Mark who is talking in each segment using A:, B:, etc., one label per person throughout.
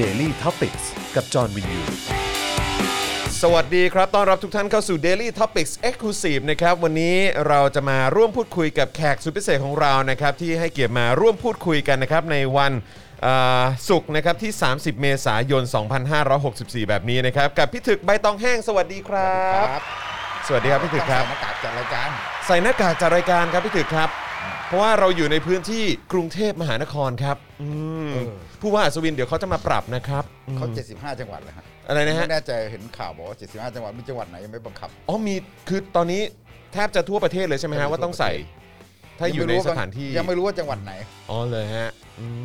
A: Daily t o p i c กกับจอห์นวินยู
B: สวัสดีครับ ต้อนรับทุกท่านเข้าสู่ Daily Topics Exclusive นะครับ วันนี้เราจะมาร่วมพูดคุยกับแขกสุดพิเศษของเรานะครับ ที่ให้เกียรติมาร่วมพูดคุยกันนะครับ ในวันเอ่อศุกร์นะครับที่ 30 เมษายน 2564 แบบนี้นะครับ กับพี่ถึกใบตองแห้งสวัสดีครับ สวัสดีครับพี่ถึกครับ
C: ใส่หน้ากากจัดรายการ
B: ใส่หน้ากากจัดรายการครับพี่ถึกครับ เพราะว่าเราอยู่ในพื้นที่กรุงเทพมหานครครับอืมผู้ว่าอัศวินเดี๋ยวเขาจะมาปรับนะครับอืม
C: เขา 75 จังหวัดเลยฮะ
B: อะไรนะฮะ
C: ไม่แน่ใจเห็นข่าวบอกว่า 75 จังหวัดมีจังหวัดไหนยังไม่บังคับ
B: อ๋อมี คือตอนนี้แทบจะทั่วประเทศเลยใช่ไหมฮะ
C: ทั่วประเทศ
B: ว่าต้องใส่ ถ้าอยู่ใน
C: งไม่รู้
B: ส
C: ว่
B: ถานที่
C: ยังไม่รู้ว่าจังหวัดไหน
B: อ๋อเลยฮะ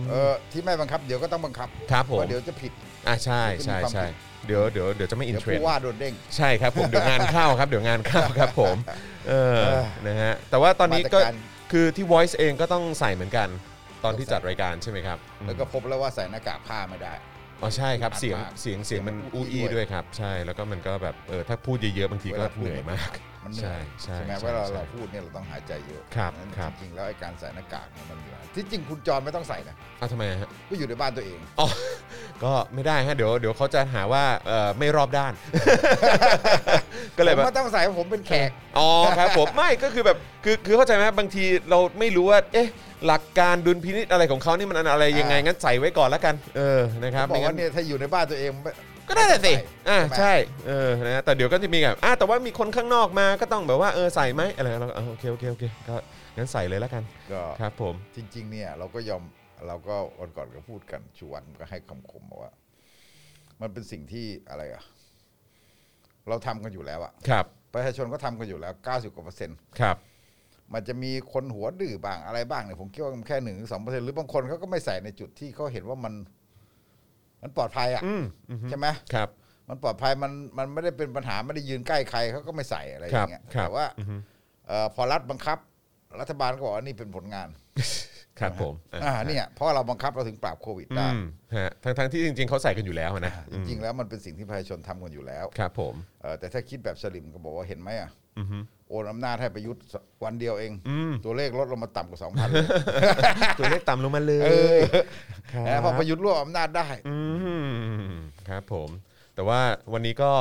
C: เออที่ไม่บังคับเดี๋ยวก็ต้องบังคับ
B: ครับผม
C: ว่าะเดี๋ยวจะผิด
B: อ่าใช่ใช่
C: จะมีความ
B: ใช่
C: ผิด
B: เดี๋ยวเดี๋ยวเดี๋ยวจะไม่อิน
C: เดี๋ยว
B: เทรน
C: ผู้
B: ด์
C: ว่าโดนเด้ง
B: ใช่ครับผม เดี๋ยวงานเข้าครับ เดี๋ยวงานเข้าครับผม เออ
C: เออ
B: นะฮะ แต่ว่าตอนนี้ก็
C: มาตรการ
B: คือที่ Voice เองก็ต้องใส่เหมือนกัน ตอนที่จัดรายการใช่ไหมครับอืม
C: แล้วก็พบแล้วว่าใส่หน้ากากผ้าไม่ได้
B: อ๋อใช่ครับ
C: อัด
B: เสียง
C: มาก
B: เสียงเสียงมัน
C: อู้
B: อู้
C: อี้
B: อี้
C: ด้วย
B: ด้วยครับ ใช่ แล้วก็มันก็แบบ เออ ถ้าพูดเยอะๆ บางทีก็
C: เวลาพูด
B: เหนื่อยมาก
C: มันเห
B: ใช่
C: นื่อย
B: ใช่
C: ไหม
B: ใช่
C: ว่าเรา
B: ใช่
C: เราพูดเนี่ยเราต้องหายใจเยอะ
B: ครับ
C: นั้น
B: ครับ
C: จริงๆแล้วไอ้การใส่หน้ากากเนี่ยมันมีอะไรที่จริงคุณจรไม่ต้องใส่นะ
B: อ้าวทำไมฮะ
C: ก็อยู่ในบ้านตัวเอง
B: อ๋อ ก็ไม่ได้ฮะ เดี๋ยว เดี๋ยวเขาจะหาว่าเอ่อไม่รอบด้าน ก็เลย
C: ผ
B: แบ
C: ม
B: บ
C: ไม่ต้องใส่ผมเป็นแขก
B: อ๋อครับผม ไม่ ก็คือแบบ คือ คือเข้าใจไหมบางทีเราไม่รู้ว่า เอ๊ะ หลักการดุลพินิจอะไรของเขานี่มันอะไรยังไง
C: อ่างั้
B: งั้นใส่ไว้ก่อนแล้วกัน เออ นะครับ
C: บอก
B: ไม่งั้
C: ว่าน เนี่ยถ้าอยู่ในบ้านตัวเองไม่
B: ก็ได้แต่สิ อ่า
C: ใช่
B: ใช่ เออ นะ แต่เดี๋ยวก็จะมีแบบอ่าแต่ว่ามีคนข้างนอกมา ก็ต้องแบบว่า เออ ใส่ไหมอะไรเราก็เออโอเค โอเค โอเค ก็งั้นใส่เลยแล้วกัน
C: ก็
B: ครับผม
C: จริง ๆ เนี่ยเราก็ยอมเราก็วันก่อนก็พูดกันชวนก็ให้คำคมบอกว่า มันเป็นสิ่งที่อะไรอะเราทำกันอยู่แล้วอะ
B: ครับ
C: ประชาชนก็ทำกันอยู่แล้ว90กว่าเปอร์เซ็นต์
B: ครับ
C: มันจะมีคนหัวดื้อบ้างอะไรบ้างเนี่ยผมคิดว่ามันแค่หนึ่งสองเปอร์เซ็นต์หรือบางคนเขาก็ไม่ใส่ในจุดที่เขาเห็นว่ามัน มันปลอดภัยอะ
B: อืมอือฮึ
C: ใช่ไหม
B: ครับ
C: มันปลอดภัยมันมันไม่ได้เป็นปัญหาไม่ได้ยืนใกล้ใครเขาก็ไม่ใส่อะไรอย่างเงี้ย
B: ครับครับ
C: แต่ว่าเอ่อพอรัฐบังคับ รัฐบาลก็บอกว่านี่เป็นผลงาน
B: ครับผมอ่ะ
C: อ่าเนี่ยเพราะเราบังคับเราถึงปราบโควิดได้
B: อืมฮะ ทั้งทั้งๆที่จริง ๆเขาใส่กันอยู่แล้วนะ
C: จริงๆแล้วมันเป็นสิ่งที่ประชาชนทำกันอยู่แล้ว
B: ครับผม
C: เอ่อแต่ถ้าคิดแบบสลิมก็บอกว่าเห็นไหมอ่ะ
B: อือฮึ
C: โอนอำนาจให้ประยุทธ์วันเดียวเอง
B: อืม
C: ตัวเลขลดลงมาต่ำกว่าสองพัน
B: ตัวเลขต่ำลงมาเลย ครับ
C: พอประยุทธ์รวบอำนาจได้
B: อืมครับผม แต่ว่าวันนี้ก็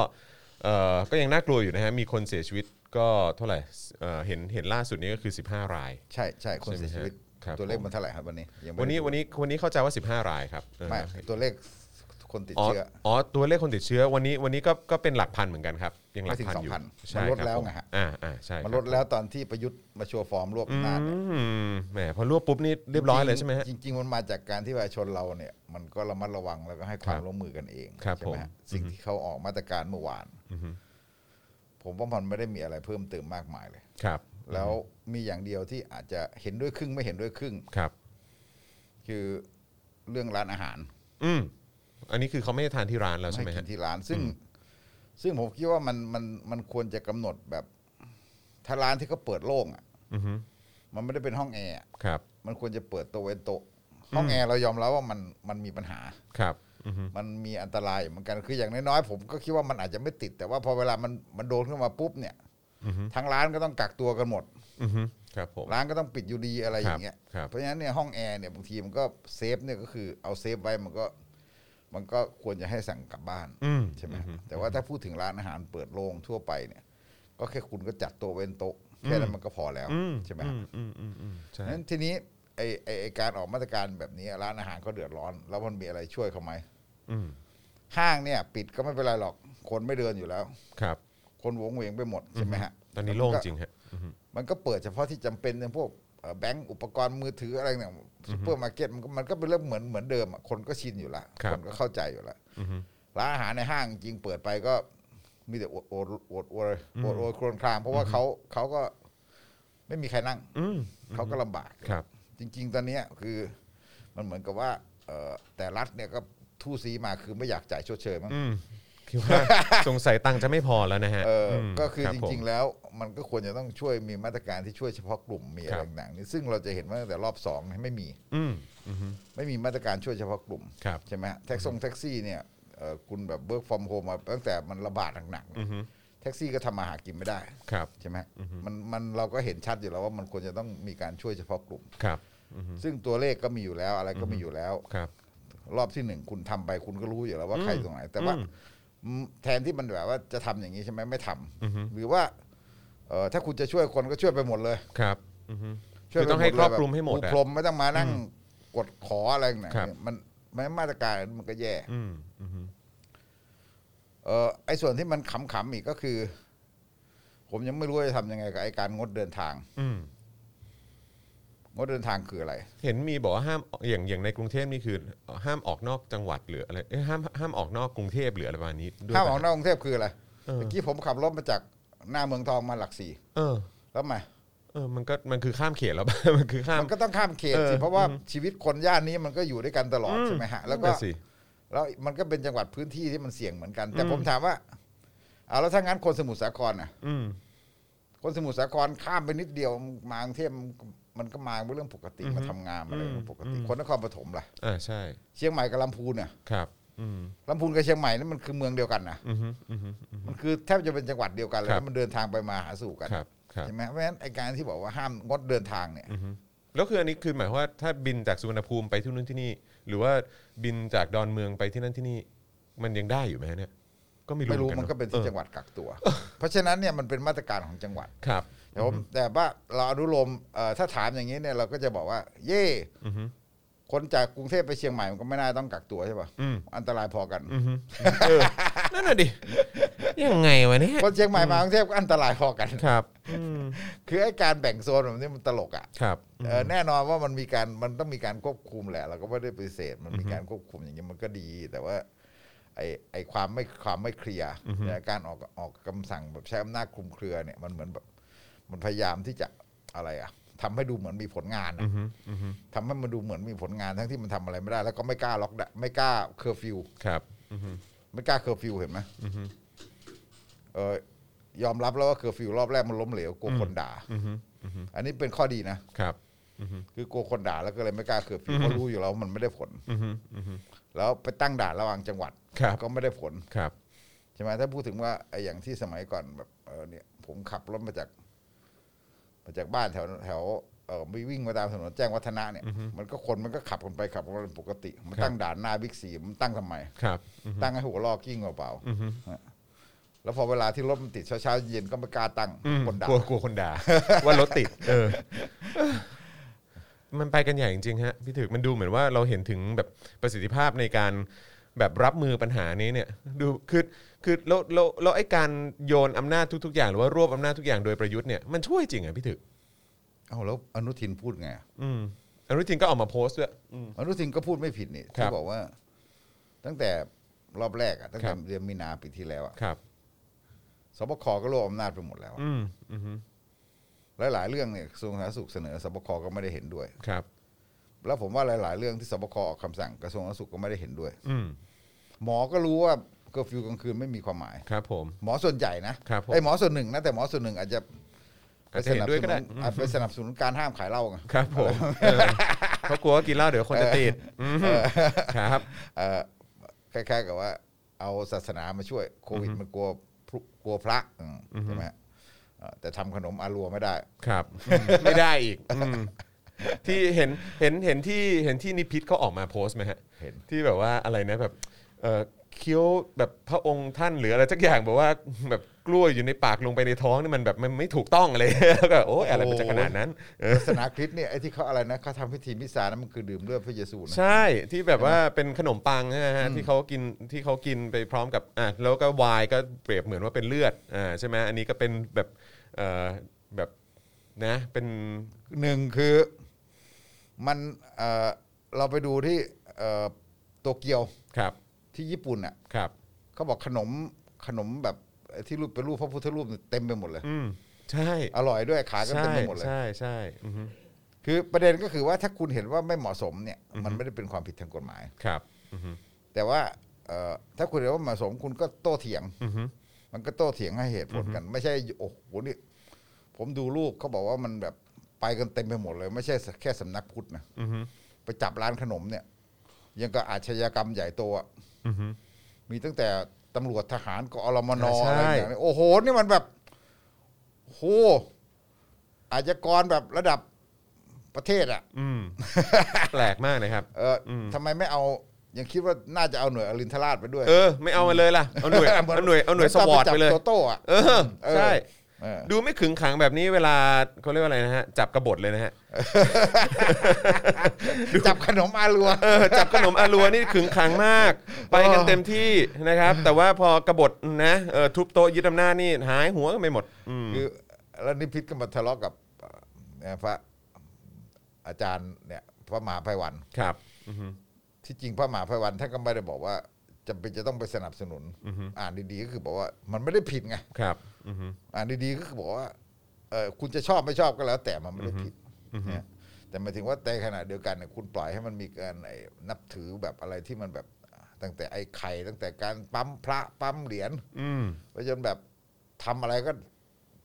B: เอ่อก็ยังน่ากลัวอยู่นะฮะ มีคนเสียชีวิตก็เท่าไหร่เอ่อเห็นเห็นล่าสุดนี้ก็คือ 15 ราย
C: ใช่ใช่คนเสียชีวิต
B: ครับ
C: ตัวเลขมันเท่าไหร่ครับวันนี้ยังไม่
B: วันนี้
C: ได้
B: วันนี้วันนี้เข้าใจว่า 15 รายครับเออ
C: ไม่ตัวเลขคนติด
B: อ๋อ
C: เชื้อ
B: อ๋อตัวเลขคนติดเชื้อวันนี้วันนี้ก็ก็เป็นหลักพันเหมือนกันครับ ยังหลักพันอยู่
C: ไม่ถึง2,000
B: ใช่
C: มันลด
B: ครับ
C: แล้ว
B: ผ
C: ไง
B: ม
C: ฮะ
B: อ่าอ่าใช่
C: มันลดแล้วตอนที่ประยุทธ์มาโชว์ฟอร์มรวบอำนาจเนี่ย
B: อืมแหมพอรวบปุ๊บนี่เรียบร้อยเลยใช่ไหมฮะ
C: จริงๆ มันมาจากการที่ประชาชนเราเนี่ย มันก็ระมัดระวังแล้วก็ให้ความ
B: ครับ
C: ร่วมมือกันเอง
B: ครับ
C: ใช่ไหมฮะ
B: ผม
C: สิ่งที่เขาออกมาตรการเมื่อวาน
B: อือฮึ
C: ผมว่ามันไม่ได้มีอะไรเพิ่มเติมมากมายเลย
B: ครับ
C: แล้วมีอย่างเดียวที่อาจจะเห็นด้วยครึ่งไม่เห็นด้วยครึ่ง
B: ครับ
C: คือเรื่องร้านอาหาร
B: อืม อันนี้คือเขาไม่ได้ทานที่ร้านแล้วใช่
C: ให้
B: ไหม
C: กิ
B: ฮะ
C: นที่ร้าน ซึ่ง ซึ่งผมคิดว่ามันมันมันควรจะกำหนดแบบถ้าร้านที่เขาเปิดโล่งอะ
B: อือฮึ
C: มันไม่ได้เป็นห้องแอร์อะ
B: ครับ
C: มันควรจะเปิดโต๊ะเว้นโต๊ะห้องแอร์เรายอมแล้วว่ามันมันมีปัญหา
B: ครับอือฮึ
C: มันมีอันตรายเหมือนกันคืออย่างน้อยๆผมก็คิดว่ามันอาจจะไม่ติด แต่ว่าพอเวลามันมันโดนขึ้นมาปุ๊บเนี่ย
B: อือฮึ
C: ทางร้านก็ต้องกักตัวกันหมด
B: อือฮึครับผม
C: ร้านก็ต้องปิดอยู่ดีอะไรอย่างเงี้ย
B: ครับครับ
C: เพราะฉะนั้นเนี่ยห้องแอร์เนี่ยบางทีมันก็เซฟเนี่ยก็คือเอาเซฟไว้มันก็มันก็ควรจะให้สั่งกลับบ้าน
B: อืม
C: ใช่ไหมแต่ว่าถ้าพูดถึงร้านอาหารเปิดโล่งทั่วไปเนี่ยก็แค่คุณก็จัดโต๊ะเว้นโต๊ะแค่นั้นมันก็พอแล้ว
B: อื
C: ใช่ไหม
B: อืมอืมอืมอืมใช่
C: นั้นทีนี้ไอ้ไอ้ไอ้การออกมาตรการแบบนี้ร้านอาหารก็เดือดร้อน แล้วมันมีอะไรช่วยเขาไหม
B: อืม
C: ห้างเนี่ยปิดก็ไม่เป็นไรหรอกคนไม่เดินอยู่แล้ว
B: ครับ
C: คนวงเวงไปหมดใช่ไหมฮะ
B: ตอนนี้โล่งจริงฮะอือฮึ
C: มันก็เปิดเฉพาะที่จำเป็นอย่างพวกเอ่อแบงก์อุปกรณ์มือถืออะไรเนี่ยซูเปอร์มาร์เก็ตมันก็มันก็เป็นเรื่องเหมือนเหมือนเดิมอะคนก็ชินอยู่ละ
B: ครับ
C: นก็เข้าใจอยู่ละ
B: อือฮึ
C: ร้านอาหารในห้างจริงเปิดไปก็มีแต่อวดอวดอวดอวดอวดอวดโครนครางเพราะว่าเขาเขาก็ไม่มีใครนั่ง
B: อืม
C: เขาก็ลำบาก
B: ครับ
C: จริง ๆ ตอนเนี้ยคือมันเหมือนกับว่าเอ่อแต่รัฐเนี่ยก็ทู่ซีมาคือไม่อยากจ่ายชดเชยมั้ง
B: อืม คิดว่า สงสัยตังค์จะไม่พอแล้วนะฮะ
C: เอออ
B: ม
C: ก็คือ
B: รับ
C: จ
B: ผม
C: ริง ๆ แล้ว มันก็ควรจะต้องช่วยมีมาตรการที่ช่วยเฉพาะกลุ่มมีอะไร
B: ครับ
C: ต่างๆนี่ซึ่งเราจะเห็นว่าตั้งแต่รอบสองเนี่ยไม่มี
B: อืมอือฮึ
C: ไม่มีมาตรการช่วยเฉพาะกลุ่ม
B: ครับ
C: ใช่ไหมฮะแท็กซงแท็กซี่เนี่ยเอ่อคุณแบบเบิร์กฟอร์มโฮมมาตั้งแต่มันระบาดหนักๆเนี่ย
B: อือฮึ
C: แท็กซี่ก็ทำมาหากินไม่ได้
B: ครับ
C: ใช่ไหมฮะมันมันเราก็เห็นชัดอยู่แล้วว่ามันควรจะต้องมีการช่วยเฉพาะกลุ่ม
B: ครับอือฮึ
C: ซึ่งตัวเลขก็มีอยู่แล้วอะไรก็มีอยู่แล้ว
B: ครับ
C: รอบที่หนึ่งคุณทำไปคุณก็รู้อยู่แล้วว่าใครตรงไหน แต่ว่าแทนที่มันแบบว่าจะทำอย่างนี้ใช่ไหมไม่ทำหรือว่าเออถ้าคุณจะช่วยคนก็ช่วยไปหมดเลย
B: ครับอือฮึ
C: ช่วย
B: คือต้องให้
C: ไป
B: ครอบคลุมให้หมด
C: เลยแบ
B: อะ
C: บพรมไม่ต้องมานั่งกดขออะไรไหน
B: ครับ
C: มันไม่มาตรการมันก็แย่
B: อืมอือฮึ
C: เออไอ้ส่วนที่มันขำๆอีกก็คือ ผมยังไม่รู้ว่าจะทำยังไงกับไอ้การงดเดินทาง
B: อืม
C: งดเดินทางคืออะไร
B: เห็นมีบอกว่าห้ามอย่างอย่างในกรุงเทพนี่คือ ห้ามออกนอกจังหวัดหรืออะไรเอ้ยห้ามห้ามออกนอกกรุงเทพหรืออะไรประมาณนี้ด้วย
C: ห้ามออกน
B: ปะ
C: อกกรุงเทพคืออะไร
B: เออ
C: เมื่อกี้ผมขับรถมาจากหน้าเมืองทองมาหลักสี่
B: เออ
C: แล้วมา
B: เออมันก็มันคือข้ามเขตแล้วป่ะ มันคือข้าม
C: มันก็ต้องข้ามเขต
B: เออ
C: สิเพราะว่า
B: อือฮึ
C: ชีวิตคนย่านนี้มันก็อยู่ด้วยกันตลอดใช่ไหมฮะแล้วก็
B: นั่นสิ
C: แล้วมันก็เป็นจังหวัดพื้นที่ที่มันเสี่ยงเหมือนกัน แต่
B: อืม
C: ผมถามว่าเอาแล้วถ้างั้นคนสมุทรสาครน่ะ
B: อืม
C: คนสมุทรสาครข้ามไปนิดเดียวมากรุงเทพมันก็มาเป็นเรื่องปกติ
B: อือฮึ
C: มาทำงานมาอะไร
B: อืม
C: ปกติ
B: อืม
C: คนนครปฐมล่ะ
B: อ่าใช่
C: เชียงใหม่กับลำพูนน่ะ
B: ครับ อืม
C: ลำพูนกับเชียงใหม่นี่มันคือเมืองเดียวกันนะ
B: อือฮึอือฮึอือฮึ
C: มันคือแทบจะเป็นจังหวัดเดียวกันเลย
B: ครับ
C: แล้วมันเดินทางไปมาหาสู่กัน
B: ครับครับ
C: ใช่ไหมเพราะฉะนั้นไอการที่บอกว่าห้ามงดเดินทางเนี่ย
B: อือฮึแล้วคืออันนี้คือหมายความว่าถ้าบินจากสุวรรณภูมิไปที่นู่นที่นี่ หรือว่าบินจากดอนเมืองไปที่นั่นที่นี่ มันยังได้อยู่ไหมฮะเนี่ย ก็ไม่รู้
C: ไม่รู้
B: หอ
C: มันก็เป็นที่จังห
B: ออ
C: วัดกักตัว เพราะฉะนั้นเนี่ยมันเป็นมาตรการของจังหวัด
B: ครับ
C: แต่ผมแต่ว่าเราอนุโลมเอ่อถ้าถามอย่างนี้เนี่ยเราก็จะบอกว่า เย่
B: อือฮึ
C: คนจากกรุงเทพไปเชียงใหม่มันก็ไม่น่าต้องกักตัวใช่ป่ะ
B: อืม
C: อันตรายพอกัน
B: อือฮึเออนั่นน่ะดิ ยังไงวะเนี่ย
C: คนเชียงใหม่มากรุงเทพก็อันตรายพอกัน
B: ครับอืม
C: คือไอ้การแบ่งโซนแบบนี้มันตลกอ่ะ
B: ครับ
C: เอ่อแน่นอนว่ามันมีการมันต้องมีการควบคุมแหละเราก็ไม่ได้ปฏิเสธมันมีการควบคุมอย่างนี้ยมันก็ดี แต่ว่าไอ้ไอ้ความไม่ความไม่เคลียร์และการออกออกคำสั่งแบบใช้อำนาจคลุมเครือเนี่ยมันเหมือนแบบมันพยายามที่จะอะไรอ่ะทำให้ดูเหมือนมีผลงานอะ
B: อือฮึอือฮึ
C: ทำให้มันดูเหมือนมีผลงานทั้งที่มันทำอะไรไม่ได้ แล้วก็ไม่กล้าล็อกดะไม่กล้าเคอร์ฟิว
B: ครับอือฮึ
C: ไม่กล้าเคอร์ฟิวเห็นไหมเออยอมรับแล้วว่าเคอร์ฟิวรอบแรกมันล้มเหลวกลัวคนด่า
B: อือฮึอือฮึ
C: อันนี้เป็นข้อดีนะ
B: ครับ
C: คือกลัวคนด่าแล้วก็เลยไม่กล้าเคอร์ฟิวเพราะรู้อยู่แล้วว่ามันไม่ได้ผล
B: อือฮึอือฮึ
C: แล้วไปตั้งด่านระหว่างจังหวัด
B: ครับ
C: ก็ไม่ได้ผล
B: ครับ
C: ใช่ไหมถ้าพูดถึงว่าไอ้อย่างที่สมัยก่อนแบบเออเนี่ยผมขับรถมาจาก มาจากบ้านแถวแถวเออไปวิ่งมาตามถนนแจ้งวัฒนะเนี่ยมันก็คนมันก็ขับกันไปขับกันมาเป็นปกติมันตั้งด่านหน้าบิ๊กซีมันตั้งทำไม
B: ครับอือฮึ
C: ตั้งให้หัวลอกกิ้งเปล่าๆ
B: อือฮึ
C: แล้วพอเวลาที่รถมันติดเช้าเช้าๆเย็นก็ไม่กล้าตั้ง
B: อืม
C: คนด่าก
B: ลัวกลัวคนด่า ว่ารถติด เออ มันไปกันใหญ่จริงๆฮะพี่ถึกมันดูเหมือนว่าเราเห็นถึงแบบประสิทธิภาพในการแบบรับมือปัญหานี้เนี่ย ดูคือคือแล้วแล้วแล้วไอ้การโยนอำนาจทุกๆอย่างหรือว่ารวบอำนาจทุกอย่างโดยประยุทธ์เนี่ยมันช่วยจริงเหรอพี่ถึก
C: เอาแล้วอนุทินพูดไงอะ
B: อืมอนุทินก็ออกมาโพสต์ด้วย
C: อนุทินก็พูดไม่ผิดนี่
B: ครั
C: ที่
B: บ
C: บอกว่า ตั้งแต่รอบแรกอะตั้งแต่
B: ครับ
C: เดือนมีนาปีที่แล้วอะ
B: ครับ
C: สบคก็รวบอำนาจไปหมดแล้วอะ
B: อืมอือฮึ
C: หลายๆเรื่องเนี่ยกระทรวงสาธารณสุขเสนอสบคก็ไม่ได้เห็นด้วย
B: ครับ
C: แล้วผมว่าหลาย ๆ เรื่องที่สบคออกคำสั่งกระทรวงสาธารณสุขก็ไม่ได้เห็นด้วย
B: อืม
C: หมอก็รู้ว่าเคอร์ฟิวกลางคืนไม่มีความหมาย
B: ครับผม
C: หมอส่วนใหญ่นะครับ
B: ผม
C: ไอ้หมอส่วนหนึ่งนะแต่หมอส่วนหนึ่งอาจจะ
B: อาจจะเห็นด้วยก็ได้
C: อาจไปสนับสนุนการห้ามขายเหล้าไง
B: ครับผมเออเพราะกลัวว่ากินเหล้าเดี๋ยวคนจะติดมครับ
C: เอ่อคล้ายๆกับว่า เอาศาสนามาช่วยโควิดมันกลัวพรุกลัวพระอืมใช่ไหมฮะเอ่อแต่ทำขนมอารัวไม่ได้
B: ครับ ไม่ได้อีกอืมที่เห็นเห็นเห็นที่เห็นที่นิพิษเขาออกมาโพสต์ไหมฮะ
C: เห็น
B: ที่แบบว่าอะไรนะแบบเอ่อเคี้ยวแบบพระองค์ท่านหรืออะไรสักอย่างแบบว่าแบบกล้วยอยู่ในปากลงไปในท้องนี่มันแบบมันไม่ถูกต้องเลย แล้วก็โอ้ยอะไรมันจะขนาดนั้นเออ
C: ศาสนาคริสต์เนี่ยไอ้ที่เขาอะไรนะเขาทำพิธีมิสานะมันคือดื่มเลือดพระเยซูนะ
B: ใช่ที่แบบว่าเป็นขนมปังนะฮะที่เขากินที่เขากินไปพร้อมกับอ่ะแล้วก็ไวน์ก็เปรียบเหมือนว่าเป็นเลือดอ่าใช่ไหมอันนี้ก็เป็นแบบเอ่อแบบนะเป็น
C: หนึ่งคือมันเอ่อเราไปดูที่เอ่อโตเกียว
B: ครับ
C: ที่ญี่ปุ่นอ่ะ
B: ครับ
C: เขาบอกขนมขนมแบบไอ้ที่รูปเป็นรูปพระพุทธรูปเนี่ยเต็มไปหมดเลย
B: อืมใช่
C: อร่อยด้วยขายกัน
B: ใช่
C: เต็มไปหมดเลย
B: ใช่ใช่อือฮึ
C: คือประเด็นก็คือว่าถ้าคุณเห็นว่าไม่เหมาะสมเนี่ยมันไม่ได้เป็นความผิดทางกฎหมาย
B: ครับอือฮึ
C: แต่ว่าเอ่อถ้าคุณเห็นว่าเหมาะสมคุณก็โต้เถียง
B: อือฮึ
C: มันก็โต้เถียงให้เหตุผลกัน ไม่ใช่โอ้โหนี่ผมดูรูปเขาบอกว่ามันแบบไปกันเต็มไปหมดเลย ไม่ใช่แค่สำนักพุทธนะ
B: อือฮึ
C: ไปจับร้านขนมเนี่ย ยังก็อาชญากรรมใหญ่โตอะ
B: อือฮึ
C: มีตั้งแต่ตำรวจทหารกอรมนอ
B: ใช่
C: อะไรอย่างเงี้ยโอ้โหนี่มันแบบโอ้โหอาชญากรแบบระดับประเทศอะ
B: อืม แปลกมากนะครับ
C: เอออทำไมไม่เอา ยังคิดว่าน่าจะเอาหน่วยอรินทราชไปด้วย
B: เออ ไม่เอามาเลยล่ะ เอา หน่วย เอาหน่วย เอาหน่วยสวอตไปเลย
C: หมืนตนจับโตโต้อะ
B: เออ ใช่
C: เออ
B: ดูไม่ขึงขังแบบนี้เวลาเขาเรียกว่าอะไรนะฮะ จับกระบฏเลยนะฮะ
C: จับขนมอาลัว
B: เออจับขนมอารัวนี่ขึงขัง มาก ไปกันเต็มที่นะครับ แต่ว่าพอกบฏนะเออทุบโต๊ะยึดอำนาจนี่หายหัวกันไปหมดอืม
C: คือแล้วนิพิษก็มาทะเลาะกับเอ่อเนี่ยพระอาจารย์เนี่ยพระมหาไพวัน
B: ครับอือฮึ
C: ที่จริงพระมหาไพวันท่านก็ไม่ได้บอกว่าจำเป็นจะต้องไปสนับสนุน
B: อือฮึ
C: อ่านดีๆก็คือบอกว่ามันไม่ได้ผิดไง
B: ครับอือฮึ
C: อ่านดีๆก็คือบอกว่าเออคุณจะชอบไม่ชอบก็แล้ว แต่มันไม่ได้ผิดนะแต่หมายถึงว่าในขณะเดียวกันเนี่ยคุณปล่อยให้มันมีการไอ้นับถือแบบอะไรที่มันแบบตั้งแต่ไอ้ไข่ตั้งแต่การปั๊มพระปั๊มเหรียญ
B: อืม
C: ไปจนแบบทำอะไรก็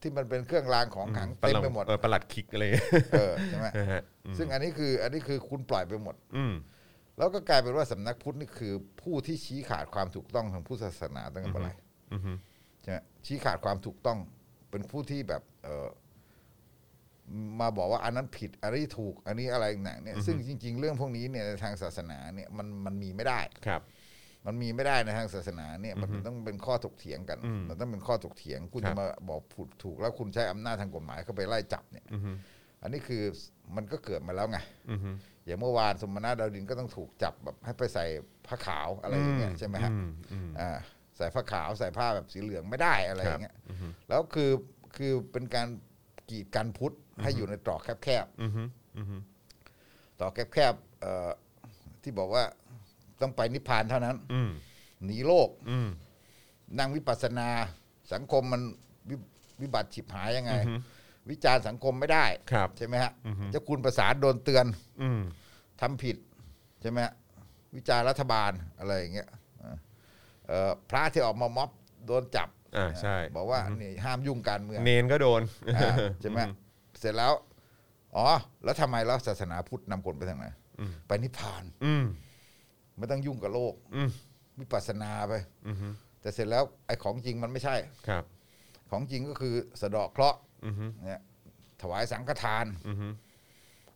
C: ที่มันเป็นเครื่องรางของขลัง
B: ประหลัด
C: เต็มไปหมด
B: เออประหลัดคิกอะไร
C: เออใช่ไหม
B: นะฮะ
C: ซึ่งอันนี้คืออันนี้คือคุณปล่อยไปหมด
B: อืม
C: แล้วก็กลายเป็นว่าสำนักพุทธนี่คือผู้ที่ชี้ขาดความถูกต้องทางพุทธศาสนาตั้งแต่เมื่อไหร่
B: อือฮึ
C: ใช่ไหมชี้ขาดความถูกต้องเป็นผู้ที่แบบเออมาบอกว่าอันนั้นผิดอันนี้ถูก อันนี้อะไรหนังเนี่ยซึ่งจริง ๆ เรื่องพวกนี้เนี่ยในทางศาสนาเนี่ยมันมันมีไม่ได้
B: ครับ
C: มันมีไม่ได้ในทางศาสนาเนี่ยมันต้องเป็นข้อถกเถียงกันมันต้องเป็นข้อถกเถียง คุณ
B: ครั
C: จะ
B: บ
C: มาบอกผูกถูกแล้วคุณใช้อำนาจทางกฎหมายเข้าไปไล่จับเนี่ย
B: อือฮึ
C: อันนี้คือมันก็เกิดมาแล้วไง
B: อือฮึ
C: อย่างเมื่อวานสมณะดาวดินก็ต้องถูกจับแบบให้ไปใส่ผ้าขาวอะไรอย่างเงี้ย
B: อืม
C: ใช่ไหมฮะ
B: อืมอืม
C: อ่าใส่ผ้าขาวใส่ผ้าแบบสีเหลืองไม่ได้อะไรอย่างเงี้ยแล้วคือคือเป็นการกีดกันพุทธให้อยู่ในตรอกแคบ
B: อือฮึอือฮึ
C: ๆตรอกแคบๆเอ่อที่บอกว่าต้องไปนิพพานเท่านั้น
B: อืม
C: หนีโลก
B: อืม
C: นั่งวิปัสสนาสังคมมันวิวิบัติฉิบหายยังไง
B: อือฮึ
C: วิจารณ์สังคมไม่ได้
B: ครับ
C: ใช่ไหมฮะเจ้าคุณประสานโดนเตือน
B: อืม
C: ทำผิดใช่ไหมฮะวิจารณ์รัฐบาลอะไรอย่างเงี้ยอ่าเอ่อพระที่ออกมาม็อบโดนจับ
B: อ่าใช่
C: บอกว่านี่ห้ามยุ่งการเมือง
B: เนนก็โดน
C: อ่าใช่ไหมฮะเสร็จแล้ว อ๋อ แล้วทำไมแล้วศาสนาพุทธนำคนไปทางไหนไปนิพพาน
B: อืม
C: ไม่ต้องยุ่งกับโลก
B: อืม
C: วิปัสสนาไป
B: อือฮึ
C: แต่เสร็จแล้วไอ้ของจริงมันไม่ใช่
B: ครับ
C: ของจริงก็คือสะเดอกเคราะห์
B: อือฮึ
C: เนี่ยถวายสังฆทาน
B: อือฮึ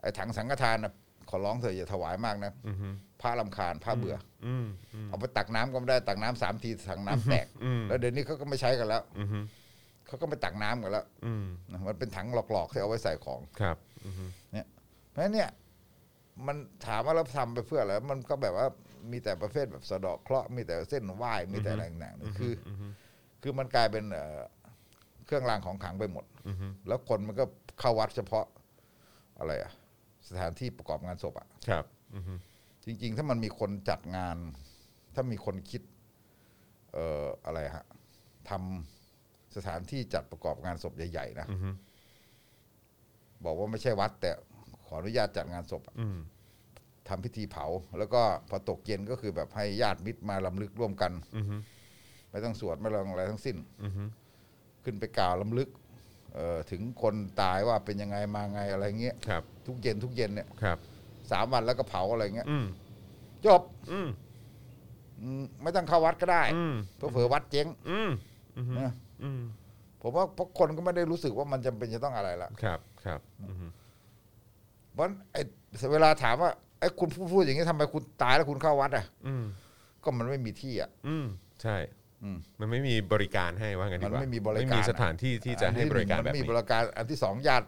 C: ไอ้ถังสังฆทานนะขอร้องเธอะอย่าถวายมากนะ
B: อือฮึ
C: พระลำคาญพระเบื่ออ
B: อืมอืม
C: เอาไปตักน้ำก็ไม่ได้ตักน้ำสามทีถังน้ำแตก
B: อืม
C: แล้วเดี๋ยวนี้เขาก็ไม่ใช้กันแล้ว
B: อือฮึ
C: เขาก็ไม่ตักน้ำกันแล้ว
B: อืม
C: นะมันเป็นถังหลอกๆที่เอาไว้ใส่ของ
B: ครับอือฮึ
C: เนี่ยเพราะฉะนั้นเนี่ยมันถามว่าเราทำไปเพื่ออะไรมันก็แบบว่ามีแต่ประเภทแบบสะเดอกเคราะห์มีแต่เส้นไหว้มีแต่อะไรต่างๆเนี่ยคืออคือมันกลายเป็นเอ่อเครื่องรางของขลังไปหมด
B: อือฮึ
C: แล้วคนมันก็เข้าวัดเฉพาะอะไรอะสถานที่ประกอบงานศพอะ
B: ครับอือฮึ
C: จริง ๆ ถ้ามันมีคนจัดงาน ถ้ามีคนคิด เอ่ออะไรฮะทำสถานที่จัดประกอบงานศพใหญ่ๆนะ
B: อือฮึ
C: บอกว่าไม่ใช่วัด แต่ขออนุญาตจัดงานศพอะ
B: อืม
C: ทำพิธีเผา แล้วก็พอตกเย็นก็คือแบบให้ญาติมิตรมาลำลึกร่วมกัน
B: อือฮึ
C: ไม่ต้องสวดไม่ต้องอะไรทั้งสิ้น
B: อือฮึ
C: ขึ้นไปกล่าวลำลึกเอ่อถึงคนตายว่าเป็นยังไงมาไงอะไรเงี้ย
B: ครับ
C: ทุกเย็นทุกเย็นเนี่ย
B: ครับ
C: สามวันแล้วก็เผาอะไรเงี้ย
B: อืม
C: จบ
B: อืม
C: อืมไม่ต้องเข้าวัดก็ได้
B: อืม
C: เพื่อเผื่อๆวัดเจ๊ง
B: อืมอือฮึ
C: นะ
B: อืม
C: ผมว่าพวกคนก็ไม่ได้รู้สึกว่ามันจำเป็นจะต้องอะไรละ
B: ครับครับอือฮึ
C: เพราะไอ้เวลาถามว่าไอ้คุณพูดพูดอย่างนี้ทำไมคุณตายแล้วคุณเข้าวัดอ่ะ
B: อืม
C: ก็มันไม่มีที่อ่ะ
B: อืมใช่
C: อืม
B: มันไม่มีบริการให้ว่างั้นดีกว่า
C: มันไม่มีบริการ
B: ไม่มีสถานที่ที่จะให้บริการแบบ
C: อันที่หนึ่ง
B: นี้
C: มันมีบริการอันที่สองญาติ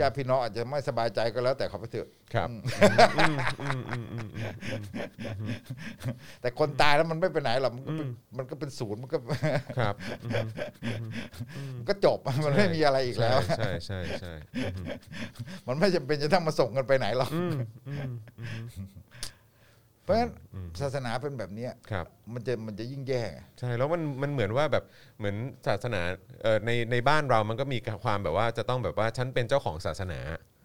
C: ญาติพี่น้องอาจจะไม่สบายใจก็แล้วแต่เขาไปเถอะ
B: ครับ
C: แต่คนตายแล้วมันไม่ไปไหนหรอกมันก็เป็นมันก็เป็นศูนย์มันก็
B: ครับ
C: มันก็จบ มันไม่มีอะไรอีกแล้ว
B: ใช่ใช่ใช่ใช่อือฮึ
C: มันไม่จำเป็นจะต้องมาส่งกันไปไหนหรอก
B: อืมอืมอืม
C: เพราะฉะนั้นศาสนาเป็นแบบเนี้ย
B: ครับ
C: มันจะมันจะยิ่งแย่ไง
B: ใช่แล้วมันมันเหมือนว่าแบบเหมือนศาสนาเอ่อในในบ้านเรามันก็มีความแบบว่าจะต้องแบบว่าฉันเป็นเจ้าของศาสนา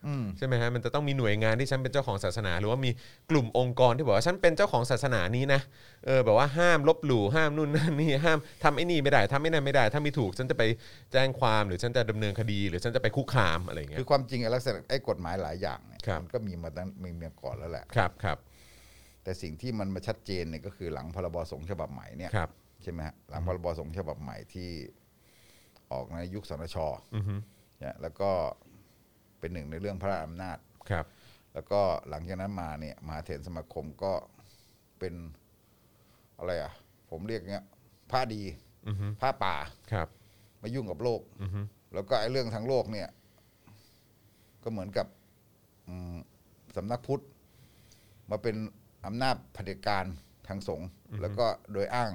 C: อืม
B: ใช่ไหมฮะมันจะต้องมีหน่วยงานที่ฉันเป็นเจ้าของศาสนา หรือว่ามีกลุ่มองค์กรที่บอกว่าฉันเป็นเจ้าของศาสนานี้นะเออแบบว่าห้ามลบหลู่ห้ามนู่นนั่นนี่ห้ามทำไอ้นี่ไม่ได้ทำไอ้นั่นไม่ได้ ถ้าไม่ถูกฉันจะไปแจ้งความหรือฉันจะดำเนินคดี หรือฉันจะไปคุกคามอะไรอย่างเงี้
C: คื
B: ย
C: อความจริงไอ้ลักษณะไอ้กฎหมายหลายอย่างเนี่ย
B: ครับ
C: มันก็มีมาตั้งมีมาก่อนแล้วแหละ
B: ครับครับ
C: แต่สิ่งที่มันมาชัดเจนเนี่ยก็คือหลังพรบสงฆ์ฉบับใหม่เนี่ย
B: ครับ
C: ใช่ไหมฮะหลังพรบสงฆ์ฉบับใหม่ที่ออกในยุคสนช
B: อือฮึ
C: เนี่ยแล้วก็เป็นหนึ่งในเรื่องพระราชอำนาจ
B: ครับ
C: แล้วก็หลังจากนั้นมาเนี่ยมหาเถรสมาคมก็ เป็นอะไรอ่ะ ผมเรียกเงี้ยผ้าดีผ้าป่า
B: ครับ
C: มายุ่งกับโลก
B: อือฮึ
C: แล้วก็ไอ้เรื่องทางโลกเนี่ย ก็เหมือนกับอืมสำนักพุทธ มาเป็นอำนาจเผด็จการทางสงฆ์แล้วก็โดยอ้าง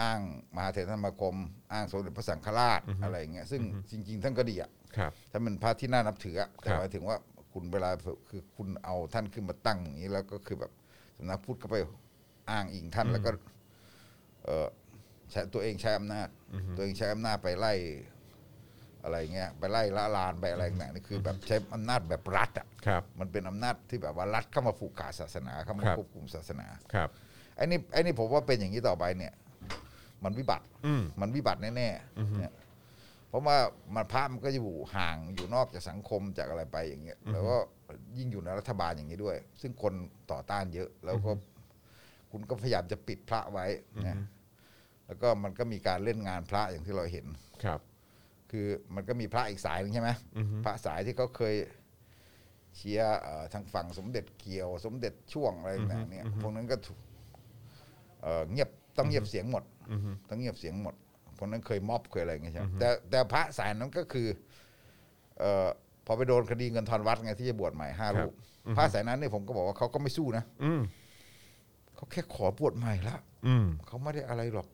C: อ้างมหาเถรสมาคม อ้างสมเด็จพระสังฆราชอะไรอย่างเงี้ยซึ่งจริง ๆ ท่านก็ดีอ่ะ
B: ครับ
C: ถ้ามันพระที่น่านับถืออะแต่
B: ครับ
C: หมายถึงว่าคุณเวลาคือคุณเอาท่านขึ้นมาตั้งอย่างนี้ แล้วก็คือแบบสำนักพุทธก็ไปอ้างอิงท่านแล้วก็ เออใช้ตัวเองใช้อำนาจ ตัวเองใช้อำนาจไปไล่ อะไรเงี้ยไปไล่ละลานไปอะไรต่างๆนี่คือแบบใช้อำนาจแบบรัฐอะ
B: ครับ
C: มันเป็นอำนาจที่แบบว่ารัฐเข้ามาผูกขาดศาสนาเข้ามา
B: ครับ
C: ควบคุมศาสนา
B: ครับ
C: ไอ้นี่ไอ้นี่ผมว่าเป็นอย่างนี้ต่อไปเนี่ย มันวิบัติ
B: อืม
C: มันวิบัติแน่ๆเนี่ยเพราะว่ามันพระมันก็จะอยู่ห่างอยู่นอกจากสังคมจากอะไรไปอย่างเงี้ยแล้วก็ยิ่งอยู่ในรัฐบาลอย่างนี้ด้วย ซึ่งคนต่อต้านเยอะ แล้วก็คุณก็พยายามจะปิดพระไว้นะแล้วก็มันก็มีการเล่นงานพระอย่างที่เราเห็น
B: ครับ
C: คือมันก็มีพระอีกสายหนึงใช่ไหมพระสายที่เขาเคยเชียร์เอ่อทางฝั่งสมเด็จเกียว สมเด็จช่วงอะไรต่างๆเนี่ยพวกนั้นก็ถูกเอ่อเงียบต้องเงียบเสียงหมดต้องเงียบเสียงหมดพวกนั้นเคยม็อบเคยอะไรอย่างเงี้ยใช่ไหมแต่แต่พระสายนั้นก็คือเอ่อพอไปโดนคดีเงินทอนวัดไงที่จะบวชใหม่ห้ารูปพระสายนั้นเนี่ยผมก็บอกว่าเขาก็ไม่สู้นะ
B: อืม
C: เขาแค่ขอบวชใหม่ละ
B: อืม
C: เขาไม่ได้อะไรหรอก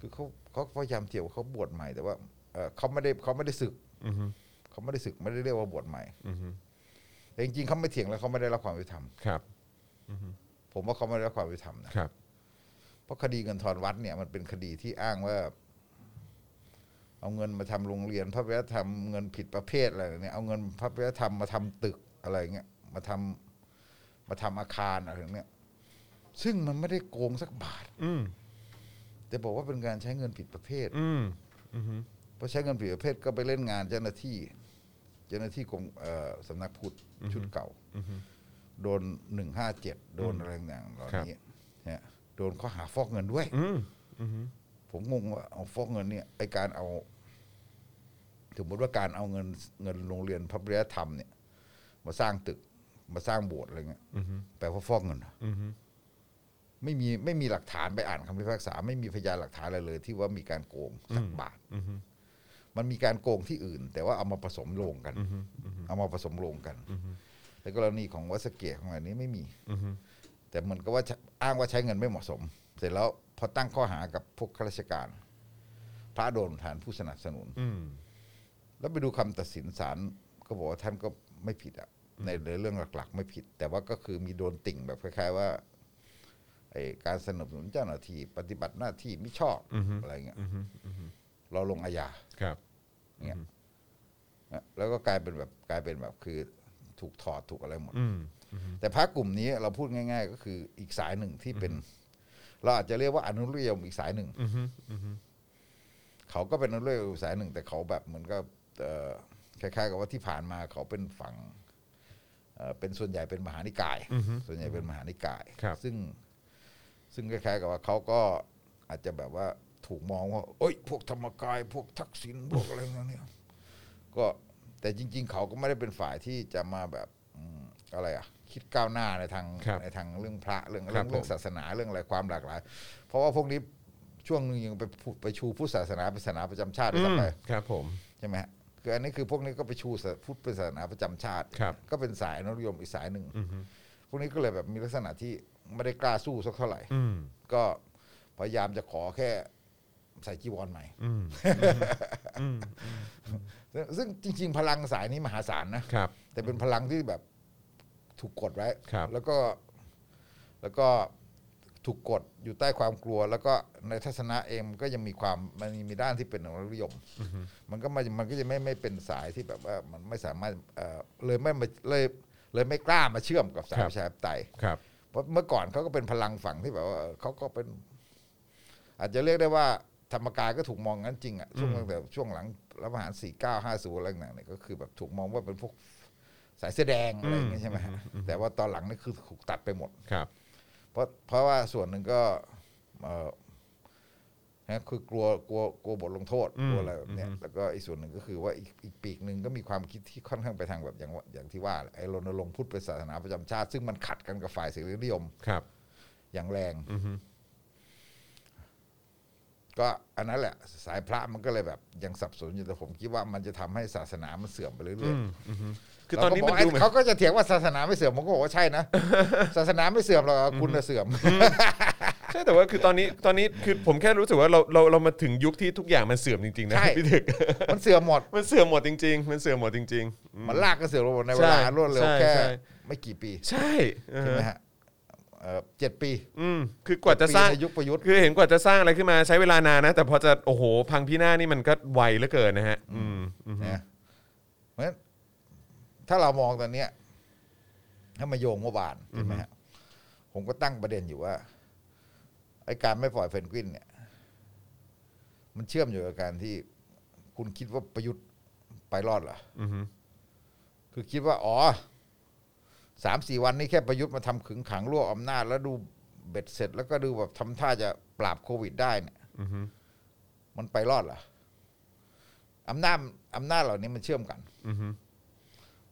C: คือเขาเขาพยายามเที่ยวาเขาบวชใหม่แต่ว่าเอ่อเขาไม่ได้เขาไม่ได้ศึก
B: อือฮึ
C: เขาไม่ได้ศึกไม่ได้เรียกว่าบวชใหม่
B: อืม
C: แต่จริงๆเขาไม่เถียงแล้วเขาไม่ได้รับความยุติธรรม
B: ครับ
C: ผมว่าเขาไม่ได้รับความยุติธรรมนะครับ เพราะคดีเงินทอนวัดเนี่ยมันเป็นคดีที่อ้างว่า เอาเงินมาทำโรงเรียนพระพิธธรรมเงินผิดประเภทอะไรเนี่ยเอาเงินพระพิธธรรมมาทำตึกอะไรเงี้ยมาทำมาทำอาคารอะไรอย่างเงี้ยซึ่งมันไม่ได้โกงสักบาท
B: อืม
C: แต่บอกว่าเป็นการใช้เงินผิดประเภท
B: อืม
C: เพราะใช้เงินผิดประเภทก็ไปเล่นงานเจ้าหน้าที่ เจ้าหน้าที่กรมเอ่อสำนักพุทธชุดเก่าโดนหนึ่งห้าเจ็ดโดนอะไรต่างๆเหล่านี้เนี่ยโดนข้อหาฟอกเงินด้วย
B: อืม
C: ผมงงว่าเอาฟอกเงินเนี่ยไอการเอาสมมติว่าการเอาเงินเงินโรงเรียนพระปริยธรรมเนี่ย มาสร้างตึกมาสร้างโบสถ์อะไรเงี้ยแปลว่าฟอกเงินเหรออไม่มีไม่มีหลักฐานไปอ่านคำพิพากษา ไม่มีพยานหลักฐานอะไรเลย ที่ว่ามีการโกงสักบาทมันมีการโกงที่อื่น แต่ว่าเอามาผสมโลงกัน เอามาผสมโลงกันแต่กรณีของวัดสะเกตของอะไรนี้ไม่มี แต่เหมือนกับว่าใช้อ้างว่าใช้เงินไม่เหมาะสม เสร็จแล้วพอตั้งข้อหากับพวกข้าราชการ พระโดนฐานผู้สนับสนุน
B: อืม
C: แล้วไปดูคำตัดสินศาลก็บอกว่าท่านก็ไม่ผิดอ่ะในเรื่องหลัก ๆ ไม่ผิด แต่ว่าก็คือมีโดนติ่งแบบคล้ายๆว่าไอการสนับสนุนเจ้าหน้าที่ปฏิบัติหน้าที่ไม่ชอบอะไรเงี้ยเราลงอาญา
B: ครับ
C: เงี้ยนะแล้วก็กลายเป็นแบบกลายเป็นแบบคือถูกถอดถูกอะไรหมด
B: อืม
C: แต่พรรคกลุ่มนี้เราพูดง่าย ๆ ก็คืออีกสายหนึ่งที่เป็น เราอาจจะเรียกว่าอนุรักษ์นิยมอีกสายหนึ่งเขาก็เป็นอนุรักษ์นิยมอีกสายหนึ่ง แต่เขาแบบเหมือนกับเอ่อคล้ายๆ กับว่าที่ผ่านมาเขาเป็นฝั่งเอ่อเป็นส่วนใหญ่เป็นมหานิกาย ส่วนใหญ่เป็นมหานิกาย
B: ครับ
C: ซึ่งซึ่งคล้ายๆ กับว่าเขาก็อาจจะแบบว่าถูกมองว่าเอ้ย พวกธรรมกาย พวกทักษิณพวกอะไรพวกเนี่ย ก็แต่จริง ๆ เขาก็ไม่ได้เป็นฝ่ายที่จะมาแบบอืมอะไรอ่ะ คิดก้าวหน้าในทาง
B: ครับ
C: ในทางเรื่องพระเรื่อง
B: ครับ
C: เรื่องเรื่อ
B: ผ
C: ง
B: ม
C: ศาสนาเรื่องอะไรความหลากหลาย เพราะว่าพวกนี้ช่วงหนึงยังไปพูดไปชูพุทธศาสนาเป็นศาสนาประจำชาติด้วยซ้ำไป
B: ครับผม
C: ใช่ไหมฮะคืออันนี้คือพวกนี้ก็ไปชูศาพุทธเป็นศาสนาประจำชาติ
B: ครับ
C: ก็เป็นสายอนุรักษ์นิยมอีกสายหนึ่งพวกนี้ก็เลยแบบมีลักษณะที่ไม่ได้กล้าสู้สักเท่าไหร่
B: อืม
C: ก็พยายามจะขอแค่ใส่จีวรใหม่
B: อืม
C: ซึ่งซึ่งจริง ๆ พลังสายนี้มหาศาลนะ
B: ครับ
C: แต่เป็นพลังที่แบบถูกกดไว้
B: ครับ
C: แล้วก็แล้วก็ถูกกดอยู่ใต้ความกลัว แล้วก็ในทัศนะเองมันก็ยังมีความมันมีด้านที่เป็นของนิยมมันก็ไมันมันก็จะไม่ไม่เป็นสายที่แบบว่ามันไม่สามารถเอ่อเลยไม่มาเลยเลยไม่กล้ามาเชื่อมกับสายประชาธิปไตย
B: ครับ
C: เพราะเมื่อก่อนเขาก็เป็นพลังฝั่งที่แบบว่าเออเขาก็เป็น อาจจะเรียกได้ว่า ธรรมกายก็ถูกมองงั้นจริงอะช่วงตั้งแต่ช่วงหลังรัฐประหารสี่เก้าห้าศูนย์อะไรต่างๆเนี่ยก็คือแบบถูกมองว่าเป็นพวกสายเสื้อแดงอะไรอย่างเงี้ยใช่ไหมฮะแต่ว่าตอนหลังนี่คือถูกตัดไปหมด
B: ครับ
C: เพราะเพราะว่าส่วนหนึ่งก็เอ่อ นะคือกลัวกลัวกลัวบทลงโทษ
B: อืม
C: กลัวอะไรแบบเนี้ย
B: อืม
C: แล้วก็อีกส่วนหนึ่งก็คือว่าอีกอีกปีกหนึ่งก็มีความคิดที่ค่อนข้างไปทางแบบอย่างว่าอย่างที่ว่าแหละไอ้รณรงค์พูดเป็นศาสนาประจำชาติ ซึ่งมันขัดกันกับฝ่ายเสรีนิยม
B: ครับ
C: อย่างแรง
B: อือฮึ
C: ก็อันนั้นแหละ สายพระมันก็เลยแบบยังสับสนอยู่แต่ผมคิดว่ามันจะทำให้ศาสนามันเสื่อมไปเรื่
B: อื
C: อย
B: มอือฮึ
C: ๆ
B: คือตอนนี้มัน
C: เราก็บก
B: ดูเหมือน
C: เขาก็จะเถียงว่าศาสนาไม่เสื่อมผมก็บอกว่าใช่นะ ศาสนาไม่เสื่อม หรอกคุณน่ะเสื่อม
B: ใช่แต่ว่าคือตอนนี้ตอนนี้คือผมแค่รู้สึกว่าเราเราเรามาถึงยุคที่ทุกอย่างมันเสื่อมจริงๆนะ
C: ใช่
B: พี่ถึก
C: มันเสื่อมหมด
B: มันเสื่อมหมดจริง ๆ มันเสื่อมหมดจริง ๆอืม
C: มันลากก็เสื่อมลงในเว
B: ใช่
C: ลารวดเร็ว
B: ใช่
C: แค่
B: ใช่
C: ไม่กี่ปี
B: ใช่เออ
C: ใช่ไหมฮะเอ่อเจ็ดปี
B: อืมคือกว่าจะสร้าง
C: ปีในยุคประยุทธ์
B: คือเห็นกว่าจะสร้างอะไรขึ้นมาใช้เวลานานนะ แต่พอจะโอ้โห พังพินาศนี่มันก็ไวเหลือเกินนะฮะ อืมอืม
C: นะเพราะฉะนั้นถ้าเรามองตอนเนี้ยถ้ามาโยงเมื่อวานใช่ไหมฮะผมก็ตั้งประเด็นอยู่ว่าไอ้การไม่ปล่อยเพนกวิน เนี่ย มันเชื่อมอยู่กับการที่ คุณคิดว่าประยุทธ์ไปรอดเหรอ
B: อืม
C: คือคิดว่าอ๋อสามสี่วันนี้แค่ประยุทธ์มาทำขึงขังรั่วอำนาจ แล้วดูเบ็ดเสร็จ แล้วก็ดูแบบทำท่าจะปราบโควิดได้เนี่ย
B: อืม
C: มันไปรอดเหรออำนาจอำนาจเหล่านี้มันเชื่อมกัน
B: อืม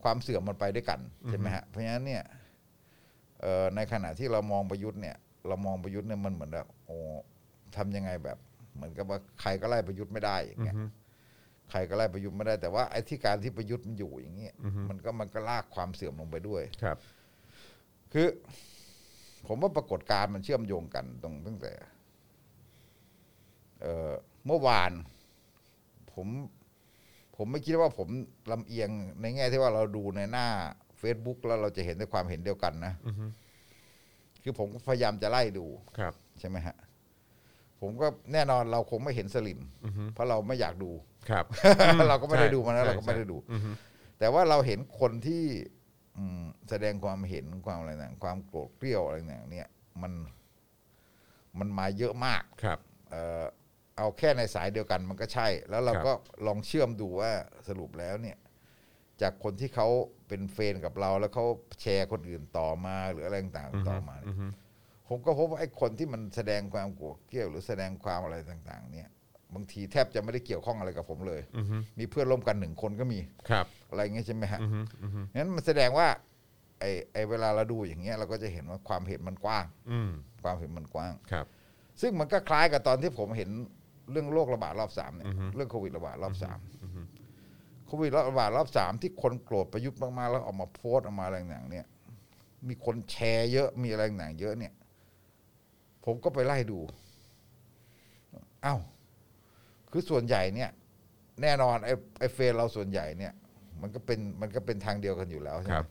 C: ความเสื่อมมันไปด้วยกันใช่ไหมฮะเพราะฉะนั้นเนี่ยเอ่อในขณะที่เรามองประยุทธ์เนี่ย เรามองประยุทธ์เนี่ยมันเหมือนแบบโอ้ทำยังไงแบบ เหมือนกับว่าใครก็ไล่ประยุทธ์ไม่ได้อย่างเงี้ยใครก็ไล่ประยุทธ์ไม่ได้แต่ว่าไอ้ที่การที่ประยุทธ์มันอยู่อย่างเงี้ยมันก็มันก็ลากความเสื่อมลงไปด้วย
B: ครับ
C: คือ ผมว่าปรากฏการณ์มันเชื่อมโยงกันตรงตั้งแต่ เอ่อเมื่อวาน ผม ผมไม่คิดว่าผมลำเอียงในแง่ที่ว่าเราดูในหน้า Facebook แล้วเราจะเห็นในความเห็นเดียวกันนะ
B: อือฮึ
C: คือผมพยายามจะไล่ดู
B: ครับ
C: ใช่ไหมฮะ ผมก็แน่นอนเราคงไม่เห็นสลิม
B: อือฮึ
C: เพราะเราไม่อยากดู
B: ครับ
C: เราก็ไม่ได้
B: ใช่
C: ดูมันนะ
B: ใช่
C: เราก็ไม่ได้ดู
B: อืม
C: แต่ว่าเราเห็นคนที่อืมแสดงความเห็นความอะไรต่างความโกรธเกรี้ยวอะไรต่างเนี่ย มันมันมาเยอะมาก
B: ครับ
C: เออเอาแค่ในสายเดียวกันมันก็ใช่ แล้วเรา
B: ครับ
C: ก็ลองเชื่อมดูว่าสรุปแล้วเนี่ย จากคนที่เขาเป็นเฟรนด์กับเรา แล้วเขาแชร์คนอื่นต่อมาหรืออะไรต่างๆต่อมาเนี่ย
B: อืม
C: ผมก็พบว่าไอ้คนที่มันแสดงความโกรธเกรี้ยวหรือแสดงความอะไรต่าง ๆ เนี่ย บางทีแทบจะไม่ได้เกี่ยวข้องอะไรกับผมเลย
B: อืม
C: มีเพื่อนร่วมกันหนึ่งคนก็มี
B: ครับ
C: อะไรอย่างเงี้ยใช่ไหมฮะ
B: อืมอืม
C: งั้นมันแสดงว่า ไอ้ไอ้เวลาเราดูอย่างเงี้ยเราก็จะเห็นว่าความเห็นมันกว้าง
B: อืม
C: ความเห็นมันกว้าง
B: ครับ
C: ซึ่งมันก็คล้ายกับตอนที่ผมเห็นเรื่องโรคระบาดรอบสามเนี่ย
B: อือฮึ
C: เรื่องโควิดระบาดรอบสามโควิดระบาดรอบสามที่คนโกรธประยุทธ์มากๆแล้วออกมาโพสต์ออกมาอะไรต่างๆเนี่ย มีคนแชร์เยอะมีอะไรต่างๆเยอะเนี่ย ผมก็ไปไล่ดู เอ้า คือส่วนใหญ่เนี่ย แน่นอนไอ้ไอ้เฟนเราส่วนใหญ่เนี่ย มันก็เป็นมันก็เป็นทางเดียวกันอยู่แล้วใช่
B: ค
C: ไห
B: รั
C: ม
B: บ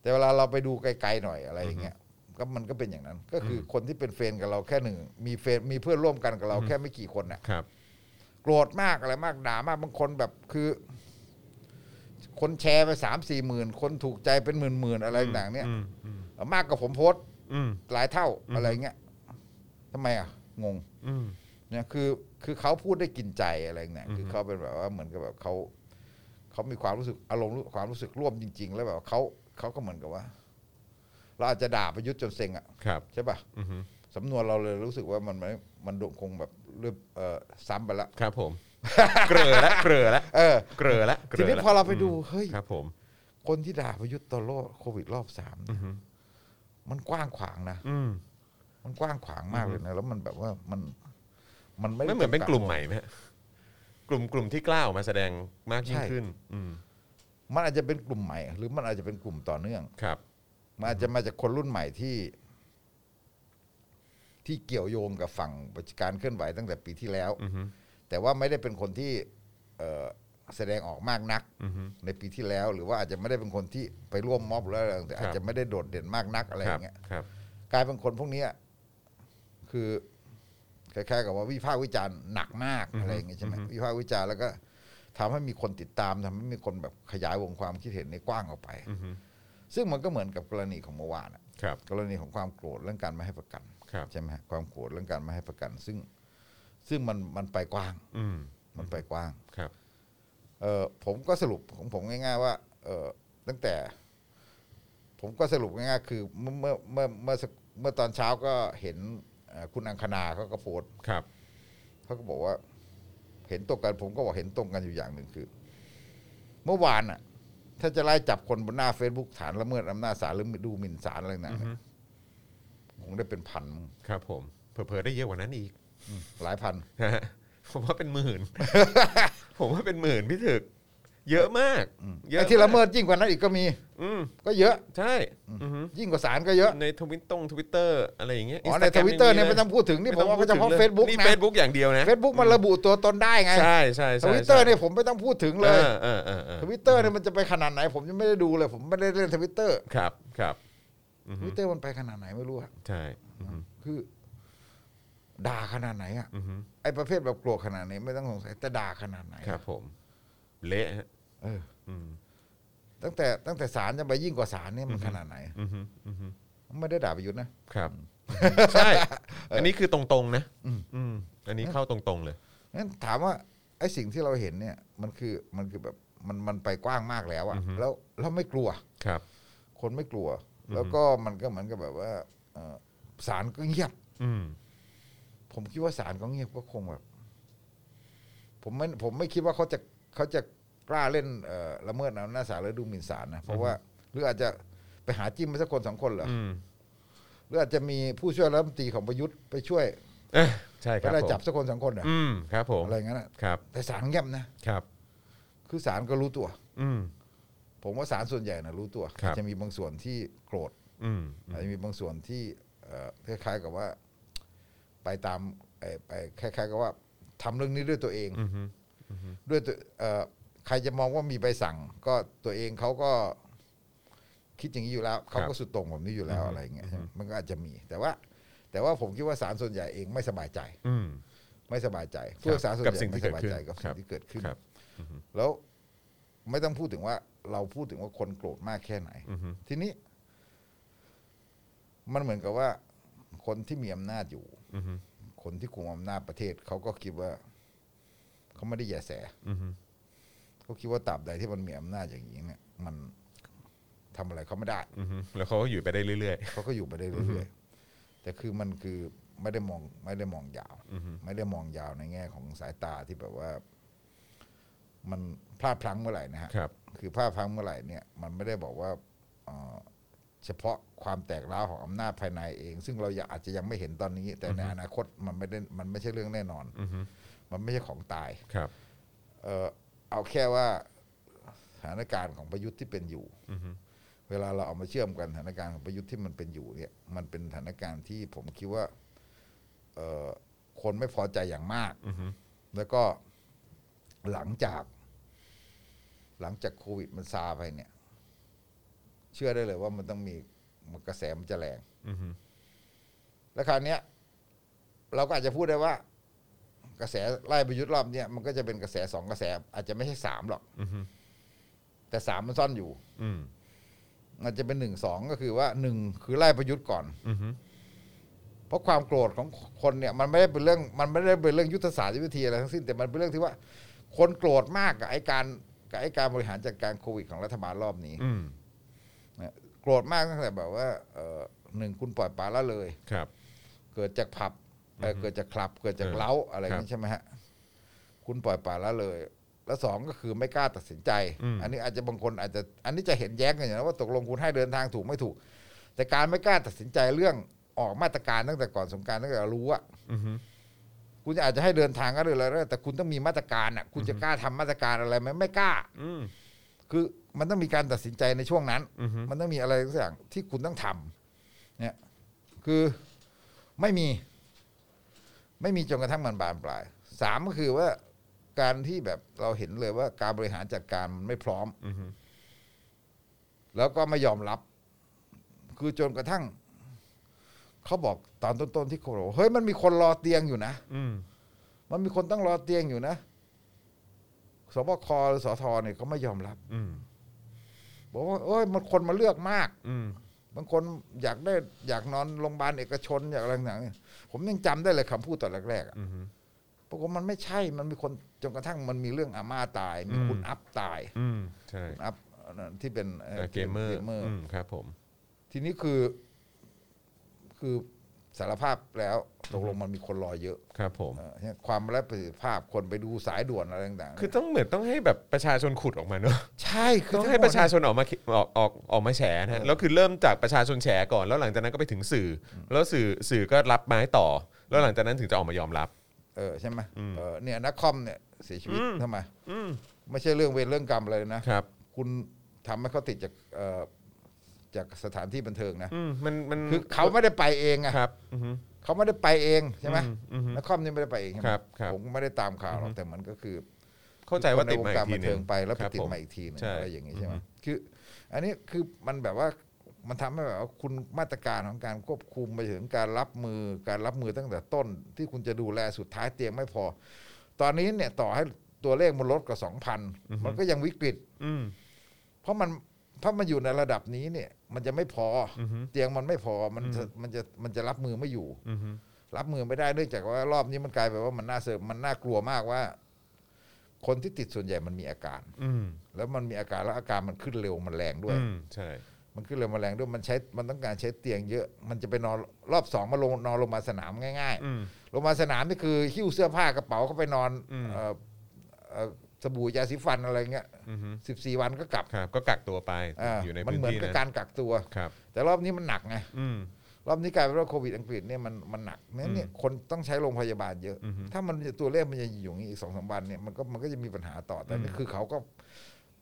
C: แต่เวลาเราไปดูไกลๆหน่อยอะไรอย่างเงี้ยก็มันก็เป็นอย่างนั้น ก็คืออคนที่เป็นเฟนกับเราแค่หนึ่งมีเฟนมีเพื่อนร่วมกันกับเราแค่ไม่กี่คนน่ะ
B: ครับ
C: โกรธมากอะไรมากด่ามากบางคนแบบคือ คนแชร์ไปสามสี่หมื่นคนถูกใจเป็นหมื่นหมื่นๆอะไรต่างๆเนี่ย
B: อืมอืม
C: มากกว่าผมโพสต์
B: อืม
C: หลายเท่าอะไรเงี้ยทำไมอ่ะงง
B: อืม
C: เนี่ยคือคือเขาพูดได้กินใจอะไรเนี่ยคือเขาเป็นแบบว่าเหมือนกับแบบเขาเขามีความรู้สึกอารมณ์รู้ความรู้สึกร่วมจริง ๆ แล้วแบบเขาเขาก็เหมือนกับว่า เราอาจจะด่าประยุทธ์จนเซ็งอ่ะ
B: ครับ
C: ใช่ป่ะ
B: อืม
C: สำนวนเราเลยรู้สึกว่ามันมันมันโดนคงแบบเริ่มเอ่อซ้ำไปละ
B: ครับผม เกลือละเกลือละ
C: เออ
B: เกลือละเก
C: ที
B: ลือละ
C: นี้พอเราไปดูเฮ้ย
B: ครับผม
C: คนที่ด่าประยุทธ์ตอนโรคโควิดรอบสามเนี่ยมันกว้างขวางนะ
B: อืม
C: มันกว้างขวางมากเลยนะแล้วมันแบบว่ามัน มันไม่
B: ไม่
C: ได้
B: เหมือนเป็น
C: จำด
B: กลุ่มใหม่ไหมฮะกลุ่มกลุ่มที่กล้าออกมาแสดงมากยิ่ง
C: ใช่
B: ขึ้น อืม
C: มันอาจจะเป็นกลุ่มใหม่ หรือมันอาจจะเป็นกลุ่มต่อเนื่อง
B: ครับ
C: มันอาจจะมาจากคนรุ่นใหม่ที่ ที่เกี่ยวโยงกับฝั่งการเคลื่อนไหวตั้งแต่ปีที่แล้ว
B: อืม
C: แต่ว่าไม่ได้เป็นคนที่เอ่อแสดงออกมากนัก
B: อืม
C: ในปีที่แล้ว หรือว่าอาจจะไม่ได้เป็นคนที่ไปร่วมม็อบแล้วแต่
B: ครับ
C: อาจจะไม่ได้โดดเด่นมากนักอะไรอย่างเงี้ย
B: ครับ
C: กลายเป็นคนพวกเนี้ยคือคล้ายๆกับว่าวิพากษ์วิจารณ์หนักมากอะไรอย่างเงี้ยใช่ไหมวิพากษ์วิจารณ์แล้วก็ทำให้มีคนติดตามทำให้มีคนแบบขยายวงความคิดเห็นในกว้างออกไป
B: อืม
C: ซึ่งมันก็เหมือนกับกรณีของเมื่อวานอะ
B: ครับ
C: กรณีของความโกรธเรื่องการไม่ให้ประกัน
B: ครับ
C: ใช่ไหมฮะความโกรธเรื่องการไม่ให้ประกัน ซึ่งซึ่งมันมันไปกว้าง
B: อืม
C: มันไปกว้าง
B: ครับ
C: เออผมก็สรุปของผมง่ายๆว่าเออตั้งแต่ ผมก็สรุปง่ายๆคือเมื่อเมื่อเมื่อเมื่อสักเมื่อตอนเช้าก็เห็นเอ่อคุณอังคณาเขาก็โพสต์
B: ครับ
C: เขาก็บอกว่า เห็นตรงกันผมก็บอกเห็นตรงกันอยู่อย่างหนึ่งคือ เมื่อวานอ่ะ ถ้าจะไล่จับคนบนหน้า Facebook ฐานละเมิดอำนาจศาลหรือดูหมิ่นศาลอะไรนะคงได้เป็นพันมั้ง
B: ครับผมเผลอๆได้เยอะกว่านั้นอีก
C: หลายพัน
B: ฮะ ผมว่าเป็นห มื่น ผมว่าเป็นหมื่นพี่ถึก เยอะมากเยอะ
C: ไอ้ที่ละเมิดยิ่งกว่านั้นอีกก็มี
B: อืม
C: ก็เยอะ
B: ใช่อือฮึ
C: ยิ่งกว่าศาลก็เยอะ
B: ในทวิตตงทวิตเตอร์อะไรอย่างเงี้ย
C: อ๋อในท
B: Instagram
C: วิตเตอร์เนี่ย
B: ล
C: ไม่ต้องพูดถึงนี่ผมว่า
B: ไต้
C: ก็
B: ง
C: เฉพาะ
B: พูด
C: เฟ
B: ถึ
C: ซ
B: ง
C: บุ๊ก
B: นี่
C: นะ
B: เฟซบุ๊กอย่างเดียวนะ
C: เฟซบุ๊กมันระบุตัวตนได้ไง
B: ใช่ใช่
C: ท
B: ใช่
C: วิตเตอร์เนี่ยผมไม่ต้องพูดถึง
B: เล
C: เลย ย
B: เออเออเออ
C: ทวิตเตอร์เนี่ยมันจะไปขนาดไหน ผมยังไม่ได้ดูเลย ผมไม่ได้เล่นทวิตเตอร์
B: ครับครับอือ
C: ท
B: ฮึ
C: วิตเตอร์มันไปขนาดไหนไม่รู้อะ
B: ใช่อือฮึ
C: คือ ด่าขนาดไหนอะ
B: อือฮึ
C: ไอ้ประเภทแบบโกรธขนาดนี้ไม่ต้องสงสัยแต่ด่าขนาดไหน
B: ครับผม เละฮะ
C: เออ
B: อืม
C: ตั้งแต่ตั้งแต่ศาลจะไปยิ่งกว่าศาลเนี่ยมันขนาดไหน
B: อือฮึอือฮึ
C: ไม่ได้ด่าประยุทธ์นะครับ
B: ใช่ อันนี้คือตรงๆนะอืมอันนี้เข้าตรงๆเลย
C: งั้นถามว่าไอ้สิ่งที่เราเห็นเนี่ย มันคือมันคือแบบมันมันไปกว้างมากแล้วอะ
B: อือฮึ
C: แล้วแล้วไม่กลัว
B: ครับ
C: คนไม่กลัว
B: อือฮึ
C: แล้วก็มันก็เหมือนกับแบบว่าเอ่อศาลก็เงียบ
B: อืม
C: ผมคิดว่าศาลก็เงียบก็คงแบบ ผมไม่ผมไม่คิดว่าเขาจะเขาจะกล้าเล่นเอ่อละเมิดอำนาจศาลหรือดูหมิ่นศาลนะเพราะว่าหรืออาจจะไปหาจิ้มมาสักคนสองคนเหรออ
B: อืม
C: หรืออาจจะมีผู้ช่วยรัฐมนตรีของประยุทธ์ไปช่วย
B: เอ๊ะใช่ค
C: ไป
B: รับ
C: ได้
B: ผม
C: จับสักคนสองคนเหรอ
B: อืมครับผม
C: อะไรอย่างนั้นอะ
B: ครับ
C: แต่ศาลเงียบนะครับ คือศาลก็รู้ตัว
B: อืม
C: ผมว่าศาลส่วนใหญ่นะรู้ตัว
B: ครับ
C: จะมีบางส่วนที่โกรธ
B: อืม
C: อาจจะมีบางส่วนที่เอ่อคล้ายๆกับว่า ไปตามเอ่อไปคล้ายๆกับว่าทำเรื่องนี้ด้วยตัวเอง
B: อืม
C: ด้วยตัวเอ่อใครจะมองว่ามีใบสั่ง ก็ตัวเองเขาก็คิดอย่างนี้อยู่แล้วเขาก็สุดโตรงผมนี้อยู่แล้วอะไรอย่างเงี้ยมันก็อาจจะมี แต่ว่า แต่ว่าผมคิดว่าสารส่วนใหญ่เองไม่สบายใจ
B: อืม
C: ไม่สบายใจเพื่อสารส่วนให
B: กับ
C: ญ่
B: สิ่งที่
C: ไม่สบายใจ
B: เกิ
C: กับ
B: ดขึ้น
C: สิ่งที่เกิดขึ้น
B: ครับ
C: แล้วไม่ต้องพูดถึงว่า เราพูดถึงว่าคนโกรธมากแค่ไหน
B: อืม
C: ทีนี้ มันเหมือนกับว่า คนที่มีอำนาจอยู่
B: อืม
C: คนที่คุมอำนาจประเทศเขาก็คิดว่า เขาไม่ได้แยแส
B: อืม
C: เขาคิดว่าตราบใดที่มันมีอำนาจอย่างนี้เนี่ย มันทำอะไรเขาไม่ได้
B: อืมแล้วเขาก็อยู่ไปได้เรื่อย
C: เขาก็อยู่ไปได้เรื่อยๆแต่คือมันคือไม่ได้มอง ไม่ได้มองยาว
B: ๆอืม
C: ไม่ได้มองยาวในแง่ของสายตาที่แบบว่า มันพลาดพลั้งเมื่อไหร่นะฮะ
B: ครับ
C: คือภาพพังเมื่อไหร่เนี่ยมันไม่ได้บอกว่าเอ่อเฉพาะความแตกร้าวของอำนาจภายในเอง ซึ่งเรายังอาจจะยังไม่เห็นตอนนี้ แต่ในอนาคตมันไม่ได้มันไม่ใช่เรื่องแน่นอน
B: อืม
C: มันไม่ใช่ของตาย
B: ครับ
C: เออเอาแค่ว่าสถานการณ์ของประยุทธ์ที่เป็นอยู่
B: อืม
C: เวลาเราเอามาเชื่อมกันสถานการณ์ของประยุทธ์ที่มันเป็นอยู่เนี่ย มันเป็นสถานการณ์ที่ผมคิดว่าเอ่อคนไม่พอใจอย่างมาก
B: อืม
C: แล้วก็หลังจาก หลังจากโควิดมันซาไปเนี่ย เชื่อได้เลยว่ามันต้องมีมันกระแสมันจะแรง
B: อืม
C: แล้วคราวเนี้ย เราก็อาจจะพูดได้ว่า กระแสไล่ประยุทธ์รอบเนี้ยมันก็จะเป็นกระแสสองกระแส อาจจะไม่ใช่สามหรอก
B: อืม
C: แต่สามมันซ่อนอยู่
B: อืม
C: มันจะเป็นหนึ่งสองก็คือว่าหนึ่งคือไล่ประยุทธ์ก่อน
B: อืม
C: เพราะความโกรธของคนเนี่ย มันไม่ได้เป็นเรื่อง มันไม่ได้เป็นเรื่องยุทธศาสตร์ยุทธวิธีอะไรทั้งสิ้นแต่มันเป็นเรื่องที่ว่า คนโกรธมากกับไอ้การกับไอ้การบริหารจัดการโควิดของรัฐบาลรอบนี้
B: อืม
C: นะโกรธมากตั้งแต่แบบว่าเอ่อหนึ่งคุณปล่อยปละละเลย
B: ครับ
C: เกิดจากผับเอ่อเกิดจากคลับ เกิดจาก
B: เออ
C: เล้าอะไรอย่าง
B: ครั
C: นี้
B: บ
C: ใช่ไหมฮะคุณปล่อยปละละเลย แล้วสองก็คือไม่กล้าตัดสินใจ
B: อืม
C: อันนี้อาจจะบางคนอาจจะ อันนี้จะเห็นแย้งกันอยู่นะว่าตกลงคุณให้เดินทางถูกไม่ถูก แต่การไม่กล้าตัดสินใจเรื่องออกมาตรการตั้งแต่ก่อนสงกรารตั้งแต่เรารู้อะ
B: อืม
C: คุณอาจจะให้เดินทางก็ได้เลยแล้วแต่คุณต้องมีมาตรการอ่ะ คุณจะกล้าทำมาตรการอะไรไหมไม่กล้า
B: อืม
C: คือมันต้องมีการตัดสินใจในช่วงนั้น
B: อือฮึ
C: มันต้องมีอะไรสักอย่างที่คุณต้องทำเนี่ย คือไม่มี ไม่มีจนกระทั่งมันบานปลายสามก็คือว่าการที่แบบเราเห็นเลยว่าการบริหารจัดการมันไม่พร้อม
B: อืม
C: แล้วก็ไม่ยอมรับ คือจนกระทั่งเขาบอกตอนต้นๆที่เขาบอกว่าเฮ้ยมันมีคนรอเตียงอยู่นะ
B: อืม
C: มันมีคนต้องรอเตียงอยู่นะ สบคหรือสอทอเนี่ยเขาไม่ยอมรับ
B: อืม
C: บอกว่าเอ้ยมันคนมาเลือกมาก
B: อืม
C: บางคนอยากได้อยากนอนโรงพยาบาลเอกชนอยากอะไรต่างๆเนี่ยผมยังจำได้เลยคำพูดตอนแรกๆอะ
B: อืม
C: ปรากฏมันไม่ใช่ มันมีคนจนกระทั่งมันมีเรื่องอาม่าตาย มี
B: อืม
C: คุณอัพตาย
B: อืมใช่
C: อัพที่เป็นอ่อ
B: เกมเมอร์อืมครับผม
C: ทีนี้คือ คือ สารภาพแล้วตกลงมันมีคนรอเยอะ
B: ครับผม
C: เออเนี่ยความไร้ประสิทธิภาพคนไปดูสายด่วนอะไรต่างๆ
B: คือต้องเหมือนต้องให้แบบประชาชนขุดออกมาเนอะ
C: ใช่คือ
B: ต้อง
C: ทั้
B: ให้
C: มด
B: ประชาชนออกมาคิดออกออกออกมาแฉนะฮะแล้วคือเริ่มจากประชาชนแฉก่อน แล้วหลังจากนั้นก็ไปถึงสื่ออแล้วสื่อสื่อก็รับไม้ต่อ แล้วหลังจากนั้นถึงจะออกมายอมรับ
C: เออใช่ไหมเออเนี่ยนักคอมเนี่ยเสียชีวิตทำไมไม่ใช่เรื่องเวรเรื่องกรรมเลยนะครับ คุณทำให้เขาติดจากเอ่อจากสถานที่บันเทิงนะ
B: อืมมันมัน
C: คือเขาไม่ได้ไปเองอะ
B: ครับอือฮึ
C: เขาไม่ได้ไปเองใช่ไหม
B: อืมอือฮึ
C: นักคอมนี่ไม่ได้ไปเองใช่ไหม
B: ครับครับ
C: ผมก็ไม่ได้ตามข่าวหรอกแต่มันก็คือ
B: เข้าใจว่าติด
C: คน
B: มา
C: ในวง
B: อี
C: การ
B: กที
C: บั
B: ห
C: น
B: นึ
C: เทิ
B: ง
C: งไปแล้วไป
B: ครับ
C: ติด
B: ผม
C: มาอีกทีหนึง
B: ใช่
C: อะไรอย่างนี้ใช่ไหมคือ อันนี้คือมันแบบว่ามันทำให้แบบว่าคุณมาตรการของการควบคุมไปถึงการรับมือการรับมือตั้งแต่ต้น ที่คุณจะดูแลสุดท้ายเตียงไม่พอ ตอนนี้เนี่ยต่อให้ตัวเลขมันลดกว่าสองพันมันก็ยังวิกฤต
B: อืม
C: เพราะมันถ้ามันอยู่ในระดับนี้เนี่ย มันจะไม่พออ
B: อฮึ
C: เตียงมันไม่พอมันจะมันจะมันจะรับมือไม่อยู่
B: อือฮึ
C: รับมือไม่ได้เนื่องจากว่ารอบนี้มันกลายไปนว่ามันน่าเสริมมันน่ากลัวมากว่า คนที่ติดส่วนใหญ่มันมีอาการ
B: อืม
C: แล้วมันมีอาการแล้วอาการมันขึ้นเร็วมันแรงด้วย
B: อืมใช่
C: มันขึ้นเร็วมันแรงด้วยมันใช้มันต้องการใช้เตียงเยอะ มันจะไปนอนรอบสองมาลงนอนลงมาลสนามง่าย
B: อืม
C: ๆลงมาลสนามนี่คือหิ้วเสื้อผ้ากระเป๋าเข้าไปนอน
B: อืม
C: เอ่อเอ่อสบู่ยาสีฟันอะไรเงี้ย
B: อือฮึ
C: สิบสี่วันก็กลับ
B: ครับ ก็กักตัวไป
C: อ่า
B: อยู่ใน
C: มัน
B: พื้น
C: เหมือน
B: ที่
C: กับ
B: นั้
C: กาน รกักตัว
B: ครับ
C: แต่รอบนี้มันหนักไง
B: อืม
C: รอบนี้กลายเป็นว่าโควิดอังกฤษเนี่ยมันมันหนักนั้นเนี่ยคนต้องใช้โรงพยาบาลเยอะ
B: อือฮึ
C: ถ้ามันจะตัวเลขมันจะอยู่อย่างนี้อีกสองสามวันเนี่ยมันก็มันก็จะมีปัญหาต่อแต่นี่คือเขาก็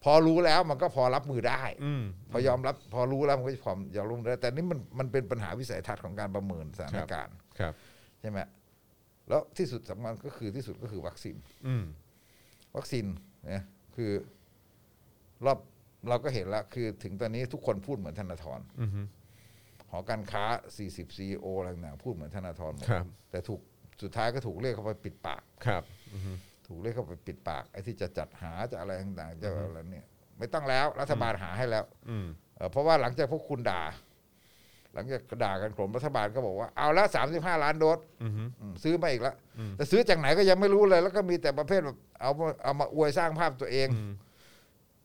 C: พอรู้แล้วมันก็พอรับมือได้
B: อืม
C: พอยอมรับพอรู้แล้วมันก็จะพร้อมยอมรับได้แต่นี่มันมันเป็นปัญหาวิสัยทัศน์ของการประเมินสถานการณ์
B: ครับ
C: ใช่ไหมแล้วที่สุดสำคัญก็คือที่สุดก็คือวัคซีน
B: อืม
C: วัคซีนเนี่ยคือ รอบเราก็เห็นแล้ว คือถึงตอนนี้ทุกคนพูดเหมือนธนาธร
B: อือฮึ
C: หอการค้า 40 CEO อะไรต่างๆพูดเหมือนธนาธรหมด
B: ครับ
C: แต่ถูกสุดท้ายก็ถูกเรียกเข้าไปปิดปาก
B: ครับ
C: ถูกเรียกเข้าไปปิดปากไอ้ที่จะจัดหาจะอะไรต่างๆจะอะไรเนี่ยไม่ต้องแล้วรัฐบาลหาให้แล้ว
B: อืม
C: เอ่อเพราะว่าหลังจากพวกคุณด่า หลังจากด่ากันโขลมรัฐบาลก็บอกว่าเอาละสามสิบห้าล้านโดส
B: อือฮึ
C: อืมซื้อมาอีกละแต่ซื้อจากไหนก็ยังไม่รู้เลย แล้วก็มีแต่ประเภทแบบเอามาเอามาอวยสร้างภาพตัวเอง
B: อืม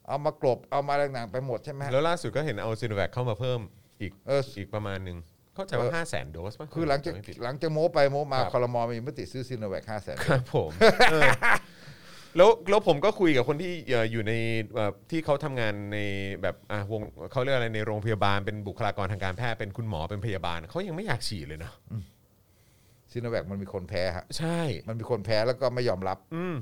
C: เอามากลบเอามาอะไรต่างๆไปหมดใช่ไหมฮะ
B: แล้วล่าสุดก็เห็นเอาซีโนแวคเข้ามาเพิ่มอีก
C: เออ
B: อีกประมาณหนึ่งเข้าใจว่าห้าแสนโดสป่ะ
C: คือหลังจาก
B: จำไม่ผิด
C: หลังจากโม้ไปโม้มา
B: ครับ
C: คอรมอมีมติซื้อซีโนแวคห้าแสน
B: ครับผมเออแล้วแล้วผมก็คุยกับคนที่เอ่ออยู่ในแบบที่เขาทำงานในแบบอ่ะวงเขาเรียกอะไรในโรงพยาบาลเป็นบุคลากรทางการแพทย์เป็นคุณหมอเป็นพยาบาลเขายังไม่อยากฉีดเลยนะ
C: ซีโนแวคมันมีคนแพ้ฮะ
B: ใช่
C: มันมีคนแพ้แล้วก็ไม่ยอมรับ
B: อืม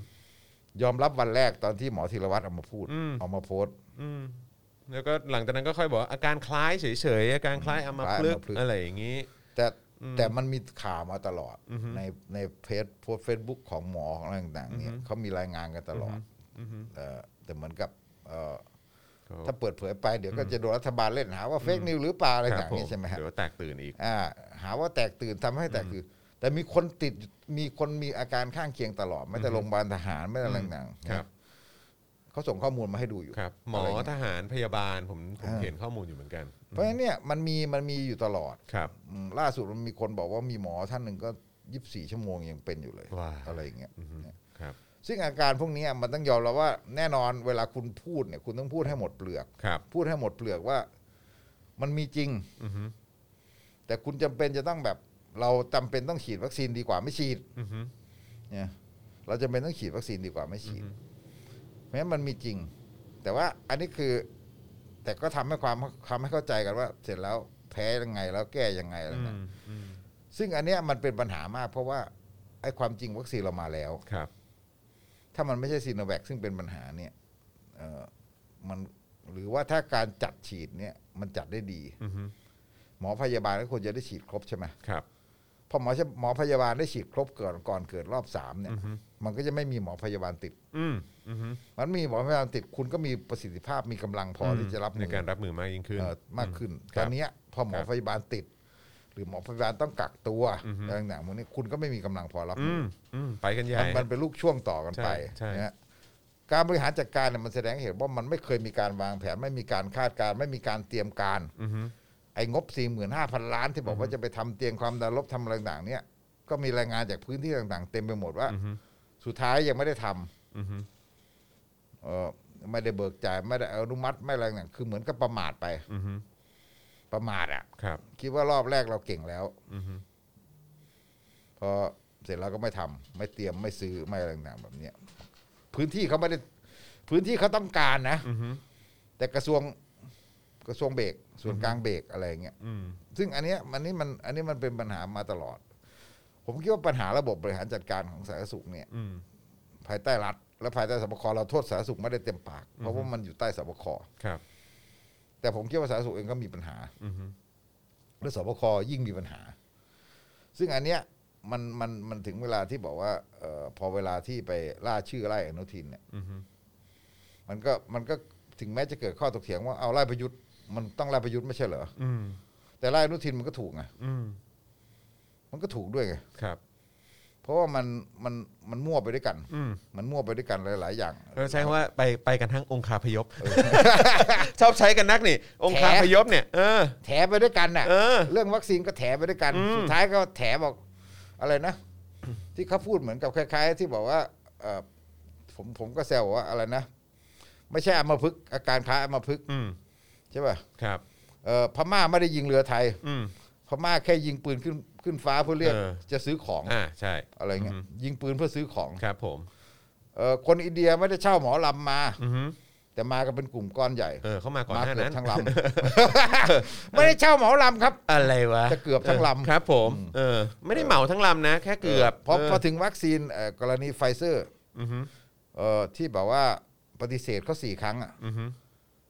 C: ยอมรับวันแรกตอนที่หมอธีรวัตรเอามาพูด
B: อืม
C: เอามาโพสต์
B: อืมแล้วก็หลังจากนั้นก็ค่อยบอกว่าอาการคล้ายเฉยๆอาการคล้ายอัมพฤกษ์
C: คล้ายอัมพฤกษ์
B: อะไรอย่างนี้
C: แต่แต่มันมีข่าวมาตลอดในในเพจโพสเฟซบุ๊กของหมอของอะไรต่างๆเนี่ยเขามีรายงานกันตลอดเอ่อแต่เหมือนกับเอ่อ
B: ก็
C: ถ้าเปิดเผยไปเดี๋ยวก็จะโดนรัฐบาลเล่นหาว่าเฟกนิวหรือเปล่าอะไร
B: ค
C: ต่า
B: รับผ
C: งๆนี่ใช่ไหมฮะ
B: เดี๋ยวแตกตื่นอีก
C: อ่าหาว่าแตกตื่นทำให้แตกตื่นแต่มีคนติดมีคนมีอาการข้างเคียงตลอด ไม่แต่โรงพยาบาลทหารไม่แต่อะไรต่างๆ
B: ครับ
C: เขาส่งข้อมูลมาให้ดูอยู่
B: ครับ หมอ
C: อะไรเงี้ย
B: ทหารพยาบาลผมผม
C: อ่า
B: เห็นข้อมูลอยู่เหมือนกัน
C: เพราะฉะนั้นเนี่ยมันมีมันมีอยู่ตลอด
B: ครับ
C: อืมล่าสุดมันมีคนบอกว่ามีหมอท่านหนึ่งก็ยี่สิบสี่ชั่วโมงยังเป็นอยู่เลย
B: ว้า
C: อะไรอย่างเงี้ย
B: ครับ
C: ซึ่งอาการพวกเนี้ยมันต้องยอมรับว่าแน่นอนเวลาคุณพูดเนี่ยคุณต้องพูดให้หมดเปลือก
B: ครับ
C: พูดให้หมดเปลือกว่ามันมีจริง
B: อือฮึ
C: แต่คุณจำเป็นจะต้องแบบ เราจำเป็นต้องฉีดวัคซีนดีกว่าไม่ฉีด
B: อือฮึ
C: เนี่ยเราจำเป็นต้องฉีดวัคซีนดีกว่าไม่ฉีดเพราะฉะนั้นมันมีจริง แต่ว่าอันนี้คือ แต่ก็ทำให้ความทำให้เข้าใจกันว่า เสร็จแล้วแพ้ยังไงแล้วแก้ยังไงอะไร
B: อื
C: เงี้ย
B: มอืม
C: ซึ่งอันเนี้ยมันเป็นปัญหามากเพราะว่าไอ้ความจริงวัคซีนเรามาแล้ว
B: ครับ
C: ถ้ามันไม่ใช่ซีโนแวคซึ่งเป็นปัญหาเนี่ยเอ่อมันหรือว่าถ้าการจัดฉีดเนี่ยมันจัดได้ดี
B: อือฮึ
C: หมอพยาบาลก็ควรจะได้ฉีดครบใช่ไหม
B: ครับ
C: พอหมอหมอพยาบาลได้ฉีดครบเกิดก่อนเกิดรอบสามเนี่ยมันก็จะไม่มีหมอพยาบาลติด
B: อืมอือฮึ
C: มันมีหมอพยาบาลติดคุณก็มีประสิทธิภาพมีกำลังพอที่จะรับ
B: ใน
C: มือ
B: การรับมือมากยิ่งขึ้น
C: เอ่อมากขึ้น
B: ครั
C: ต
B: บ
C: อนเนี้ยพอหมอ
B: ครับ
C: พยาบาลติด หรือหมอพยาบาลต้องกักตัวอะไรต่างๆพวกนี้คุณก็ไม่มีกำลังพอรับ
B: อื
C: มือ
B: มอืมไปกันใหญ่
C: มันมันเป็นลูกช่วงต่อกันไป
B: ใช่ใช่
C: นะฮะการบริหารจัดการเนี่ยมันแสดงให้เห็นว่ามันไม่เคยมีการวางแผน ไม่มีการคาดการณ์ไม่มีการเตรียมการ
B: อือฮึ
C: ไอ้งบ 45,000 ล้านที่บอกว่าจะไปทำเตียงความดันลบทำอะไรต่างๆเนี่ย ก็มีรายงานจากพื้นที่ต่างๆ เต็มไปหมดว่า สุดท้ายยังไม่ได้ทำ
B: อือฮึ
C: เออไม่ได้เบิกจ่ายไม่ได้อนุมัติไม่อะไรต่างๆคือเหมือนกับประมาทไป
B: อือฮึ
C: ประมาทอ่ะ
B: ครับ
C: คิดว่ารอบแรกเราเก่งแล้ว พอเสร็จแล้วก็ไม่ทำไม่เตรียมไม่ซื้อไม่อะไรต่างๆแบบเนี้ยพื้นที่เขาไม่ได้พื้นที่เขาต้องการนะแต่กระทรวงกระทรวงเบรกส่วนกลางเบรกอะไรอย่างเงี้ย
B: อืม
C: ซึ่งอันเนี้ยมันนี่มันอันนี้มันเป็นปัญหามาตลอด ผมคิดว่าปัญหาระบบบริหารจัดการของสาธารณสุขเนี่ย
B: อืม
C: ภายใต้รัฐ และภายใต้สบคเราโทษสาธารณสุขไม่ได้เต็มปาก เพราะว่ามันอยู่ใต้สบค
B: ครับ
C: แต่ผมคิดว่าสาธารณสุขเองก็มีปัญหา
B: อืมฮึ
C: และสบคยิ่งมีปัญหา ซึ่งอันเนี้ยมันมันมันถึงเวลาที่บอกว่าเออพอเวลาที่ไปล่าชื่อไล่อนุทินเนี่ย
B: อืมฮึ
C: มันก็มันก็ถึงแม้จะเกิดข้อตกเถียงว่าเอาไล่ประยุทธ์มันต้องไล่ประยุทธ์ไม่ใช่เหรอ
B: อืม
C: แต่ไล่อนุทินมันก็ถูกไง
B: อืม
C: มันก็ถูกด้วยไง
B: ครับ
C: เพราะว่ามันมันมันมั่วไปด้วยกัน
B: อืม
C: มันมั่วไปด้วยกันหลาย ๆ อย่าง
B: เรา ใช้คำว่าไปไปกันทั้งองคาพยพ ชอบใช้กันนักนี่ องคาพยพเนี่ย เออ
C: แถไปด้วยกันน่ะ
B: เออ
C: เรื่องวัคซีนก็แถไปด้วยกัน
B: อืม
C: สุดท้ายก็แถบอกอะไรนะ ที่เขาพูดเหมือนกับคล้าย ๆ ที่บอกว่าเอ่อผมผมก็แซวว่าอะไรนะ ไม่ใช่อัมพฤกษ์อาการคล้ายอัมพฤกษ์
B: อืม
C: ใช่ป่ะ
B: ครับ
C: เอ่อพม่าไม่ได้ยิงเรือไทย
B: อืม
C: พม่าแค่ยิงปืนขึ้นขึ้นฟ้าเพื่อเรียก
B: เออ
C: จะซื้อของ
B: อ่าใช่
C: อะไรเงี้ยยิงปืนเพื่อซื้อของ
B: ครับผม
C: เอ่อคนอินเดียไม่ได้เช่าหมอลำมา
B: อือฮึ
C: แต่มากันเป็นกลุ่มก้อนใหญ่
B: เออเข้ามาก่อน
C: มา
B: หน้า
C: เกือ
B: นั้
C: บ
B: น
C: ทั้งลำ ไม่ได้เช่าเหมาลำครับ
B: อะไรวะ
C: จะเกือบทั้งลำ
B: ครับ ผม เออ ไม่ได้เหมาทั้งลำนะ แค่เกือบ
C: พอ
B: เ
C: พอถึงวัคซีนเอ่อกรณีไฟเซอร์
B: อือฮึ
C: เอ่อที่แบบว่าปฏิเสธเขาสี่ครั้งอะ
B: อือฮึ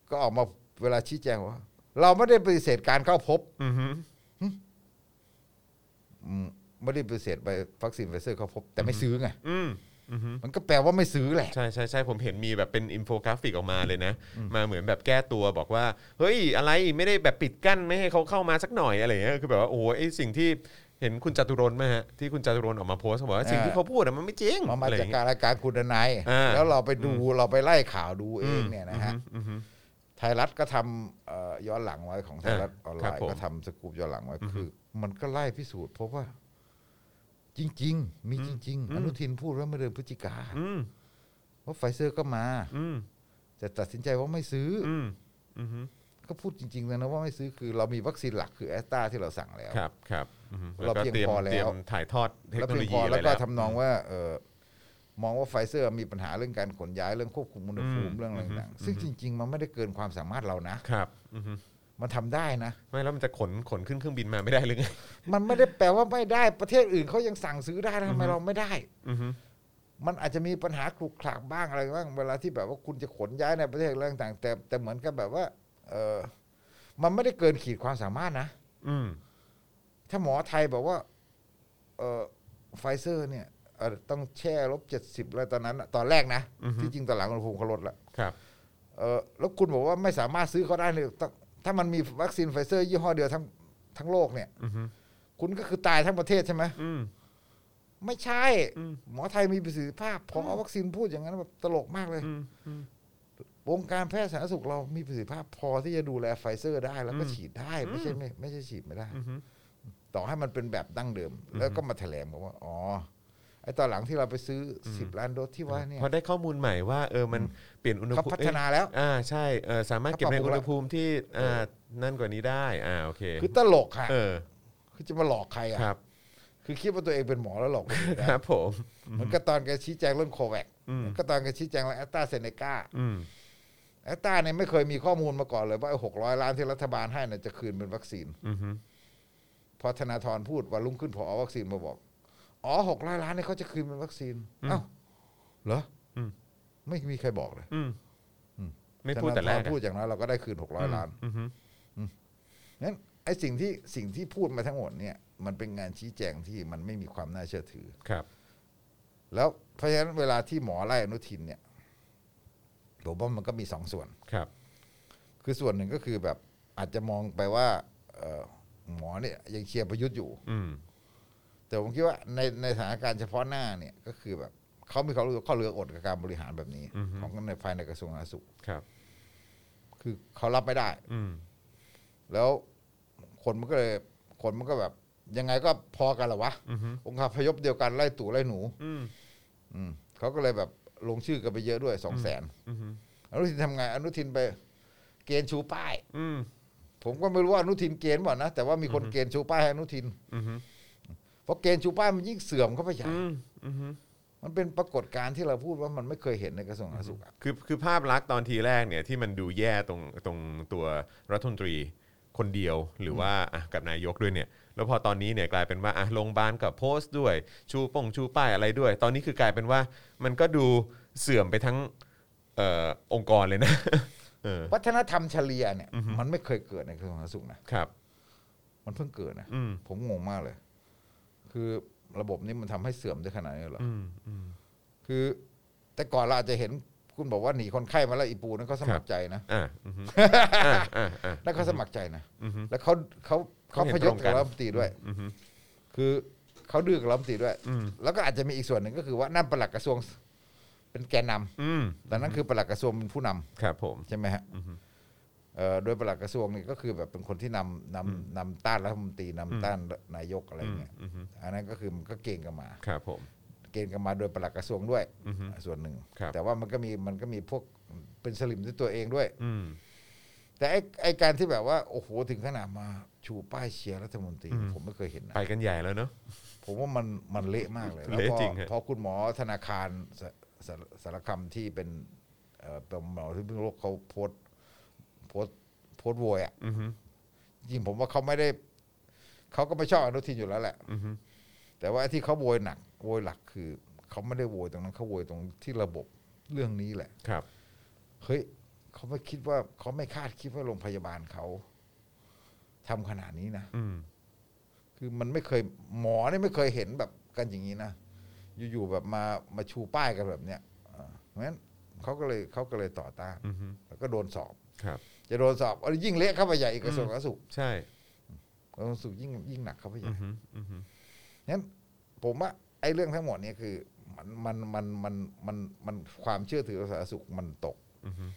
C: ก็ออกมาเวลาชี้แจงว่า เราไม่ได้ปฏิเสธการเข้าพบ
B: อือฮึ
C: อืมไม่ได้ปฏิเสธไปวัคซีนไฟเซอร์เข้าพบ แต่ไม่ซื้อไง
B: อืมอือฮึ
C: มันก็แปลว่าไม่ซื้อแหละ
B: ใช่ใช่ใช่ผมเห็นมีแบบเป็นอินโฟกราฟิกออกมาเลยนะ มาเหมือนแบบแก้ตัวบอกว่า เฮ้ยอะไรไม่ได้แบบปิดกั้นไม่ให้เขาเข้ามาสักหน่อยอะไรเงี้ยคือแบบว่าโอ้ยไอ้สิ่งที่เห็นคุณจตุรนต์ไหมฮะที่คุณจตุรนต์ออกมาโพสต์บอกว่า
C: อ่า
B: สิ่งที่เขาพูดอะมันไม่จริง
C: มามา
B: อะไร
C: จาก
B: เงี้
C: กาย รรายการคุณนาย
B: อ่า
C: แล้วเราไปดูเราไปไล่ข่าวดูเอ
B: อื
C: ง
B: ม
C: เนี่ยนะฮะ
B: อือฮึ
C: ไทยรัฐก็ทำเอ่อย้อนหลังไว้ของไทยรัฐออนไล
B: ครับ
C: น์
B: ผม
C: ก็ทำสกู๊ปย้อนหลังไว้คือ มันก็ไล่พิสูจน์เพราะว่า จริง ๆ มีจริง ๆ อนุทินพูดว่าเมื่อเดือนพฤศจิกา
B: อืม
C: ว่าไฟเซอร์ก็มา
B: อืม
C: แต่ตัดสินใจว่าไม่ซื้ออ
B: อืมอืม
C: ก็พูดจริงๆเลยนะว่าไม่ซื้อคือเรามีวัคซีนหลักคือแอสตราที่เราสั่งแล้ว
B: ครับครับอือฮึ
C: เรา
B: ก็
C: เพียง
B: เตรียม
C: พอแล้ว
B: เตรียมถ่ายทอดเทค
C: แล้ว
B: โน
C: เพี
B: โล
C: ยงพ
B: ยี
C: อ
B: อะไร
C: แล้วก็
B: แล้ว
C: ทำนองว่าเออมองว่าไฟเซอร์มีปัญหาเรื่องการขนย้ายเรื่องควบคุมอุณหภูมิเรื่องอะไรต่างๆซึ่งจริง ๆ มันไม่ได้เกินความสามารถเรานะ
B: ครับอือฮึ
C: มันทำได้นะ
B: ไม่แล้วมันจะขนขนขึ้นเครื่องบินมาไม่ได้หรือไง
C: มันไม่ได้แปลว่าไม่ได้ประเทศอื่นเขายังสั่งซื้อได้นะทำไมเราไม่ได้
B: อือฮึ
C: มันอาจจะมีปัญหาขลุกขลักบ้างอะไรบ้างเวลาที่แบบว่าคุณจะขนย้ายในประเทศอะไรต่างๆแต่แต่เหมือนกับแบบว่าเออมันไม่ได้เกินขีดความสามารถนะ
B: อืม
C: ถ้าหมอไทยบอกว่า เออไฟเซอร์เนี่ยเอ่อต้องแช่ลบเจ็ดสิบแล้วตอนนั้นน่ะตอนแรกนะ ที่จริงตอนหลังอุณหภูมิเขาลดละ
B: ครับ
C: เออแล้วคุณบอกว่าไม่สามารถซื้อเขาได้เลยต้องถ้ามันมีวัคซีนไฟเซอร์ยี่ห้อเดียวทั้งทั้งโลกเนี่ย
B: อือฮึ
C: คุณก็คือตายทั้งประเทศใช่ไหม
B: อืม
C: ไม่ใช่
B: อืม
C: หมอไทยมีประสิทธิภาพพอเอาวัคซีนพูดอย่างนั้นแบบตลกมากเลย
B: อืมอืม
C: วงการแพทย์สาธารณสุขเรามีประสิทธิภาพพอที่จะดูแลไฟเซอร์ได้แล้วก็
B: อืม
C: ฉีดได้ไม่ใช่ไม่ไม่ใช่ฉีดไม่ได้
B: อือฮึ
C: ต่อให้มันเป็นแบบดั้งเดิม แล้วก็มาแถลงบอกว่า อ๋อ ไอ้ตอนหลังที่เราไปซื้ออสิบล้านโดสที่ว่าเนี่ย
B: พอได้ข้อมูลใหม่ว่าเออมันเปลี่ยนอุณห
C: เขา
B: ภูมิ
C: พัฒนาแล้ว
B: เอ้ยอ่าใช่เออสามารถเก็บในอุณหภูมิที่อ่านั่นกว่านี้ได้อ่าโอเค
C: คือตลกค่ะ
B: เออ
C: คือจะมาหลอกใครอ่ะ
B: ครับ
C: คือคิดว่าตัวเองเป็นหมอแล้วหลอกคนอื่น
B: ค
C: นะ
B: รับผม
C: เหมือนก็ตอนแกชี้แจงเรื่องโควิด
B: อืม
C: ก็ตอนแกชี้แจงเรื่องแอตตาเซเนกา
B: อืม
C: แอตตาเนี่ยไม่เคยมีข้อมูลมาก่อนเลยว่าไอ้หกร้อยล้านที่รัฐบาลให้เนี่ยจะคืนเป็นวัคซีน
B: อือฮึ
C: พอธนาธรพูดวันรุ่งขึ้นพอเอาวัคซีนมาบอก อ๋อหกร้อยล้านเนี่ยเขาจะคืนเป็นวัคซีนเอ้าเหรออไม่มีใครบอกเลย
B: อืมไม่พูดแต่แรก
C: ธนาธรพูดอย่างน้อยเราก็ได้คืนหกร้อยล้าน
B: อือฮึ
C: งั้นไอ้สิ่งที่สิ่งที่พูดมาทั้งหมดเนี่ย มันเป็นงานชี้แจงที่มันไม่มีความน่าเชื่อถือ
B: ครับ
C: แล้วเพราะฉะนั้นเวลาที่หมอไล่อนุทินเนี่ยผมว่ามันก็มีสองส่วน
B: ครับ
C: คือส่วนหนึ่งก็คือแบบอาจจะมองไปว่าเอ่อหมอเนี่ยยังเชียร์ประยุทธ์อยู่
B: อืม
C: แต่ผมคิดว่าในในสถานการณ์เฉพาะหน้าเนี่ยก็คือแบบเขามีความรู้สึกว่าเขาเหลืออดกับการบริหารแบบนี้ ของในภายในกระทรวงสาธารณสุข
B: ครับ
C: คือเขารับไม่ได้
B: อืม
C: แล้วคนมันก็เลยคนมันก็แบบ ยังไงก็พอกันเหรอวะ
B: อือฮึ
C: องค์คาพยพเดียวกันไล่ตู่ไล่หนู
B: อืม
C: อืมเขาก็เลยแบบลงชื่อกันไปเยอะด้วยสองแสน
B: อือฮึ
C: อนุทินทำไงอนุทินไปเกณฑ์ชูป้าย
B: อืม
C: ผมก็ไม่รู้ว่าอนุทินเกณฑ์บ่านะ แต่ว่ามีคนเกณฑ์ชูป้ายให้อนุทิน
B: อือฮึ
C: เพราะเกณฑ์ชูป้ายมันยิ่งเสื่อมเข้าไปใหญ่
B: อืมอือฮึ
C: มันเป็นปรากฏการณ์ที่เราพูดว่ามันไม่เคยเห็นในกระทรวงสาธารณสุขอะ
B: คือคือภาพลักษณ์ตอนทีแรกเนี่ยที่มันดูแย่ตรงตรงตัวรัฐมนตรีคนเดียวหรือว่าอ่ะกับนายกด้วยเนี่ย แล้วพอตอนนี้เนี่ยกลายเป็นว่าอ่ะโรงพยาบาลกับโพสต์ด้วย ชูปงชูป้ายอะไรด้วย ตอนนี้คือกลายเป็นว่ามันก็ดูเสื่อมไปทั้งเอ่อองค์กรเลยนะ เออ
C: วัฒนธรรมเฉลียเนี่ย มันไม่เคยเกิดในกระทรวงสาธารณสุขนะ
B: ครับ
C: มันเพิ่งเกิดนะ
B: อืม
C: ผมงงมากเลย คือระบบนี้มันทำให้เสื่อมได้ขนาดนี้เหรออ
B: อืมอืม
C: คือ แต่ก่อนเราอาจจะเห็นคุณบอกว่าหนีคนไข้มาแล้วอีปูนั่นเขาส
B: ค
C: มัค
B: รั
C: ร
B: บ
C: ใจนะ
B: อ่าอือฮึอ่าอ่าอ่า
C: นั่นเขาสมัครใจนะ
B: อือฮึ
C: แล้วเขาเขาเขา
B: เขาเห็
C: พ
B: นต
C: ย
B: ร
C: ศ
B: งกั
C: กับ
B: น
C: รัฐมนตรีด้วย
B: อือฮึ
C: คือเขาดื้อกับรัฐมนตรีด้วย
B: อืม
C: แล้วก็อาจจะมีอีกส่วนหนึ่งก็คือว่านั่นปลัดกระทรวง เป็นแกนนำ
B: อืม
C: แต่นั่นคือปลัดกระทรวงเป็นผู้นำ
B: ครับผม
C: ใช่ไหมฮะ
B: อือฮึ
C: เอ่อโดยปลัดกระทรวงนี่ก็คือแบบเป็นคนที่นำนำนำต้านรัฐมนตรีนำต้านนายกอะไรเงี้ย
B: อืมอืม
C: อันนั้นก็คือมันก็เก่งกันมา
B: ครับผม
C: เกณฑ์กันมาโดยปลัดกระทรวงด้วย
B: อือฮึ
C: ส่วนหนึ่ง
B: ครับ
C: แต่ว่ามันก็มีมันก็มีพวกเป็นสลิมด้วยตัวเองด้วย
B: อืม
C: แต่ไอ้ไอ้การที่แบบว่าโอ้โหถึงขนาดมาชูป้ายเชียร์รัฐมนตรี
B: อืม
C: ผมไม่เคยเห็นนะ
B: ไปกันใหญ่แล้วเนอะ
C: ผมว่ามันมันเละมากเลยแล้ว
B: เละ
C: พอ
B: จริงฮะ
C: พอคุณหมอธนาคารสสารสารคำที่เป็นเอ่อเป็นหมอที่เป็นโรคเขาโพสต์โพสต์โพสต์โวยอ่ะ
B: อือฮึ
C: จริงผมว่าเขาไม่ได้เขาก็ไม่ชอบอนุทินอยู่แล้วแหละ
B: อือฮึ
C: แต่ว่าที่เขาโวยหนักโวยหลักคือเขาไม่ได้โวยตรงนั้นเขาโวยตรงที่ระบบเรื่องนี้แหละ
B: ครับ
C: เฮ้ยเขาไม่คิดว่าเขาไม่คาดคิดว่าโรงพยาบาลเขาทำขนาดนี้นะ
B: อืม
C: คือมันไม่เคยหมอเนี่ยไม่เคยเห็นแบบกันอย่างนี้นะ อยู่ๆแบบมามาชูป้ายกันแบบเนี้ยอ่าเพราะฉะนั้นเขาก็เลยเขาก็เลยต่อต้าน
B: อือฮึ
C: แล้วก็โดนสอบ
B: ครับ
C: จะโดนสอบเอายิ่งเละเข้าไปใหญ่อีกกระทรวงสาธารณสุข
B: ใช่
C: กระทรวงสาธารณสุขยิ่งยิ่งหนักเข้าไปใหญ่
B: อือฮึอือฮึ
C: งั้นผมว่าไอ้เรื่องทั้งหมดเนี่ยคือมันมันมันมันมันมันความเชื่อถือสาธารณสุขมันตก
B: อือฮึ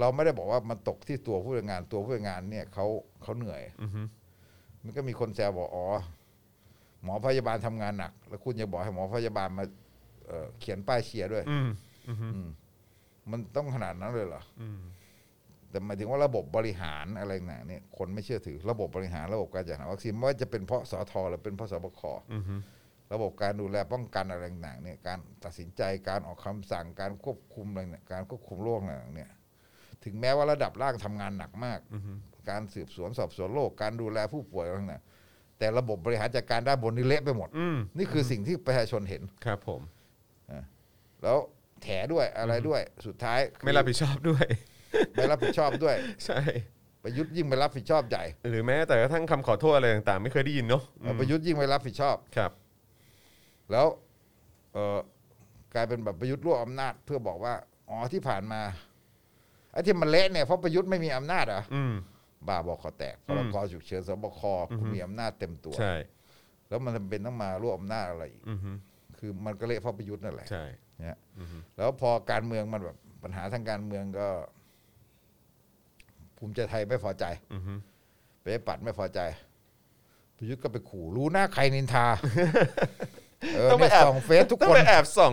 C: เราไม่ได้บอกว่ามันตกที่ตัวผู้บริหารงานตัวผู้บริหารงานเนี่ยเขาเขาเหนื่อย
B: อือฮึ
C: มันก็มีคนแซวบอกอ๋อหมอพยาบาลทำงานหนัก แล้วคุณจะบอกให้หมอพยาบาลมาเอ่อเขียนป้ายเชียร์ด้วย
B: อืมอือฮึ
C: อืมมันต้องขนาดนั้นเลยเหรอ
B: อืม
C: แต่หมายถึงว่าระบบบริหารอะไรต่างๆเนี่ยคนไม่เชื่อถือ ระบบบริหารระบบการจัดหาวัคซีนไม่ว่าจะเป็นเพราะสทหรือเป็นเพราะสบค
B: อือฮึ
C: ระบบการดูแลป้องกันอะไรต่างๆเนี่ยการตัดสินใจการออกคำสั่งการควบคุมอะไรเนี่ยการควบคุมโรคอะไรต่างๆเนี่ย ถึงแม้ว่าระดับล่างทำงานหนักมาก
B: อือฮึ
C: การสืบสวนสอบสวนโรคการดูแลผู้ป่วยอะไรต่างๆแต่ระบบบริหารจัดการด้านบนนี่เละไปหมด
B: อืม
C: นี่คือสิ่งที่ประชาชนเห็น
B: ครับผม
C: แล้วแถด้วยอะไรด้วย สุดท้าย
B: ไม่รับผิดชอบด้วย
C: ไม่รับผิดชอบด้วย
B: ใช่
C: ประยุทธ์ยิ่งไม่รับผิดชอบใหญ่
B: หรือแม้แต่กระทั่งคำขอโทษอะไรต่างๆ ไม่เคยได้ยินเนาะอืม
C: ประยุทธ์ยิ่งไม่รับผิดชอบ
B: ครับ
C: แล้วเออกลายเป็นแบบประยุทธ์รวบอำนาจ เพื่อบอกว่าอ๋อที่ผ่านมาไอ้ที่มันเละเนี่ยเพราะประยุทธ์ไม่มีอำนาจเหรอ
B: อืม
C: บ้าบอคอแตกพรกฉุกเฉินสบคคุณมีอำนาจเต็มตัว
B: ใช่
C: แล้วมันจำเป็นต้องมารวบอำนาจอะไรอีก
B: อือฮึ
C: คือมันก็เละเพราะประยุทธ์นั่นแหละ
B: ใช่
C: เนี่ย
B: อือฮึ
C: แล้วพอการเมืองมันแบบปัญหาทางการเมืองก็ ภูมิใจไทยไม่พอใจ
B: อือฮึ
C: ประชาธิปัตย์ไม่พอใจประยุทธ์ก็ไปขู่ รู้หน้าใครนิน ทา เออเนี่ยส่องเฟซทุก
B: ต้อง
C: คน
B: ไปแอบส่อง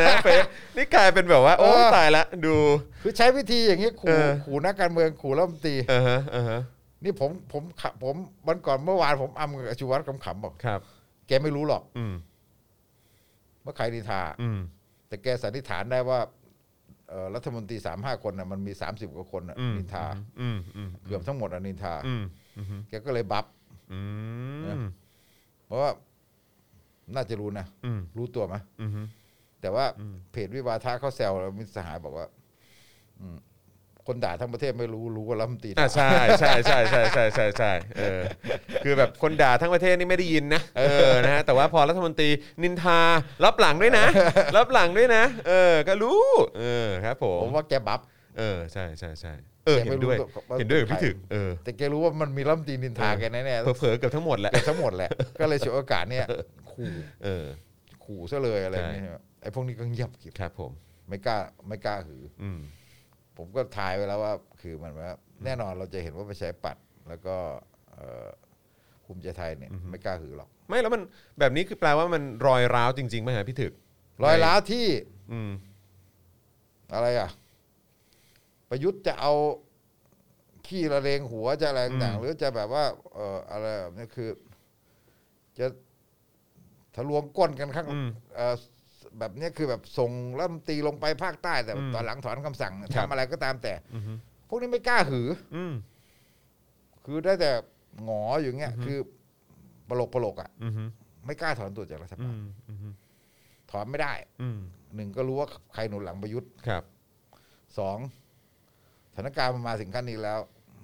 B: นะเฟซนี่กลายเป็นแบบว่า โอ้
C: เออ
B: ตายละดู
C: คือใช้วิธีอย่างนี้
B: เอ
C: ขู่
B: อ
C: ขู่นักการเมืองขู่รัฐมนตรี
B: อ่าฮะอ่าฮะ
C: นี่ผมผมขะผมวันก่อนเมื่อวานผมอำกับชูวัตรขำๆบอก
B: ครับ
C: แกไม่รู้หรอก
B: อืม
C: ว่าใครนินทา
B: อืม
C: แต่แกสันนิษฐานได้ว่าเอ่อรัฐมนตรีสามห้าคนน่ะมันมีสามสิบกว่าคนน่ะ
B: อืม
C: นินทา
B: อืมอืม
C: เกือบทั้งหมดอะนินทา
B: อืมอือฮึ
C: แกก็เลยบัฟ
B: อื
C: นะ
B: ม
C: เพราะว่าน่าจะรู้นะ
B: อืม
C: รู้ตัวไหม
B: อือฮึ
C: แต่ว่าเพจวิวาทะเขาแซวแล้วมิตรสหายบอกว่า อืมคนด่าทั้งประเทศไม่รู้รู้ว่ารัฐมนตรี
B: อ่าใช่ใช่ใช่ใช่ใช่ใช่ใช่เออคือแบบคนด่าทั้งประเทศนี่ไม่ได้ยินนะเออนะฮะแต่ว่าพอรัฐมนตรีนินทารับหลังด้วยนะ รับหลังด้วยนะ เออ ก็รู้เออครับผ
C: ผม มว่าแกบัฟ
B: เออใช่ใช่ใช่เออ
C: แก
B: เห็
C: ไม่
B: น
C: รู้
B: ด้วย
C: ว่า
B: เห็นด้วยกับพี่ถึกเออ
C: แต่แกรู้ว่ามันมีรัฐมนตรีนินทาแกแน่ๆ
B: เผลอๆเกือบทั้งหมดแหละ
C: เกือบทั้งหมด แหละ ก็เลยฉวยโอกาสเนี่ยขู่
B: เออ
C: ขู่ซะเลยอะไรอย่างเงี้ย
B: ใช่
C: ใช่ไหมไอ้พวกนี้ก็เงียบกิบ
B: ครับผม
C: ไม่กล้า ไม่กล้าหือ
B: อืม
C: ผมก็ทายไว้แล้วว่า คือมันว่าแน่นอนเราจะเห็นว่าไปใช้ปัด แล้วก็เอ่อภูมิใจไทยเนี่ย ไม่กล้าหือหรอก
B: ไม่แล้วมันแบบนี้คือแปลว่ามันรอยร้าวจริงๆไหมฮะพี่ถึก
C: รอยร้าวที่
B: อืม
C: อะไรอ่ะ ประยุทธ์จะเอาขี้ระเลงหัวจะอะไรต่างๆหรือจะแบบว่า เอออะไรแบบนี้คือ จะ ทะลวงก้นกันข้าง
B: อืม
C: เอ่อแบบเนี้ยคือแบบส่งรัฐมนตรีลงไปภาคใต้แต่
B: อืม
C: ตอนหลังถอนคำสั่ง
B: ครั
C: ทำ
B: บ
C: อะไรก็ตามแต่
B: อือฮึ
C: พวกนี้ไม่กล้าหือ
B: อืม
C: คือได้แต่หงออยู่เงี้ย
B: อือฮึ
C: คือปลกปลกๆอ่ะ
B: อือฮึ
C: ไม่กล้าถอนตัวจากรัฐ
B: อื
C: บาล
B: มอือฮึ
C: ถอนไม่ได้
B: อืม
C: หนึ่งก็รู้ว่าใครหนุนหลังประยุทธ์
B: ครับ
C: สองสถานการณ์มันมาถึงขั้นนี้แล้ว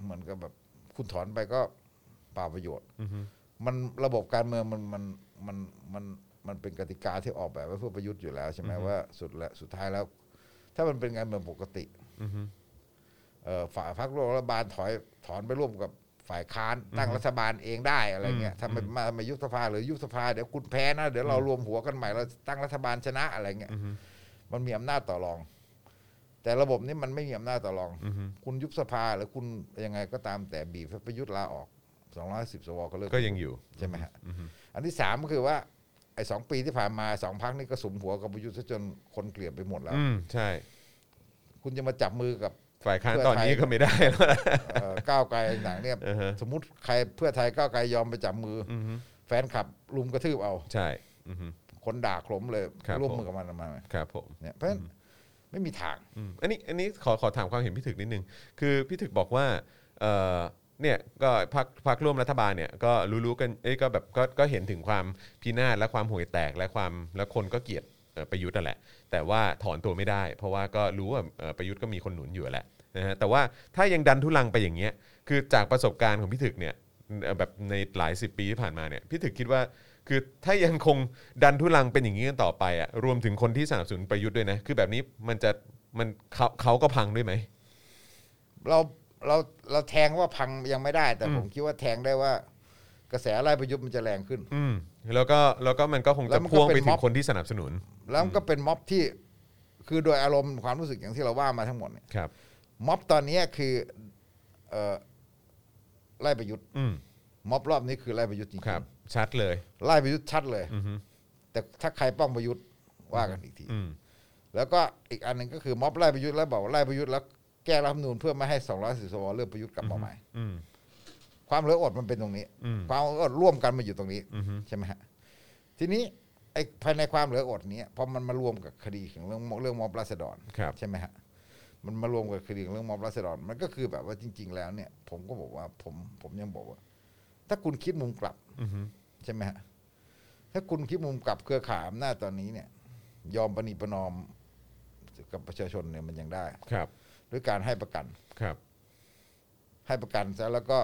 C: เหมือนกับแบบคุณถอนไปก็เปล่าประโยชน์
B: อือฮึ
C: มันระบบการเมืองมันมันมันมันมันเป็นกติกาที่ออกแบบไว้เพื่อประยุทธ์อยู่แล้วใช่ไหมว่าสุดและสุดท้ายแล้ว ถ้ามันเป็นการเมืองปกติ
B: อือฮึ
C: เอ่อฝ่ายพรรคร่วมรัฐบาลถอยถอนไปร่วมกับฝ่ายค้านตั้งรัฐบาลเองได้อะไรเงี้ย
B: อืม
C: ทำไมมาทำไมยุบสภาหรือยุบสภาเดี๋ยวคุณแพ้นะเดี๋ยวเรารวมหัวกันใหม่เราตั้งรัฐบาลชนะอะไรเงี้ย
B: อือฮึ
C: มันมีอำนาจต่อรอง แต่ระบบนี้มันไม่มีอำนาจต่อรอง
B: อือฮึ
C: คุณยุบสภาหรือคุณยังไงก็ตามแต่บีบให้ประยุทธ์ลาออก210สวก็เลิก
B: ก็ยังอยู่
C: ใช่ไหมฮะ
B: อือฮึ
C: อันที่สามก็คือว่าไอ้สองปีที่ผ่านมาสองพักนี่ก็สุมหัวกับประยุทธ์ซะจนคนเกลียดไปหมดแล้ว
B: อืมใช่
C: คุณจะมาจับมือกับ
B: ฝ่ายค้าน
C: เพื่อ
B: ตอนนี้
C: ไทย
B: ก็ไม่ได้แล้วนะ
C: เอ่อ ก้าวไกลหนัง เนี่ย
B: อือฮึ
C: สมมติใครเพื่อไทยก้าวไกลยอมไปจับมืออ
B: อือฮึ
C: แฟนขับลุมกระทืบเอา
B: ใช่อือฮึ
C: คนด่าขลมเลย
B: ครับ
C: ร่วม
B: ผม
C: มือกับมันทำไมา
B: ครับผม
C: เนี่ยเพราะฉะนั้นไม่มีทาง
B: อืมอันนี้อันนี้ขอขอถามความเห็นพี่ถึกนิดนึง คือพี่ถึกบอกว่าเอ่อเนี่ยก็พักพักร่วมรัฐบาลเนี่ยก็รู้ๆกันเอ้ยก็แบบก็ก็เห็นถึงความพินาศและความห่วยแตกและความและคนก็เกลียดเอ่อประยุทธ์นั่นแหละ แต่ว่าถอนตัวไม่ได้ เพราะว่าก็รู้ว่าเอ่อประยุทธ์ก็มีคนหนุนอยู่แหละนะฮะแต่ว่าถ้ายังดันทุลังไปอย่างเงี้ยคือจากประสบการณ์ของพี่ถึกเนี่ยเอ่อแบบในหลายสิบปีที่ผ่านมาเนี่ยพี่ถึกคิดว่า คือถ้ายังคงดันทุลังเป็นอย่างนี้กันต่อไปอ่ะรวมถึงคนที่สนับสนุนประยุทธ์ด้วยนะ คือแบบนี้มันจะมันเขาเขาก็พังด้วยไหม
C: เราเราเราแทงว่าพังยังไม่ได้ แต่
B: อืม
C: ผมคิดว่าแทงได้ว่า กระแสไล่ประยุทธ์มันจะแรงขึ้น
B: อืมแล้วก็แล้วก็มันก็คง
C: แล้
B: จะ
C: วมันก็
B: พ่วงไป
C: เป็น
B: ถึ
C: ม็
B: ง
C: อบ
B: คนที่สนับสนุน
C: แล้วมันก็เป็นม็อบที่ คือโดยอารมณ์ความรู้สึกอย่างที่เราว่ามาทั้งหมดเนี่ย
B: ครับ
C: ม็อบตอนเนี้ยคือเอ่อไล่ประยุทธ์
B: อืม
C: ม็อบรอบนี้คือไล่ประยุทธ์จริง
B: ครับ ชัดเลย
C: ๆไล่ประยุทธ์ชัดเลย
B: อือฮึ
C: แต่ถ้าใครป้องประยุทธ์ว่ากันอีกที
B: อืม
C: แล้วก็อีกอันหนึ่งก็คือม็อบไล่ประยุทธ์แล้วบอกว่าไล่ประยุทธ์แล้วแก้รัฐธรรมนูญเพื่อไม่ให้210สวเลือกประยุทธ์กลับมาใหม่
B: อืม
C: ความเหลืออดมันเป็นตรงนี้
B: อืม
C: ความเหลืออดร่วมกันมาอยู่ตรงนี้
B: อือฮึ
C: ใช่ไหมฮะทีนี้ไอ้ภายในความเหลืออดเนี้ยพอมันมารวมกับคดีของเรื่องเรื่องม็อบราษฎร
B: ครับ
C: ใช่ไหมฮะ มันมารวมกับคดีเรื่องม็อบราษฎรมันก็คือแบบว่าจริง ๆ แล้วเนี่ย ผมก็บอกว่าผมผมยังบอกว่า ถ้าคุณคิดมุมกลับ
B: อือฮึ
C: ใช่ไหมฮะ ถ้าคุณคิดมุมกลับเครือข่ายอำนาจตอนนี้เนี่ย ยอมประนีประนอมกับประชาชนเนี่ยมันยังได้
B: ครับ
C: ด้วยการให้ประกัน
B: ครับ
C: ให้ประกันซะแล้วก็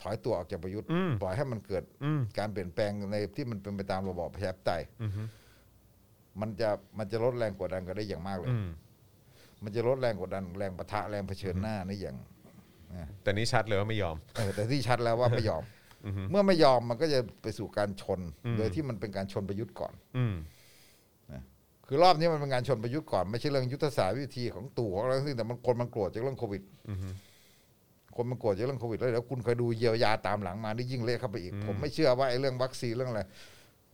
C: ถอยตัวออกจากประยุทธ์
B: อืม
C: ปล่อยให้มันเกิด
B: อืม
C: การเปลี่ยนแปลงในที่มันเป็นไปตามระบอบประชาธิปไตย
B: อือฮึ
C: มันจะมันจะลดแรงกดดันกันได้อย่างมากเลย
B: อืม
C: มันจะลดแรงกดดันแรงปะทะแรงเผชิญหน้าในอย่างนะ
B: แต่นี่ชัดเลยว่าไม่ยอม
C: เออแต่ที่ชัดแล้วว่าไม่ยอม
B: อือฮึ
C: เมื่อไม่ยอมมันก็จะไปสู่การชน
B: อืม
C: โดยที่มันเป็นการชนประยุทธ์ก่อน
B: อืม
C: คือรอบนี้มันเป็นการชนประยุทธ์ก่อนไม่ใช่เรื่องยุทธศาสตร์วิธีของตู่ของอะไรทั้งสิ้นแต่มันคนมันโกรธจากเรื่องโควิด
B: อือฮึ
C: คนมันโกรธจากเรื่องโควิดแล้วเดี๋ยวคุณเคอยดูเยียวยาตามหลังมานี่ยิ่งเละเข้าไปอีก
B: อืม
C: ผมไม่เชื่อว่าไอ้เรื่องวัคซีนเรื่องอะไร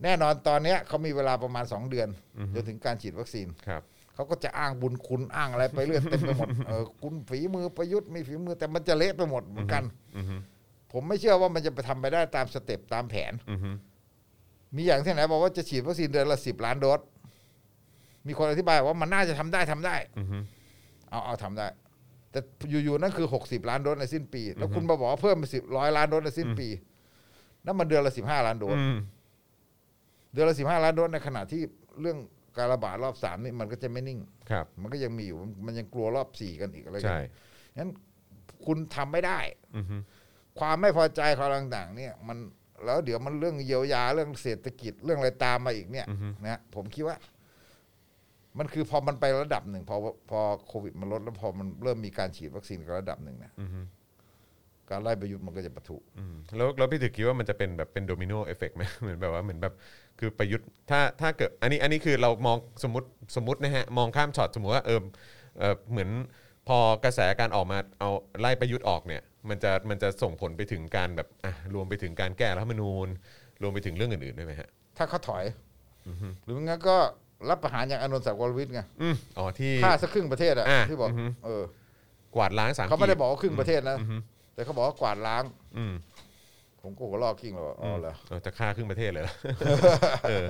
C: แน่นอนตอนเนี้ยเขามีเวลาประมาณ 2 เดือน
B: อือฮึ
C: จนถึงการฉีดวัคซีน
B: ครับ
C: เขาก็จะอ้างบุญคุณอ้างอะไรไปเรื่อยเต็มไปหมดเออคุณฝีมือประยุทธ์มีฝีมือแต่มันจะเละไปหมดเหมือนกัน
B: อือฮึ
C: ผมไม่เชื่อว่ามันจะไปทำไปได้ตามสเต็ปตามแผน
B: อือฮึ
C: มีอย่างที่ไหนบอกว่าจะฉีดวัคซีนเดือนละสิบล้านโดส มีคนอธิบายว่ามันน่าจะทำได้ทำได้
B: อือฮึ
C: เอาเอาทำได้ แต่อยู่ๆนั่นคือหกสิบล้านโดสในสิ้นปี แล้วคุณมาบอกว่าเพิ่มเป็นสิบร้อยล้านโดสในสิ้นปี นั่นมันเดือนละสิบห้าล้านโดส
B: อืม
C: เดือนละสิบห้าล้านโดสในขณะที่เรื่องการระบาดรอบสามนี่มันก็จะไม่นิ่ง
B: ครับ
C: มันก็ยังมีอยู่ มันยังกลัวรอบสี่กันอีกอะไรกั
B: ใช่
C: งั้นคุณทำไม่ได้
B: อือฮึ
C: ความไม่พอใจของเราต่างๆ เนี่ย มันแล้วเดี๋ยวมันเรื่องเยียวยาเรื่องเศรษฐกิจเรื่องอะไรตามมาอีกเนี่ยนะฮะผมคิดว่า มันคือพอมันไประดับหนึ่งพอพอโควิดมันลดแล้วพอมันเริ่มมีการฉีดวัคซีนกันระดับหนึ่งเนี่ย
B: อือฮึ
C: การไล่ประยุทธ์มันก็จะปะทุ
B: อืมแล้วแล้วพี่ถึกคิดว่ามันจะเป็นแบบเป็นโดมิโนเอฟเฟกต์ไหม เหมือนแบบว่าเหมือนแบบคือประยุทธ์ถ้าถ้าเกิดอันนี้อันนี้คือเรามองสมมติสมมตินะฮะมองข้ามช็อตสมมติว่าเออเออเหมือนพอกระแสการออกมาเอาไล่ประยุทธ์ออกเนี่ยมันจะมันจะส่งผลไปถึงการแบบอ่ะรวมไปถึงการแก้รัฐธรรมนูญ รวมไปถึงเรื่องอื่นๆด้วยไหมฮะ
C: ถ้าเขาถอยหรือไม่งั้นก็รับประหารอย่างอานนท์สักวรวิทย์ไง
B: อืมอ๋อที่
C: ฆ่าสักครึ่งประเทศอะ
B: อ่ะ
C: ที่บอก
B: อือฮึ
C: เออก
B: วาดล้างสาม
C: เขาไม่ได้บอกว่าครึ่งประเทศนะ
B: อืม
C: แต่เขาบอกว่ากวาดล้าง
B: อืม
C: ผมก็หัวลอกกิ้งเลยว่าอ๋อเหรอ
B: เออจะฆ่าครึ่งประเทศเลยเหรอ เออ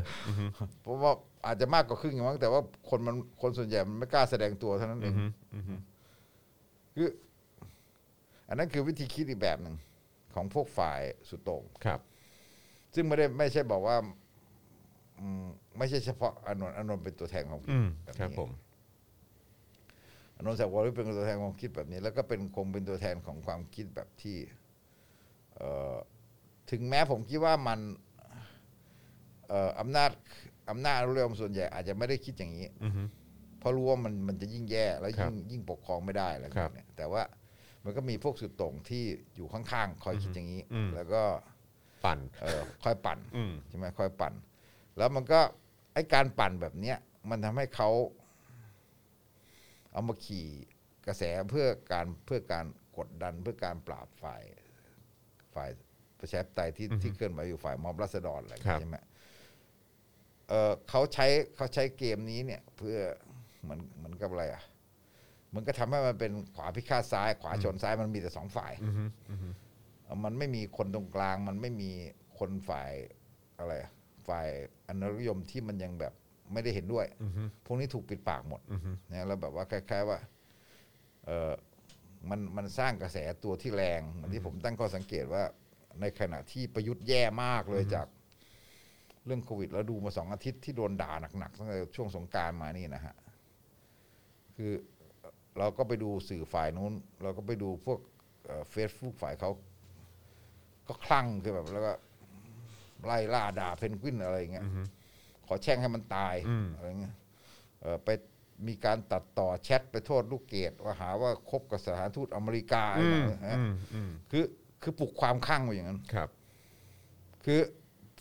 C: เพราะว่าอาจจะมากกว่าครึ่งอย่างมั้งแต่ว่าคนมันคนส่วนใหญ่มันไม่กล้าแสดงตัวเท่านั้นเองคืออันนั้นคือวิธีคิดอีกแบบหนึ่งของพวกฝ่ายสุดโต่ง
B: ครับ
C: ซึ่งไม่ได้ไม่ใช่บอกว่าอืมไม่ใช่เฉพาะอานนท์อานนท์เป็นตัวแทนของ
B: อืม
C: แนี้
B: ครับผม
C: อานนท์แสงวอลเป็นตัวแทนของคิดแบบนี้ แล้วก็เป็นคงเป็นตัวแทนของความคิดแบบที่ เอ่อถึงแม้ผมคิดว่ามัน เอ่ออำนาจอำนาจอนุรักษ์ส่วนใหญ่อาจจะไม่ได้คิดอย่างนี้
B: อือฮึ
C: เพราะรู้ว่ามันมันจะยิ่งแย่แล้ว
B: ครับ
C: ยิ่งยิ่งปกครองไม่ได้อะไร
B: ค
C: แบ
B: รับบ
C: เนี้ยแต่ว่ามันก็มีพวกสุดโต่งที่อยู่ข้างๆคอยคิดอย่างนี้
B: อืม
C: แล้วก็
B: ปั่น
C: เอ่อคอยปั่น
B: อืม
C: ใช่ไหมคอยปั่น แล้วมันก็ไอการปั่นแบบเนี้ยมันทำให้เขาเอามาขี่กระแสเพื่อการเพื่อการกดดันเพื่อการปราบฝ่ายฝ่ายประชาธิปไตยที่ที่เคลื่อนไหวอยู่ฝ่ายม็อบราษฎรอะไรอย่าง
B: ครับ
C: เงี้ยใช่ไหมเออเขาใช้เขาใช้เกมนี้เนี่ย เพื่อเหมือนเหมือนกับอะไรอ่ะมันก็ทำให้มันเป็นขวาพิฆาตซ้าย ขวาชนซ้ายมันมีแต่สองฝ่าย
B: อือฮึอือฮึ
C: เอ่อมันไม่มีคนตรงกลาง มันไม่มีคนฝ่ายอะไรอะฝ่ายอนุรักษ์นิยมที่มันยังแบบไม่ได้เห็นด้วย
B: อือฮึ
C: พวกนี้ถูกปิดปากหมด
B: อือฮึ
C: นะแล้วแบบว่าคล้ายๆว่าเออมันมันสร้างกระแสตัวที่แรงเหมือนที่ผมตั้งข้อสังเกตว่า ในขณะที่ประยุทธ์แย่มากเลยจาก เรื่องโควิดแล้วดูมาสองอาทิตย์ที่โดนด่าหนักๆตั้งแต่ช่วงสงกรารมานี่นะฮะ คือเราก็ไปดูสื่อฝ่ายนู้น เราก็ไปดูพวกเฟซบุ๊กฝ่ายเขาก็คลั่งคือแบบ แล้วก็ไล่ล่าด่าเพนกวินอะไรอย่างเงี้ยขอแช่งให้มันตายอะไรเงี้ยเอ่อไปมีการตัดต่อแชทไปโทษลูกเกดว่าหาว่าคบกับสถานทูตอเมริกาอะไร
B: อืม
C: เงี้
B: อื
C: ยฮะ
B: มอืม
C: คือคือปลุกความคลั่งไว้อย่างนั้น
B: ครับ
C: คือ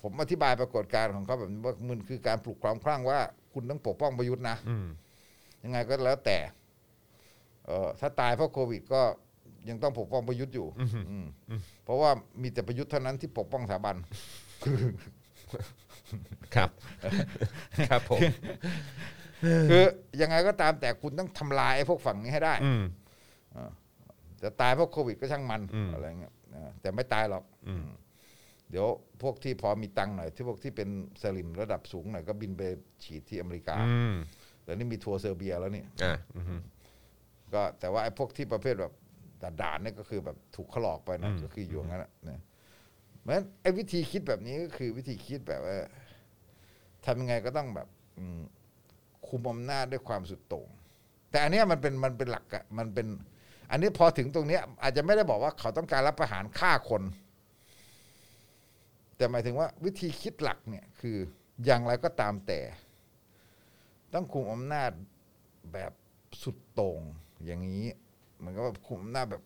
C: ผมอธิบายปรากฏการณ์ของเขาแบบนี้ว่ามันคือการปลุกความคลั่งว่า คุณต้องปกป้องประยุทธ์นะ
B: อืม
C: ยังไงก็แล้วแต่เออถ้าตายเพราะโควิดก็ยังต้องปกป้องประยุทธ์อยู่ อืมเพราะว่ามีแต่ประยุทธ์เท่านั้นที่ปกป้องสถาบัน
B: ครับ ครับผม
C: คือยังไงก็ตามแต่คุณต้องทำลายไอ้พวกฝั่งนี้ให้ได้
B: อืม
C: จะตายเพราะโควิดก็ช่างมัน
B: อืม
C: อะไรเงี้ยเออแต่ไม่ตายหรอกเดี๋ยวพวกที่พอมีตังค์หน่อย ที่พวกที่เป็นสลิมระดับสูงหน่อยก็บินไปฉีดที่อเมริกา
B: อืม
C: แต่นี่มีทัวร์เซอร์เบียแล้วนี่
B: อ่ะอือฮึ
C: ก็แต่ว่าไอ้พวกที่ประเภทแบบด่านๆเนี่ยก็คือแบบถูกเขาหลอกไปนะ
B: อืม
C: ก็คืออยู่อย่างนั้นนะเนี่ยเพราะฉะนั้นไอ้วิธีคิดแบบนี้ก็คือวิธีคิดแบบว่าทำยังไงก็ต้องแบบอืมคุมอำนาจด้วยความสุดโต่งแต่อันเนี้ยมันเป็นมันเป็นหลักอะมันเป็น อันนี้พอถึงตรงเนี้ย อาจจะไม่ได้บอกว่าเขาต้องการรับประหารฆ่าคน แต่หมายถึงว่าวิธีคิดหลักเนี่ย คืออย่างไรก็ตามแต่ ต้องคุมอำนาจแบบสุดโต่งอย่างนี้เหมันก็แบบคุมอำนาจแบบ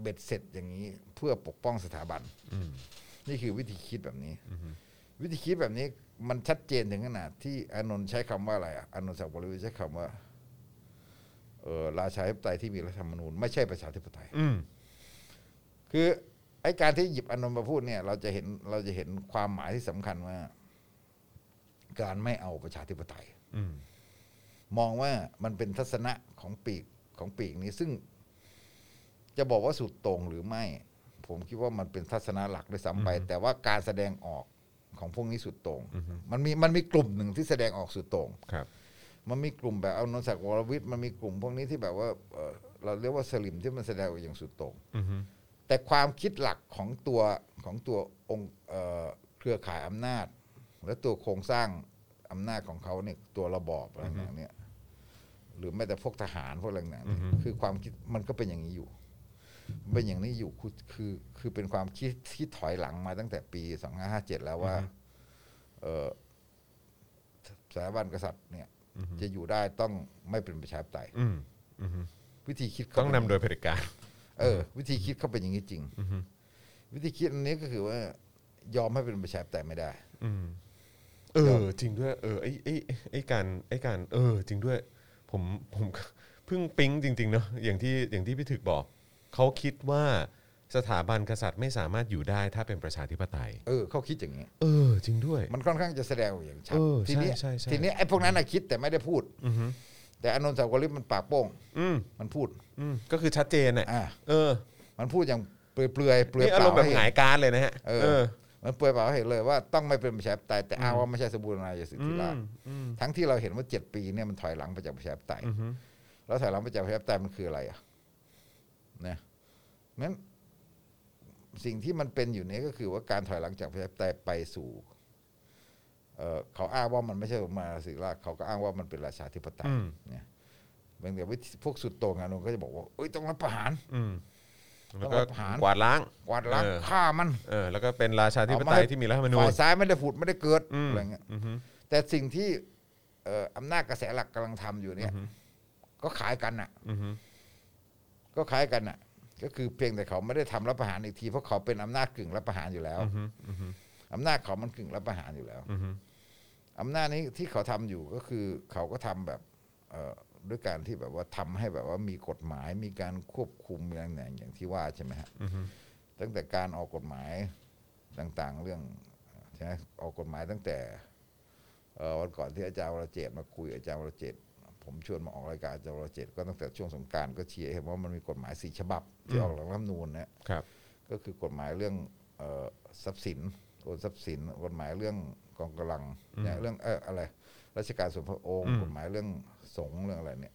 C: เบ็ดเสร็จอย่างนี้ เพื่อปกป้องสถาบันนี่คือวิธีคิดแบบนี้วิธีคิดแบบนี้ มันชัดเจนถึงขนาดที่อานนท์ใช้คำว่าอะไรอะอานนท์สักดิ์บริวิทย์ใช้คำว่าเออราชาธิปไตยที่มีรัฐธรรมนูญไม่ใช่ประชาธิปไตย
B: อืม
C: คือไอ้การที่หยิบอานนท์มาพูดเนี่ย เราจะเห็นเราจะเห็นความหมายที่สำคัญว่า การไม่เอาประชาธิปไตย
B: อืม
C: มองว่ามันเป็นทัศนะของปีกของปีกนี้ซึ่ง จะบอกว่าสุดโต่งหรือไม่ ผมคิดว่ามันเป็นทัศนะหลักด้วยซ้ำไป แต่ว่าการแสดงออกของพวกนี้สุดโต่งมันมีมันมีกลุ่มหนึ่งที่แสดงออกสุดโต่ง
B: ครับ
C: มันมีกลุ่มแบบเอานนท์ศักดิ์วรวิทย์มันมีกลุ่มพวกนี้ที่แบบว่าเอ่อเราเรียกว่าสลิมที่มันแสดงออกอย่างสุดโต่ง
B: อือฮึ
C: แต่ความคิดหลักของตัวของตัวองค์เอ่อเครือข่ายอำนาจ และตัวโครงสร้างอำนาจของเขาเนี่ยตัวระบอบอะไรอย่างเนี้ยหรือแม้แต่พวกทหารพวกอะไรอย่างเนี้ยคือความคิดมันก็เป็นอย่างนี้อยู่มันเป็นอย่างนี้อยู่คือคือคือเป็นความคิดที่ถอยหลังมาตั้งแต่ปีสองห้าห้าเจ็ดแล้วว่า เอ่อ สถาบันกษัตริย์เนี่ยจะอยู่ได้ต้องไม่เป็นประชาธิปไตย
B: อืมอือฮึ
C: วิธีคิดเขา
B: ต้องนำโดยเผด็จการ
C: เออ วิธีคิดเขาเป็นอย่างนี้จริงวิธีคิดอันนี้ก็คือว่า ยอมให้เป็นประชาธิปไตยไม่ได้
B: อืมเออ จริงด้วย เออไอไอไอ้ไอการไอการ เออ จริงด้วย ผมผม เพิ่งปิ๊งจริง ๆ เนอะอย่างที่อย่างที่พี่ถึกบอก เขาคิดว่าสถาบันกษัตริย์ไม่สามารถอยู่ได้ถ้าเป็นประชาธิปไตย
C: เออเขาคิดอย่างนี้
B: เออ จริงด้วย
C: มันค่อนข้างจะแสดงออกอย่างชัด
B: เออ
C: ทีนี้
B: ใช่ใช่ใช่
C: ทีนี้ไอ้พวกนั้นน่ะคิดแต่ไม่ได้พูดแต่อานนท์สาวกลิบมันปากโป้ง
B: อืม
C: มันพูด
B: อืมก็คือชัดเจนน่ะ
C: อ่า
B: เออ
C: มันพูดอย่าง เปลือยเปลือยเปลือย
B: นี่
C: เป
B: อา
C: ล่าร
B: มณ์แบบ
C: ให้
B: หงายการดเลยนะฮะ
C: เอ
B: เอ
C: อ
B: อ
C: มันเปลือยเปล่าให้เห็นเลยว่าต้องไม่เป็นประชาธิปไตยแต่อ้างว่าไม่ใช่สมบูรณาญาสิทธิราชย์ทั้งที่เราเห็นว่าเจ็ดปีเนี่ยมันถอยหลังไปจากประชาธิปไตย
B: อือฮึ
C: แล้วถอยหลังไปจากประชาธิปไตยมันคืออะไรอ่ะนะงั้นสิ่งที่มันเป็นอยู่เนี้ก็คือว่าการถอยหลังจากประชาธิปไตยไปสู่เอ่อเขาอ้างว่ามันไม่ใช่สมมาสิราชย์เขาก็อ้างว่ามันเป็นราชาธิปไตยเนี่ยบางเดี๋ยวพวกสุดโต่งอานนท์ก็จะบอกว่าเอ้ยต้องรัฐประหาร
B: อืมแล้ว
C: ต้
B: ก็
C: องรัฐประหาร
B: กวาดล้าง
C: กวาดล้าง
B: เออ
C: ฆ่ามัน
B: เออแล้วก็เป็นราชาธิปไตยที่มีรัฐธรรมนูญ
C: ฝ่ายซ้ายไม่ได้ผุดไม่ได้เกิด
B: อืม
C: อะไรเงี้ย
B: อือฮึ
C: แต่สิ่งที่เอ่ออำนาจกระแสหลักกำลังทำอยู่เนี่ย
B: อือฮึ
C: ก็ขายกันน่ะ
B: อือฮึ
C: ก็คล้ายกันน่ะ ก็คือเพียงแต่เขาไม่ได้ทำรัฐประหารอีกที เพราะเขาเป็นอำนาจกึ่งรัฐประหารอยู่แล้ว
B: อือฮึอือฮึ
C: อำนาจเขามันกึ่งรัฐประหารอยู่แล้ว
B: อือฮึ
C: อำนาจนี้ที่เขาทำอยู่ก็คือเขาก็ทำแบบเอ่อด้วยการที่แบบว่าทำให้แบบว่ามีกฎหมายมีการควบคุมอะไรอย่างอย่างที่ว่าใช่ไหมฮะ
B: อือฮึ
C: ตั้งแต่การออกกฎหมายต่างๆ เรื่องใช่ไหมออกกฎหมายตั้งแต่เอ่อวันก่อนที่อาจารย์วรเจตน์มาคุยอาจารย์วรเจตน์ผมชวนมาออกรายการอาจารย์วรเจตน์ก็ตั้งแต่ช่วงสงกรารก็เชียร์เห็นว่ามันมีกฎหมายสี่ฉบับที่ออกหลังรัฐธรรมนูญนะ
B: ครับ
C: ก็คือกฎหมายเรื่องเอ่อทรัพย์สินโอนทรัพย์สินกฎหมายเรื่องกองกำลังเนี่ยเรื่องเอออะไรราชการส่วนพระองค์กฎหมายเรื่องสงฆ์เรื่องอะไรเนี่ย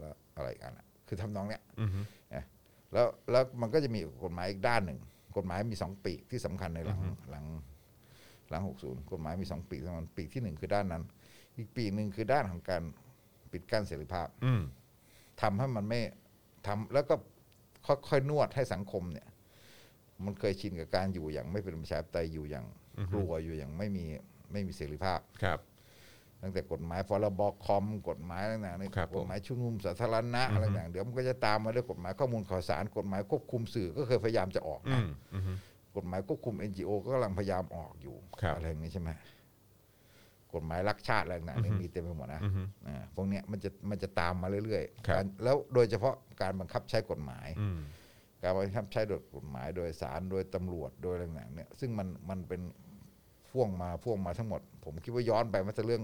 C: แล้วอะไรอีกันอะคือทำนองเนี้ย
B: อือฮึ
C: นะแล้วแล้วมันก็จะมีกฎหมายอีกด้านหนึ่ง กฎหมายมีสองปีกที่สำคัญในหลังหลังหลังหกศูนย์กฎหมายมีสองปีกสำคัญปีกที่หนึ่งคือด้านนั้น อีกปีกหนึ่งคือด้านของการปิดกั้นเสรีภาพ
B: อืม
C: ทำให้มันไม่ทำแล้วก็ค่อยๆนวดให้สังคมเนี่ย มันเคยชินกับการอยู่อย่างไม่เป็นประชาธิปไตยอยู่อย่างกลัวอยู่อย่างไม่มีไม่มีเสรีภาพ
B: ครับ
C: ตั้งแต่กฎหมายพรบคอมกฎหมายต่างๆนี่
B: ครับผม
C: กฎหมายชุมนุมสาธารณะอะไรต่างๆเดี๋ยวมันก็จะตามมาด้วยกฎหมายข้อมูลข่าวสารกฎหมายควบคุมสื่อก็เคยพยายามจะออก
B: อื
C: นะ
B: มอือฮึ
C: กฎหมายควบคุม NGO ก็กำลังพยายามออกอยู่
B: ครับ
C: อะไรอย่างนี้ใช่ไหมกฎหมายรักชาติอะไรต่างๆเนี่ยมีเต็มไปหมดนะอ่าพวกเนี้ยมันจะมันจะตามมาเรื่อย
B: ครับ
C: การแล้วโดยเฉพาะการบังคับใช้กฎหมาย
B: อืม
C: การบังคับใช้โดยกฎหมาย โดยสารโดยตำรวจโดยอะไรต่างๆเนี่ยซึ่งมันมันเป็นพ่วงมาพ่วงมาทั้งหมด ผมคิดว่าย้อนไปมันจะเรื่อง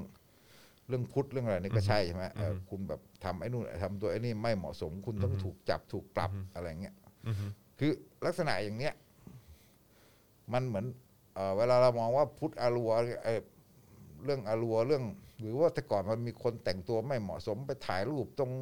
C: เรื่องพุทธเรื่องอะไรนี่ก็ใช่ใช่ไหมเอ่อคุณแบบทำไอ้นู่นทำตัวไอ้นี่ไม่เหมาะสม คุณต้องถูกจับถูกปรับอะไรอย่างเงี้ย
B: อือฮึ
C: คือลักษณะอย่างเนี้ยมันเหมือนเอ่อเวลาเรามองว่าพุทธอารัวเอ่อเรื่องอารัวเรื่อง หรือว่าแต่ก่อนมันมีคนแต่งตัวไม่เหมาะสมไปถ่ายรูปตรง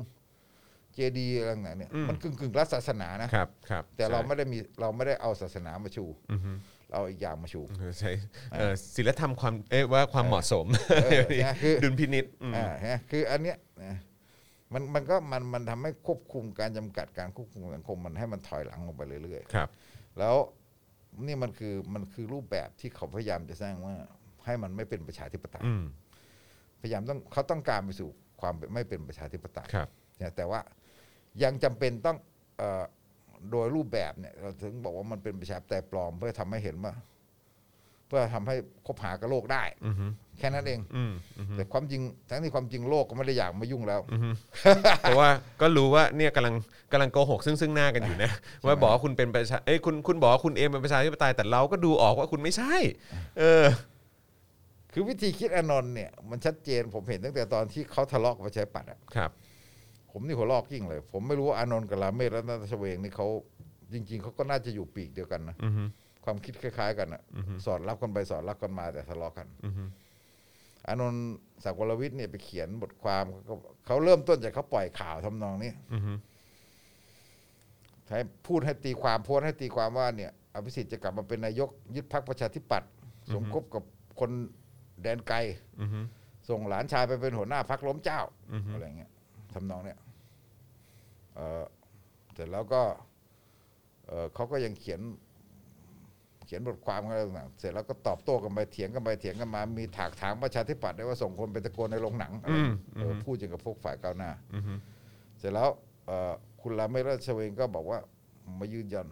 C: เจดีย์อะไรต่างๆเนี่ยมันกึ่งกึ่งๆรัฐศาสนานะครับ
B: ครับ
C: แต่เรา
B: ใช่
C: ไม่ได้มีเราไม่ได้เอาศาสนามาชู
B: อือฮึ
C: เราเอาอีกอย่างมาชู
B: ใช่เอ่อศิลธรรมความเอ๊ะว่าความเหมาะสม
C: เอ อเนี่ยคือ
B: ดุลพินิษ
C: อ่าฮะคืออันเนี้ยนะมันมันก็มันมันทำให้ควบคุมการจำกัดการควบคุมสังคมมันให้มันถอยหลังลงไปเรื่อยๆ
B: ครับ
C: แล้วนี่มันคือมันคือรูปแบบที่เขาพยายามจะสร้างว่าให้มันไม่เป็นประชาธิปไตย
B: อืม
C: พยายามต้องเขาต้องการไปสู่ความเป็นไม่เป็นประชาธิปไตย
B: ครับ
C: เนี่ยแต่ว่ายังจำเป็นต้องเอ่อโดยรูปแบบเนี่ยเราถึงบอกว่ามันเป็นประชาธิปไตยปลอม เพื่อทำให้เห็นว่า เพื่อทำให้คบหากับโลกได้
B: อือฮึ
C: แค่นั้นเอง
B: อืมอือฮึ
C: แต่ความจริงทั้งที่ความจริงโลกก็ไม่ได้อยากมายุ่งแล้ว
B: อือฮึเพราะว่าก็รู้ว่าเนี่ยกำลังกำลังโกหกซึ่งซึ่งหน้ากันอยู่นะ ว่าบอกว่าคุณเป็นประชาเอ้ยคุณคุณบอกว่าคุณเองเป็นประชาธิปไตยแต่เราก็ดูออกว่าคุณไม่ใช่ เออ
C: คือวิธีคิดอานนท์เนี่ยมันชัดเจนผมเห็นตั้งแต่ตอนที่เขาทะเลาะกับประชาธิปัตย์อะ
B: ครับ
C: ผมนี่หัวลอกยิ่งเลย ผมไม่รู้ว่าอานนท์กับราเมศรัตนชเวงนี่เขาจริง ๆเขาก็น่าจะอยู่ปีกเดียวกันนะ
B: อือฮึ
C: ความคิดคล้าย ๆ กันนะสอดรับกันไปสอดรับกันมาแต่ทะเลาะกัน
B: อือฮึ
C: อานนท์สักวรวิทย์เนี่ยไปเขียนบทความเขาก็เขาเริ่มต้นจากเขาปล่อยข่าวทำนองนี้
B: อือฮึ
C: ให้พูดให้ตีความโพสต์ให้ตีความว่าเนี่ยอภิสิทธิ์จะกลับมาเป็นนายกยึดพรรคประชาธิปัตย์สมคบกับคนแดนไกล
B: อือฮึ
C: ส่งหลานชายไปเป็นหัวหน้าพักล้มเจ้า
B: อือฮึ
C: อะไรเงี้ยทำนองเนี้ยเอ่อเสร็จแล้วก็เอ่อเขาก็ยังเขียน เขียนบทความอะไรต่างๆเสร็จแล้วก็ตอบโต้กันไปเถียงกันไปเถียงกันมา มีถากถางประชาธิปัตย์ได้วยว่าส่งคนไปตะโกนในโรงหนังอะไรเงี้ยเออพูดอย่างกับพวกฝ่ายก้าวหน้า
B: อือฮึ
C: เสร็จแล้วเอ่อคุณลาเมศราชเวงก็บอกว่ามายืนยัน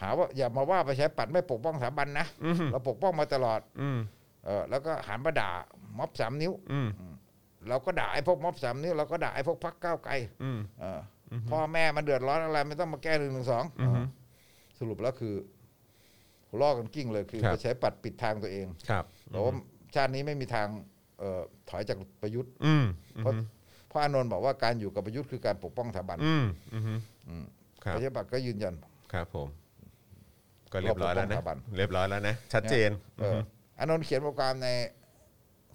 C: หาว่าอย่ามาว่าประชาธิปัตย์ไม่ปกป้องสถาบันนะเราปกป้องมาตลอด
B: อืม
C: เออแล้วก็หันมาด่าม็อบสามนิ้ว
B: อืม
C: เราก็ด่าไอ้พวกม็อบสามนิ้วเราก็ด่าไอ้พวกพักก้าวไกล
B: อืม
C: เอออพ่อแม่มันเดือดร้อนอะไรไม่ต้องมาแก้หนึ่งหนึ่งสอง
B: อือฮึ
C: สรุปแล้วคือลอกกันกิ้งเลยคือ
B: ครับ
C: ไปใช้ปัดปิดทางตัวเอง
B: ครับ
C: บอกว่าชาตินี้ไม่มีทางเอ่อถอยจากประยุทธ์
B: อืม
C: เพราะเพราะอานนท์บอกว่าการอยู่กับประยุทธ์คือการปกป้องสถาบัน
B: อืมอือฮึ
C: อืม
B: ครับ
C: ประชาธิปัตย์ก็ยืนยัน
B: ครับผม ก็เรียบร้อยแล้วนะ
C: รอบปกป้องสถาบัน
B: เรียบร้อยแล้วนะ ชัดเจน
C: เอออานนท์เขียนบทความใน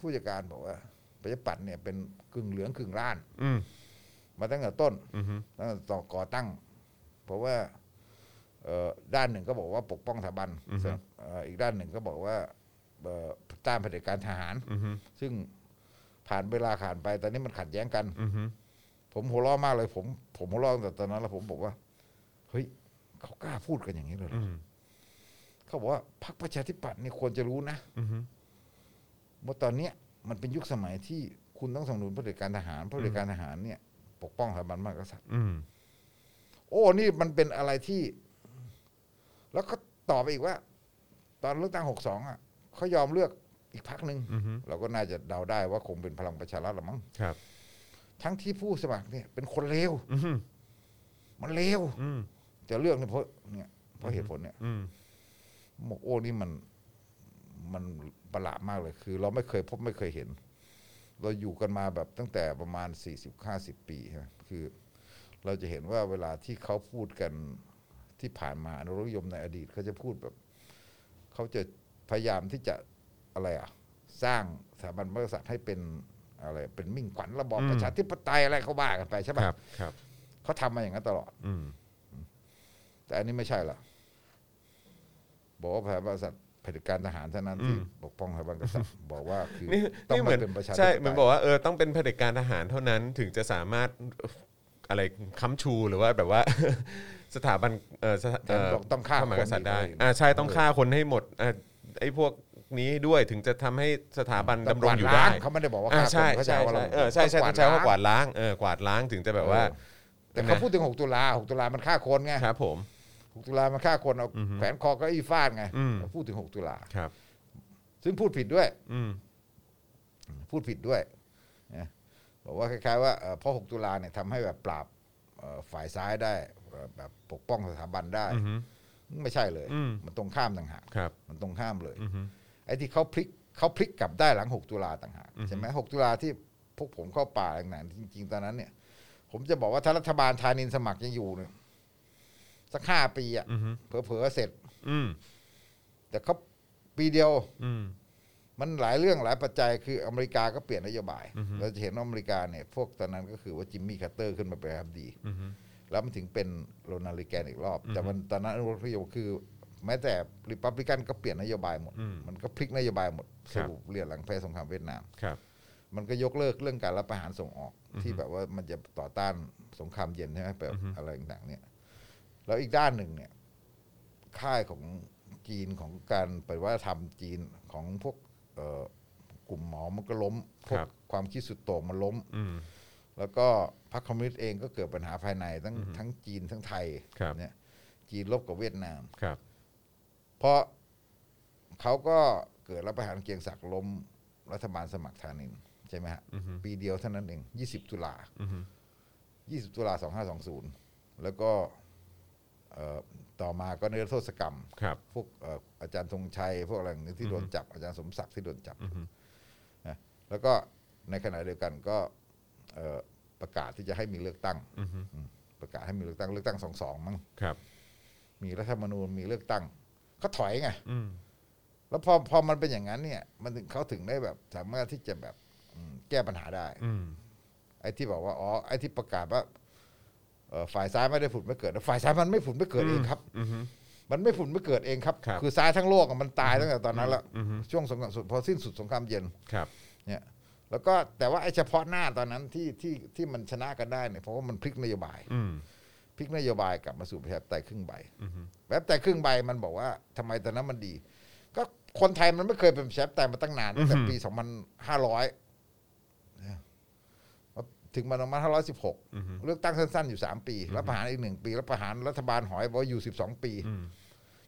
C: ผู้จัดการบอกว่าประชาธิปัตย์เนี่ยเป็นกึ่งเหลืองกึ่งล้าน
B: อืม
C: มาตั้งแต่ต้น
B: อืมฮึ
C: ตั้งแต่ต่อก่อตั้ง เพราะว่าเอ่อด้านหนึ่งก็บอกว่าปกป้องสถาบันส่วนเอ่ออีกด้านหนึ่งก็บอกว่าเอ่อต้านเผด็จการทหาร
B: อืมฮึ
C: ซึ่งผ่านเวลาผ่านไปตอนนี้มันขัดแย้งกัน
B: อืมฮึ
C: ผมหัวเราะมากเลย ผม ผมหัวเราะตั้งแต่ตอนนั้น แล้วผมบอกว่าเฮ้ยเขากล้าพูดกันอย่างนี้เลยเหรอ
B: อืม
C: เขาบอกว่าพรรคประชาธิปัตย์นี่ควรจะรู้นะ
B: อืมฮึ
C: ว่าตอนเนี้ยมันเป็นยุคสมัยที่คุณต้องสนับสนุนเผด็จการทหารเผด็จการทหารเนี่ย ปกป้องสถาบันมากกษัตริย์
B: อืม
C: โอ้ นี่มันเป็นอะไรที่ แล้วก็ตอบไปอีกว่า ตอนเลือกตั้งหกสองอ่ะเขายอมเลือกอีกพักหนึ่ง
B: อืมฮึ
C: เราก็น่าจะเดาได้ว่าคงเป็นพลังประชารัฐละมั้ง
B: ครับ
C: ทั้งที่ผู้สมัครเนี่ย เป็นคนเลว
B: อืมฮึ
C: มันเลว
B: อืม
C: แต่เลือกเนี่ยเพราะเนี่ยเพราะเหตุผลเนี่ย
B: อืม
C: บอกโอ้นี่มันมันประหลาดมากเลย คือ เราไม่เคยพบไม่เคยเห็น เราอยู่กันมาแบบตั้งแต่ประมาณสี่สิบห้าสิบปีใช่ไหมคือ เราจะเห็นว่าเวลาที่เขาพูดกันที่ผ่านมาอนุรักษนิยมในอดีตเขาจะพูดแบบ เขาจะพยายามที่จะอะไรอ่ะ สร้างสถาบันพระกษัตริย์ให้เป็นอะไร เป็นมิ่งขวัญระบอบประชาธิปไตยอะไรเขาบ้ากันไปใช่
B: ค
C: ปะ
B: รับครับ
C: เขาทำมาอย่างนั้นตลอด
B: อืม
C: แต่อันนี้ไม่ใช่ละบอกว่าพระมหากษัตริย์เผด็จการทหารเท่านั้นที่ปกป้องสถาบันก ษัตริย์ บอกว่าคือ
B: นี่
C: ต้อง
B: นี่เห
C: มา
B: มือน
C: เป็นประชาธิป
B: ใช่
C: ไตย
B: เหมือนบอกว่าเออต้องเป็นเผด็จการทหารเท่านั้นถึงจะสามารถเอ่ออะไรค้ำชูหรือว่าแบบว่า สถาบันเออสถา
C: แต่
B: เอ่อ
C: บอกต้องฆ่า
B: ฆ่าหมากษัตริย์ได้
C: คนอีก
B: อ่าใช่ต้องฆ่าคนให้หมดอ่าไอ้พวกนี้ด้วยถึงจะทำให้สถาบันดำรงอยู่ได้
C: กวาล้างเขาไม่ได้บอกว่า
B: อ่า
C: ฆ่าค
B: ใช่
C: นเขาจะ
B: ใช่ใช่
C: เอาว่าเรา
B: เออใช่ใช่
C: ต้
B: ต้
C: อ
B: อง งใช้
C: กวาด
B: ว่ากวา
C: ล้าง
B: ดล้างเออกวาดล้างถึงจะแบบว่า
C: เออ แต่เขาพูดถึง 6 ตุลา 6 ตุลามันฆ่าคนไง
B: ครับผม
C: 6 ตุลามันฆ่าคนเอาแขวนคอก็อีฟาดไง
B: อืม
C: พูดถึง 6 ตุลา
B: ครับ
C: ซึ่งพูดผิดด้วย
B: อืม
C: พูดผิดด้วยนะบอกว่าคล้ายๆว่าเอ่อเพราะ 6 ตุลาเนี่ยทำให้แบบปราบเอ่อฝ่ายซ้ายได้เอ่อแบบปกป้องสถาบันได้
B: อือฮึ
C: ไม่ใช่เลย
B: อืม
C: มันตรงข้ามต่างหาก
B: ครับ
C: มันตรงข้ามเลย
B: อือฮึ
C: ไอ้ที่เขาพลิกเขาพลิกกลับได้หลัง 6 ตุลาต่างหากใช่ไหม6ตุลาที่พวกผมเข้าป่าต่างๆจริงๆ ตอนนั้นเนี่ย ผมจะบอกว่าถ้ารัฐบาลธานินสมัครยังอยู่เนี่ยสักห้าปีอะ
B: อือฮึ
C: เผลอๆเสร็จ
B: อืม
C: แต่เขาปีเดียว
B: อืม
C: มันหลายเรื่องหลายปัจจัยคืออเมริกาก็เปลี่ยนนโยบาย
B: อือฮึ
C: เราจะเห็นว่าอเมริกาเนี่ย พวกตอนนั้นก็คือว่าจิมมี่คาร์เตอร์ขึ้นมาเป็นครับดี
B: อือฮึ
C: แล้วมันถึงเป็นโรนัลด์รีแกนอีกรอบ
B: อืม
C: แต่มันตอนนั้นรัฐประโยคคือ แม้แต่ริพับลิกันก็เปลี่ยนนโยบายหมด
B: อืม
C: มันก็พลิกนโยบายหมด
B: ค
C: ส
B: รับ
C: รุปเรียนหลังแพ้สงครามเวียดนาม
B: ครับ
C: มันก็ยกเลิกเรื่องการรับประหารส่งออกที่แบบว่ามันจะต่อต้านสงครามเย็นใช่ไหมแบบ
B: อือฮึ
C: อะไรต่างๆเนี่ยแล้วอีกด้านหนึ่งเนี่ย ค่ายของจีนของการปฏิวัติธรรมจีนของพวกเอ่อกลุ่มหมอมันก็ล้มพวกความคิดสุดโต่งมันล้ม
B: อืม
C: แล้วก็พรรคคอมมิวนิสต์เองก็เกิดปัญหาภายในทั้งทั้งจีนทั้งไทย
B: ครับ
C: เนี่ยจีนลบกับเวียดนาม
B: ครับ
C: เพราะเขาก็เกิดรัฐประหารเกรียงศักดิ์ล้มรัฐบาลสมัครธานินใช่ไหมฮะ
B: อือฮึ
C: ปีเดียวเท่านั้นเอง 20 ตุลา
B: อือฮึ
C: 20 ตุลา 2520 แล้วก็เอ่อต่อมาก็เนื้อโทษกรรม
B: ครับ
C: พวกเอ่ออาจารย์ธงชัย พวกอะไรอย่างนี้ที่โดนจับอาจารย์สมศักดิ์ที่โดนจับนะแล้วก็ในขณะเดียวกันก็เอ่อประกาศที่จะให้มีเลือกตั้ง
B: อือฮึ
C: อืมประกาศให้มีเลือกตั้งเลือกตั้งสองสองมั้ง
B: ครับ
C: มีรัฐธรรมนูญมีเลือกตั้งก็ถอยไง
B: อืม
C: แล้วพอพอมันเป็นอย่างนั้นเนี่ย มันถึงเขาถึงได้แบบสามารถที่จะแบบอืมแก้ปัญหาได้
B: อืม
C: ไอ้ที่บอกว่าอ๋อไอ้ที่ประกาศว่าเอ่อฝ่ายซ้ายไม่ได้ผุดไม่เกิดนะฝ่ายซ้ายมันไม่ผุดไม่เกิดเองครับ
B: อือฮึ
C: มันไม่ผุดไม่เกิดเองครับ
B: ครับ
C: อซ้ายทั้งโลกอะมันตายตั้งแต่ตอนนั้นละ
B: อือฮึ
C: ช่วงสงครามสุดพอสิ้นสุดสงครามเย็น
B: ครับ
C: เนี่ยแล้วก็แต่ว่าไอ้เฉพาะหน้าตอนนั้นที่ที่ที่มันชนะกันได้เนี่ยเพราะว่ามันพลิกนโยบาย
B: อืม
C: พลิกนโยบายกลับมาสู่ประชาธิปไตยครึ่งใบ
B: อือฮึ
C: ประชาธิปไตยครึ่งใบมันบอกว่าทำไมตอนนั้นมันดี ก็คนไทยมันไม่เคยเป็นประชาธิปไตยมาตั้งนานตั้งแต่ปี 2500นะถึงมา2516 เลือกตั้งสั้นๆอยู่ 3 ปีรัฐประหารอีก 1 ปีรัฐประหารรัฐบาลหอยบอกว่าอยู่ 12 ปี
B: อืม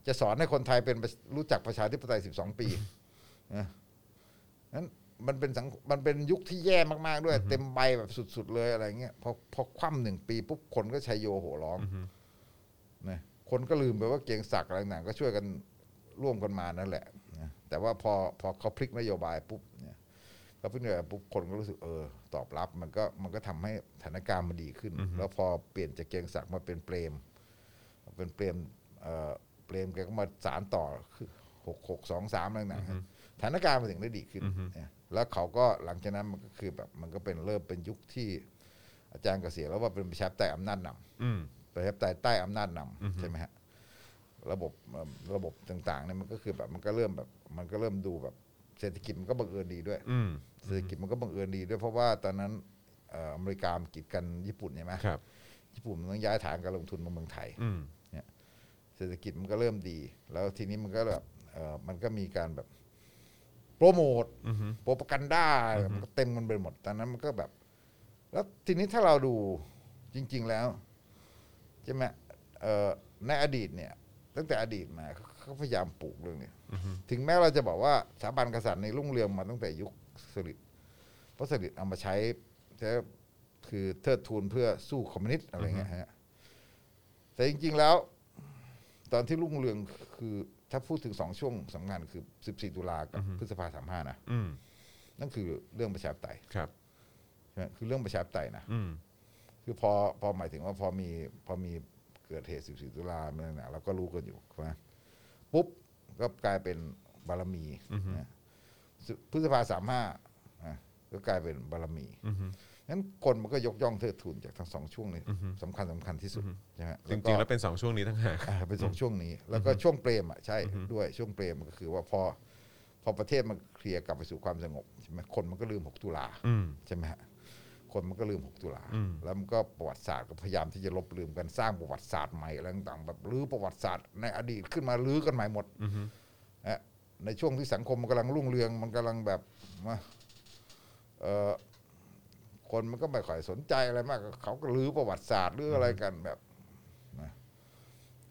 C: จะสอนให้คนไทยเป็นประรู้จักประชาธิปไตย 12 ปีนะนั้นมันเป็นสังมันเป็นยุคที่แย่มากๆด้วย เต็มใบแบบสุด ๆ เลยอะไรเงี้ยพอพอคว่ำหนึ่งปีปุ๊บคนก็ชัยโยโห่ร้องนะคนก็ลืมไปว่าเกียงศักดิ์อะไรต่างๆก็ช่วยกันร่วมกันมานั่นแหละนะแต่ว่าพอพอเขาพลิกนโยบายปุ๊บเนี่ยเขาพลิกนโยบายปุ๊บคนก็รู้สึกเออ ตอบรับมันก็มันก็ทำให้สถานการณ์มันดีขึ้น แล้วพอเปลี่ยนจากเกียงศักดิ์มาเป็นเปรม เป็นเปรมเอ่อเปรมแกก็มาสารต่อคือหกหกสองสามอะไรหนังสถานการณ์มันถึงได้ดีขึ้นนะแล้วเขาก็หลังจากนั้นมันก็คือแบบมันก็เป็นเริ่มเป็นยุคที่ อาจารย์เกษียณแล้วว่าเป็นประชาธิปไตยอำนาจนำ
B: อืม
C: ประชาธิปไตยใต้อำนาจนำใช่ไหมฮะระบบเอ่อระบบต่างๆเนี่ยมันก็คือแบบมันก็เริ่มแบบมันก็เริ่มดูแบบเศรษฐกิจมันก็บังเอิญดีด้วย
B: อืม
C: เศรษฐกิจมันก็บังเอิญดีด้วยเพราะว่าตอนนั้นเอ่ออเมริกามันกีดกันญี่ปุ่นใช่ไหม
B: ครับ
C: ญี่ปุ่นมันต้องย้ายฐานการลงทุนมาเมืองไทย
B: อืม
C: เศรษฐกิจมันก็เริ่มดี แล้วทีนี้มันก็แบบเอ่อมันก็มีการแบบโปรโมทโปรปกันด้ามันก็เต็มมันไปหมดตอนนั้นมันก็แบบ แล้วทีนี้ถ้าเราดูจริง ๆแล้วใช่ไหมเอ่อในอดีตเนี่ย ตั้งแต่อดีตมาเขาพยายามปลูกเรื่องเนี้ยถึงแม้เราจะบอกว่าสถาบันกษัตริย์ในรุ่งเรืองมาตั้งแต่ยุคสลิดเพราะสลิดเอามาใช้ใช้คือเทิดทูนเพื่อสู้คอมมิวนิสต์อะไรเงี้ยฮะแต่จริง ๆแล้ว ตอนที่รุ่งเรืองคือถ้าพูดถึงสองช่วงสำคัญคือ 14 ตุลากับพฤษภาสามห้านะ
B: อืม
C: นั่นคือเรื่องประชาธิปไตย
B: ครับ
C: ใช่ไหมคือเรื่องประชาธิปไตยนะ
B: อืม
C: คือพอพอหมายถึงว่าพอมีพอมีเกิดเหตุ 14 ตุลาเนี่ยนะเราก็รู้กันอยู่ใช่ไหมปุ๊บก็กลายเป็นบารมีนะพฤษภาสามห้าก็กลายเป็นบารมีงั้นคนมันก็ยกย่องเทิดทูนจากทั้งสองช่วงนี้สำคัญสำคัญที่สุดใช่ไหม
B: จ
C: แล้
B: ริ
C: ว
B: ง
C: ก็
B: ๆ แล้วเป็นสองช่วงนี้ทั้งหาก
C: อ่าเป็นสองช่วงนี้ แล้วก็ช่วงเปรมอ่ะใช่ด้วยช่วงเปรมก็คือว่าพอพอประเทศมันเคลียร์กลับไปสู่ความสงบใช่ไหมคนมันก็ลืม 6 ตุลา
B: อืม
C: ใช่ไหมฮะคนมันก็ลืม 6 ตุลา
B: อืม
C: แล้วมันก็ประวัติศาสตร์ก็พยายามที่จะลบลืมกันสร้างประวัติศาสตร์ใหม่อะไรต่างๆแบบรื้อประวัติศาสตร์ในอดีตขึ้นมารื้อกันใหม่หมดนะในช่วงที่สังคมมันกำลังรุ่งเรืองมันกำลังแบบมาเออคนมันก็ไม่ค่อยสนใจอะไรมากเขาก็รื้อประวัติศาสตร์รื้ออะไรกันแบบ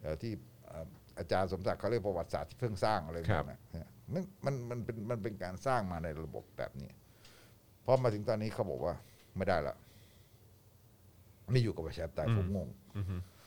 C: เอ่อที่เอ่ออาจารย์สมศักดิ์เขาเรียกประวัติศาสตร์ที่เพิ่งสร้างอะไร
B: ครับ
C: แบบนั้นนะมันมันมันเป็นมันเป็นการสร้างมาในระบบแบบนี้พอมาถึงตอนนี้เขาบอกว่าไม่ได้ละไม่อยู่กับประชาธิปไตยผมงง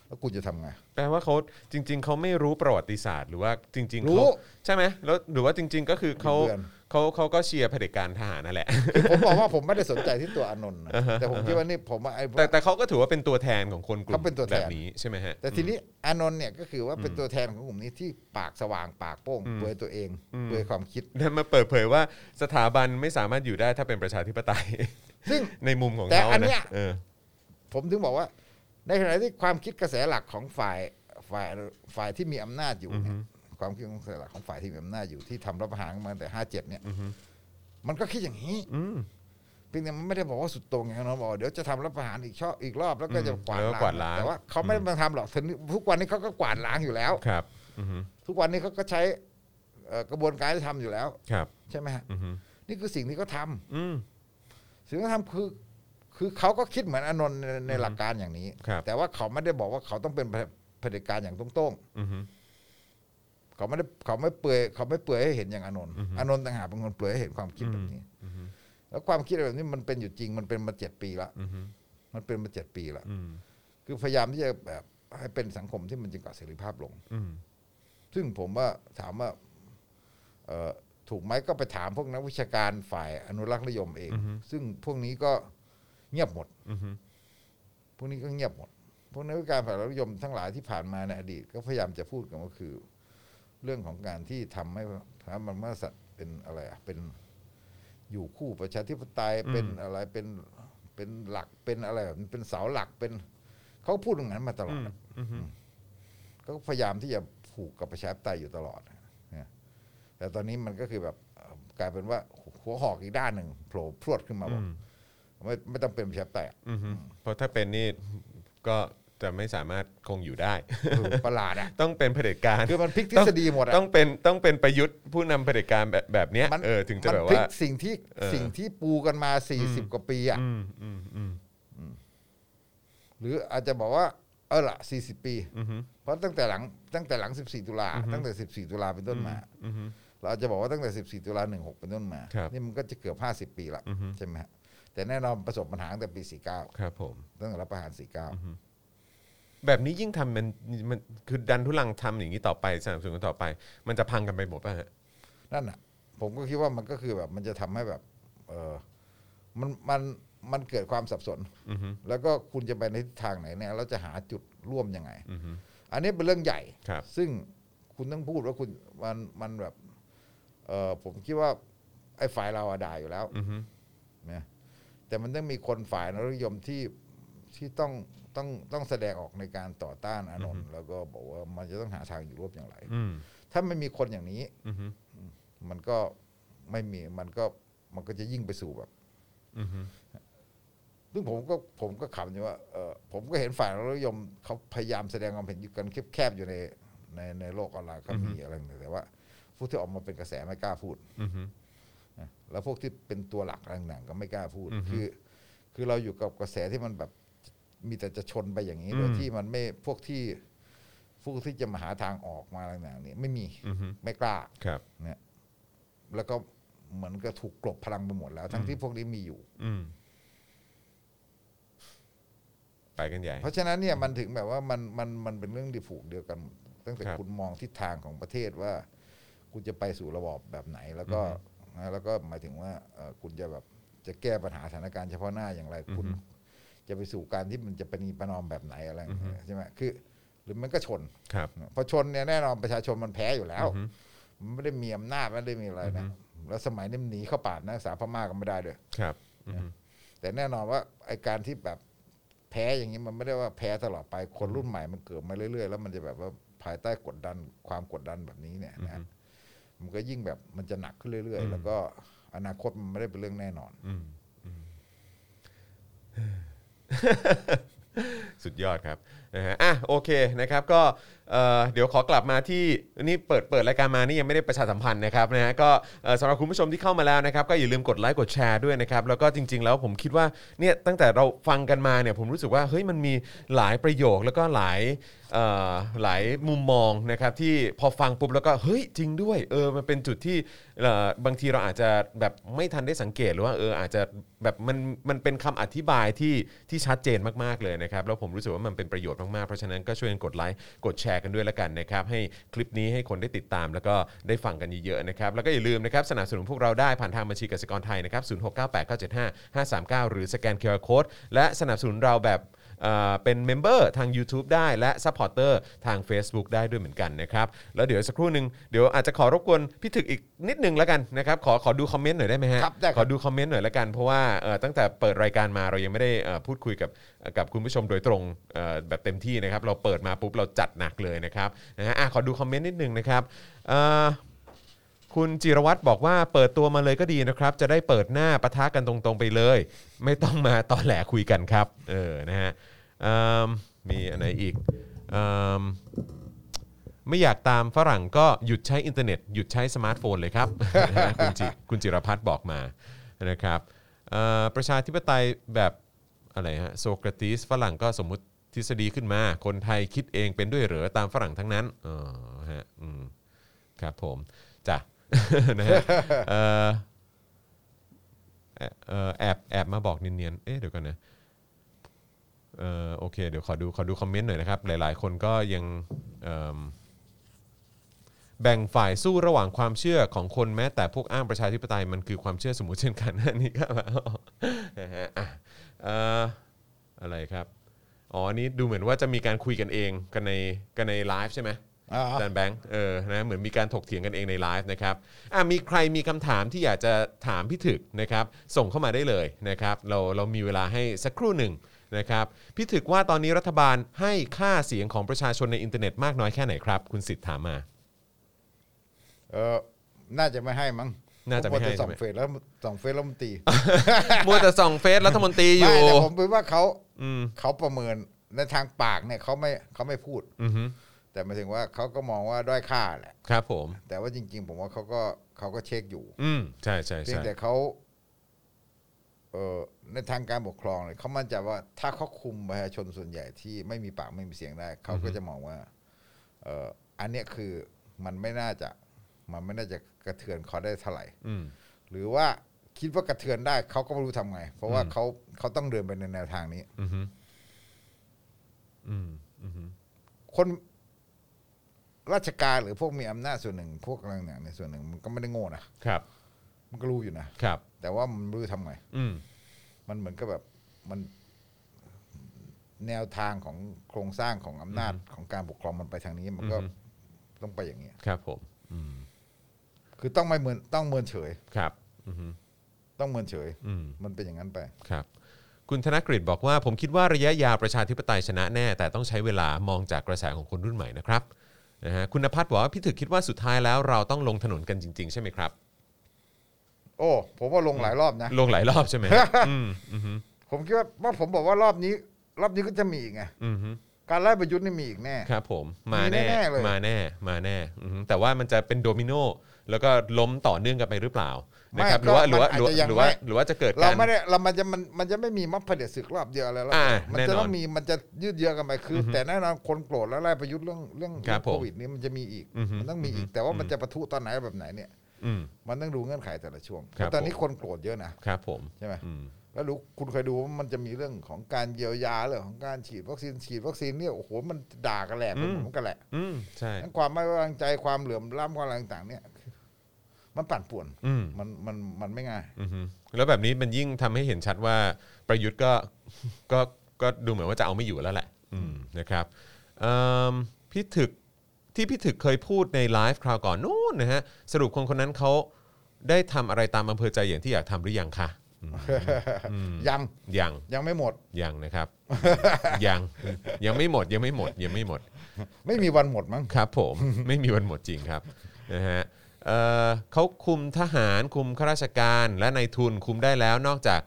C: แล้วกูจะทำไง
B: แปลว่าเขาจริง ๆ เขาไม่รู้ประวัติศาสตร์หรือว่าจริงๆ
C: รู้
B: เขาใช่ไหมแล้วหรือว่าจริง ๆ ก็คือเขา
C: เบื่อ
B: เขาเขาก็เชียร์เผด็จการทหารนั่นแหละ
C: คือผมบอกว่าผมไม่ได้สนใจที่ตัวอานนท์ นะแต่ผมคิดว่านี่ผมว่าไอ้
B: แต่แต่เขาก็ถือว่าเป็นตัวแทนของคนกลุ่ม
C: เขาเป็นตัวแทน
B: แบบนี้ใช่ไหมฮะ
C: แต่ทีนี้อานนท์เนี่ยก็คือว่าเป็นตัวแทนของกลุ่มนี้ที่ปากสว่างปากโป้งเปลือยตัวเองเปลือยความคิด
B: ได้มาเปิดเผยว่าสถาบันไม่สามารถอยู่ได้ถ้าเป็นประชาธิปไตย
C: ซึ่ง
B: ในมุมของ
C: แต่
B: เขา
C: อันเนี้ย
B: ะเออ
C: ผมถึงบอกว่า ในขณะที่ความคิดกระแสหลักของฝ่ายฝ่ายฝ่ายที่มีอำนาจอยู่เนี่ยความคิดของกระแสหลักของฝ่ายที่มีอำนาจอยู่ที่ทำรัฐประหารมาตั้งแต่ห้าเจ็ดเนี่ยมันก็คิดอย่างนี้เพียงแต่มันไม่ได้บอกว่าสุดโต่งอย่างนั้นบอกว่าเดี๋ยวจะทำรัฐประหารอีกชอบอีกรอบแล้วก็จะกวาด
B: แล้วก็กวาดล้าง
C: แต่ว่าเขาไม่ได้มาทำหรอกทีนี้ทุกวันนี้เขาก็กวาดล้างอยู่แล้ว
B: ครับอือฮึ
C: ทุกวันนี้เขาก็ใช้เอ่อกระบวนการที่ทำอยู่แล้ว
B: ครับ
C: ใช่ไหมฮะ
B: อือฮึ
C: นี่คือสิ่งที่เขาทำ
B: อืม
C: สิ่งที่เขาทำคือ คือเขาก็คิดเหมือนอานนท์ในในหลักการอย่างนี้
B: ครับ
C: แต่ว่าเขาไม่ได้บอกว่าเขาต้องเป็นเผเผด็จการอย่างตรง
B: อือฮึ
C: ๆเขาไม่ได้เขาไม่เปลือยเขาไม่เปลือยให้เห็นอย่างอานนท์อานนท์ต่างหากเป็นคนเปลือยให้เห็นความคิดแบบนี้แล้วความคิดแบบนี้มันเป็นอยู่จริงมันเป็นมาเจ็ดปีละ
B: อือฮึ
C: มันเป็นมาเจ็ดปีละ
B: อืม
C: คือพยายามที่จะแบบให้เป็นสังคมที่มันจะเกิดเสรีภาพลง
B: อืม
C: ซึ่งผมว่าถามว่าเอ่อถูกไหมก็ไปถามพวกนักวิชาการฝ่ายอนุรักษ์นิยมเอง ซึ่งพวกนี้ก็เงียบหมด
B: อือฮึ
C: พวกนี้ก็เงียบหมด พวกนักวิชาการฝ่ายอนุรักษ์นิยมทั้งหลายที่ผ่านมาในอดีต ก็พยายามจะพูดกันก็คือ เรื่องของการที่ทำให้พระมหากษัตริย์เป็นอะไรอะเป็นอยู่คู่ประชาธิปไตยเป็นอะไรเป็นเป็นหลักเป็นอะไรแบบนี้เป็นเสาหลักเป็นเขาพูดอย่างนั้นมาตลอดอะ
B: อือฮึ
C: ก็พยายามที่จะผูกกับประชาธิปไตยอยู่ตลอดนะแต่ตอนนี้มันก็คือแบบเอ่อกลายเป็นว่าหัวหอกอีกด้านหนึ่งโผล่พรวดขึ้นมาบอกไม่ไม่ต้องเป็นประชาธิปไตยอะ
B: อือฮึเพราะถ้าเป็นนี่ก็จะไม่สามารถคงอยู่ได้
C: เออประหลาดอ่ะ
B: ต้องเป็นเผด็จการ
C: คือมันพลิ กทฤษฎีหมดอ่ะ
B: ต้องเป็นต้องเป็นประยุทธ์ผู้นำเผด็จการแบบแบบเนี้ย
C: มัน
B: เออถึงจะแบบ
C: มันพลิ
B: ว่า
C: กสิ่งที่
B: เออ
C: สิ่งที่ปูกันมาสี่สิบกว่าปีอ่ะ
B: อืมอืมอืม
C: หรืออาจจะบอกว่า เออละสี่สิบปี เพราะตั้งแต่หลังตั้งแต่หลังสิบสี่ตุลาตั้งแต่สิบสี่ตุลาเป็นต้นมา
B: อือฮึ
C: เราอาจจะบอกว่าตั้งแต่ 14 ตุลา16 เป็นต้นมา
B: ครับ
C: นี่มันก็จะเกือบ 50 ปีละใช่ไหมฮะ แต่แน่นอนประสบปัญหาตั้งแต่ปี 49
B: ครับผม
C: ตั้งแต่รัฐประหาร
B: แบบนี้ยิ่งทำมันมันคือดันทุลังทำอย่างนี้ต่อไปสนับสนุนกันต่อไป มันจะพังกันไปหมดป่ะฮะ
C: 49 นั่นน่ะ ผมก็คิดว่ามันก็คือแบบมันจะทำให้แบบเออมันมันมันเกิดความสับสน แล้วก็คุณจะไปในทิศทางไหนเนี่ยแล้วจะหาจุดร่วมยังไง อันนี้เป็นเรื่องใหญ่
B: ครับ
C: ซึ่งคุณต้องพูดว่าคุณมันมันแบบเออผมคิดว่าไอ้ฝ่ายเราอะด่าอยู่แล้ว
B: อือฮึ
C: นะแต่มันต้องมีคนฝ่ายนรนิยมที่ที่ต้องต้องต้องแสดงออกในการต่อต้านอานนท์แล้วก็บอกว่ามันจะต้องหาทางอยู่ร่วมอย่างไร
B: อืม
C: ถ้าไม่มีคนอย่างนี้
B: อือฮึ
C: มันก็ไม่มีมันก็มันก็จะยิ่งไปสู่แบบ
B: อือฮึ
C: ซึ่งผมก็ผมก็ขำอยู่ว่าเออผมก็เห็นฝ่ายนรนิยมเขาพยายามแสดงความเห็นอยู่กันแคบๆอยู่ในในในโลกออนไลน์ก็มีอะไรอย่างเงี้ยแต่ว่าผู้ที่ออกมาเป็นกระแสไม่กล้าพูด
B: อือฮึ
C: นะแล้วพวกที่เป็นตัวหลักอะไรต่างๆก็ไม่กล้าพูด
B: อือฮึ
C: คือ คือเราอยู่กับกระแสที่มันแบบมีแต่จะชนไปอย่างนี้โดย
B: อืม
C: ที่มันไม่พวกที่พวกที่จะมาหาทางออกมาอะไรต่างๆเนี่ยไม่มี
B: อือฮึ
C: ไม่กล้า
B: ครับ
C: เนี่ยแล้วก็เหมือนก็ถูกกลบพลังไปหมดแล้ว ทั้งที่พวกนี้มีอยู่
B: อืมไปกันใหญ่
C: เพราะฉะนั้นเนี่ยมันถึงแบบว่ามันมันมันเป็นเรื่องดีผูกเดียวกันหมดตั้งแต่
B: ครับ
C: คุณมองทิศทางของประเทศว่า คุณจะไปสู่ระบอบแบบไหน แล้วก็นะแล้วก็หมายถึงว่าเอ่อคุณจะแบบจะแก้ปัญหาสถานการณ์เฉพาะหน้าอย่างไร คุณ จะไปสู่การที่มันจะประนีประนอมแบบไหนอะไรอย่างเงี้ยใช่ไหมคือ หรือมันก็ชน
B: ครับ
C: พอชนเนี่ยแน่นอนประชาชนมันแพ้อยู่แล้ว
B: อือฮึ
C: มันไม่ได้มีอำนาจไม่ได้มีอะไรนะแล้วสมัยนี้มันหนีเข้าป่านะสาพม่าก็ไม่ได้ด้วย
B: ครับอือฮึ
C: แต่แน่นอนว่าไอการที่แบบแพ้อย่างนี้มันไม่ได้ว่าแพ้ตลอดไปคนรุ่นใหม่มันเกิดมาเรื่อยๆ แล้วมันจะแบบว่าภายใต้กดดันความกดดันแบบนี้เนี่ยนะมันก็ยิ่งแบบมันจะหนักขึ้นเรื่อย ๆ แล้วก็อนาคตมันไม่ได้เป็นเรื่องแน่นอน
B: อืมอืม สุดยอดครับนะฮะอ่ะโอเคนะครับ ก็เอ่อเดี๋ยวขอกลับมาที่นี่เปิดเปิดรายการมานี่ยังไม่ได้ประชาสัมพันธ์นะครับนะฮะก็เอ่อสำหรับคุณผู้ชมที่เข้ามาแล้วนะครับ ก็อย่าลืมกดไลค์กดแชร์ด้วยนะครับ แล้วก็จริง ๆ แล้วผมคิดว่าเนี่ยตั้งแต่เราฟังกันมาเนี่ยผมรู้สึกว่าเฮ้ยมันมีหลายประโยคแล้วก็หลายเอ่อหลายมุมมองนะครับ ที่พอฟังปุ๊บแล้วก็เฮ้ยจริงด้วยเออมันเป็นจุดที่เอ่อบางทีเราอาจจะแบบไม่ทันได้สังเกตหรือว่าเอออาจจะแบบมันมันเป็นคำอธิบายที่ที่ชัดเจนมากๆเลยนะครับ แล้วผมรู้สึกว่ามันเป็นประโยชน์มากๆ เพราะฉะนั้นก็ช่วยกันกดไลค์กดแชร์กันด้วยละกันนะครับ ให้คลิปนี้ให้คนได้ติดตาม แล้วก็ได้ฟังกันเยอะๆนะครับ แล้วก็อย่าลืมนะครับสนับสนุนพวกเราได้ผ่านทางบัญชีกสิกรไทยนะครับ0 6 9 8 9 7 5 5 3 9 หรือสแกนเคอร์โคดและสนับสนุนเราแบบ เอ่อเป็นเมมเบอร์ทาง YouTube ได้และซัพพอร์เตอร์ทาง Facebook ได้ด้วยเหมือนกันนะครับ แล้วเดี๋ยวสักครู่หนึ่งเดี๋ยวอาจจะขอรบกวนพี่ถึกอีกนิดนึงแล้วกันนะครับขอขอดูคอมเมนต์หน่อยได้ไหมฮะ
C: ครับได้ครับ
B: ขอดูคอมเมนต์หน่อยละกันเพราะว่าเอ่อตั้งแต่เปิดรายการมาเรายังไม่ได้เอ่อพูดคุยกับเอ่อกับคุณผู้ชมโดยตรงเอ่อแบบเต็มที่นะครับ เราเปิดมาปุ๊บเราจัดหนักเลยนะครับนะฮะอ่ะขอดูคอมเมนต์นิดนึงนะครับเอ่อ คุณจิรวัตรบอกว่าเปิดตัวมาเลยก็ดีนะครับ จะได้เปิดหน้าปะทะกันตรงๆไปเลย ไม่ต้องมาตอแหลคุยกันครับ เออนะฮะเอิ่มมีอันไหนอีกเอิ่มไม่อยากตามฝรั่งก็หยุดใช้อินเทอร์เน็ต หยุดใช้สมาร์ทโฟนเลยครับ นะฮะคุณจิคุณจิรพัฒน์บอกมานะครับเอ่อประชาธิปไตยแบบอะไรฮะโซกราติสฝรั่งก็สมมติทฤษฎีขึ้นมา คนไทยคิดเองเป็นด้วยเหรอตามฝรั่งทั้งนั้นอ๋อฮะอืม ครับผมจ้ะ นะฮะเอ่อเอ่อแอบแอบมาบอกเนียนๆเอ๊ะเดี๋ยวก่อนนะเอ่อโอเค เดี๋ยวขอดูขอดูคอมเมนต์หน่อยนะครับ หลาย ๆ คนก็ยังเอิ่มแบ่งฝ่ายสู้ระหว่างความเชื่อของคนแม้แต่พวกอ้างประชาธิปไตยมันคือความเชื่อสมมุติเช่นกัน อันนี้ก็แบบนะฮะอ่ะเอ่ออะไรครับอ๋ออันนี้ดูเหมือนว่าจะมีการคุยกันเองกันในกันในไลฟ์ใช่ไหม
C: อ่า
B: อาจารย์แบงค์เออนะเหมือนมีการถกเถียงกันเองในไลฟ์นะครับอ่ะมีใครมีคำถามที่อยากจะถามพี่ถึกนะครับ ส่งเข้ามาได้เลยนะครับ เราเรามีเวลาให้สักครู่หนึ่งนะครับพี่ถึกว่าตอนนี้รัฐบาลให้ค่าเสียงของประชาชนในอินเทอร์เน็ตมากน้อยแค่ไหนครับ คุณสิทธิ์ถามมา
C: เออน่าจะไม่ให้มั้ง
B: น่าจะไม่ให้
C: ผว่
B: ใช่
C: ส่อง
B: ไหม
C: เฟซแล้วส่องเฟซแล้วมันตี
B: มัวแต่ส่องเฟซรัฐมนตรีอยู่
C: ไม่แต่ผมคิดว่าเขา
B: อืม
C: เขาประเมินในทางปากเนี่ยเขาไม่เขาไม่พูด
B: อือฮึ
C: แต่หมายถึงว่าเขาก็มองว่าด้อยค่าแหละ
B: ครับผม
C: แต่ว่าจริง ๆ ผมว่าเขาก็เขาก็เช็คอยู่
B: อืมใช่ใช่
C: เพียง
B: ใช่
C: แต่เขาเออในทางการปกครองเนี่ยเขามั่นใจว่าถ้าเขาคุมประชาชนส่วนใหญ่ที่ไม่มีปากไม่มีเสียงได้ เขาก็จะมองว่า เอออันเนี้ยคือมันไม่น่าจะ มันไม่น่าจะกระเทือนเขาได้เท่าไหร่
B: อืม
C: หรือว่าคิดว่ากระเทือนได้เขาก็ไม่รู้ทำไง เพราะว่าเขาเขาต้องเดินไปในแนวทางนี้
B: อือฮึอืมอือฮึ
C: คนราชการหรือพวกมีอำนาจส่วนหนึ่ง พวกอะไรอย่างในยส่วนหนึ่งมันก็ไม่ได้โง่นะครับ มันก็รู้อยู่นะครับ แต่ว่ามันไม่รู้ทำไง
B: อืม
C: มันเหมือนกับแบบมัน แนวทางของโครงสร้างของอำนาจของการปกครองมันไปทางนี้มันก็ต้องไปอย่างเงี้ย
B: ครับผมอืม
C: คือต้องไม่เหมือนต้องเมินเฉย
B: ครับอือฮึ
C: ต้องเมินเฉย
B: อืม
C: มันเป็นอย่างนั้นไป
B: ครับ คุณธนกฤษบอกว่าผมคิดว่าระยะยาวประชาธิปไตยชนะแน่ แต่ต้องใช้เวลามองจากกระแสของคนรุ่นใหม่นะครับนะฮะคุณนภัทรบอกว่าพี่ถึกคิดว่าสุดท้ายแล้วเราต้องลงถนนกันจริง ๆ ใช่ไหมครับ
C: โอ้ผมว่าลงหลายรอบนะ
B: ลงหลายรอบใช่ไหม อืมอืม
C: ผมคิดว่าว่าผมบอกว่ารอบนี้ รอบนี้ก็จะมีอีกไง
B: อืม
C: การไล่ประยุทธ์นี่มีอีกแน่
B: ครับผมมา
C: มี
B: แน่
C: แน่ๆเลย
B: มาแน่มาแน่อือฮึแต่ว่ามันจะเป็นโดมิโนแล้วก็ล้มต่อเนื่องกันไปหรือเปล่านะครับหรือว่าหรือว่าหรือว่าหรือว่าหรือว่าจะเกิด
C: เรา
B: การ
C: ไม่ได้เรามันจะมันมันจะไม่มีมัฟเผด็จศึกรอบเดียวอะไรแล้ว
B: อ่า
C: มั
B: แน่นอน
C: จะต้องมีมันจะยืดเยื้อกันไปคือ แต่แน่นอนคนโกรธแล้วไล่ประยุทธ์เรื่องเรื่อง
B: ครับผม
C: โควิดนี้มันจะมีอีก
B: อือฮึ
C: มันต้องมีอีก แต่ว่ามันจะปะทุตอนไหนแบบไหนเนี่ย
B: อืม
C: มันต้องดูเงื่อนไขแต่ละช่วง
B: ครับ
C: แต่ตอนนี้คนโกรธเยอะนะครับ
B: ผม
C: ใช่ไหม
B: อืม
C: แล้วรู้คุณเคยดูว่ามันจะมีเรื่องของการเยียวยาเรื่องของการฉีดวัคซีนฉีดวัคซีนเนี่ยโอ้โหมันด่ากันแหลกไปหมดเหมือนกันแหละ
B: อืมใช่
C: ทั้งความไม่ไว้วางใจความเหลื่อมล้ำความอะไรต่างๆเนี่ย มันปั่นป่วน
B: อืม
C: มันมันมันไม่ง่าย
B: อือฮึแล้วแบบนี้มันยิ่งทำให้เห็นชัดว่าประยุทธ์ก็ ก็ก็ดูเหมือนว่าจะเอาไม่อยู่แล้วแหละอืมนะครับเอิ่มพี่ถึกที่พี่ถึกเคยพูดในไลฟ์คราวก่อนนู่นนะฮะสรุปคนคนนั้นเขาได้ทำอะไรตามอำเภอใจอย่างที่อยากทำหรือยังคะอืม
C: ยัง
B: ยัง
C: ยังไม่หมด
B: ยังนะครับ ยังยังไม่หมดยังไม่หมดยังไม่หมด
C: ไม่มีวันหมดมั้ง
B: ครับผม ไม่มีวันหมดจริงครับนะฮะเอ่อเขาคุมทหารคุมข้าราชการและในายทุนคุมได้แล้วนอกจาก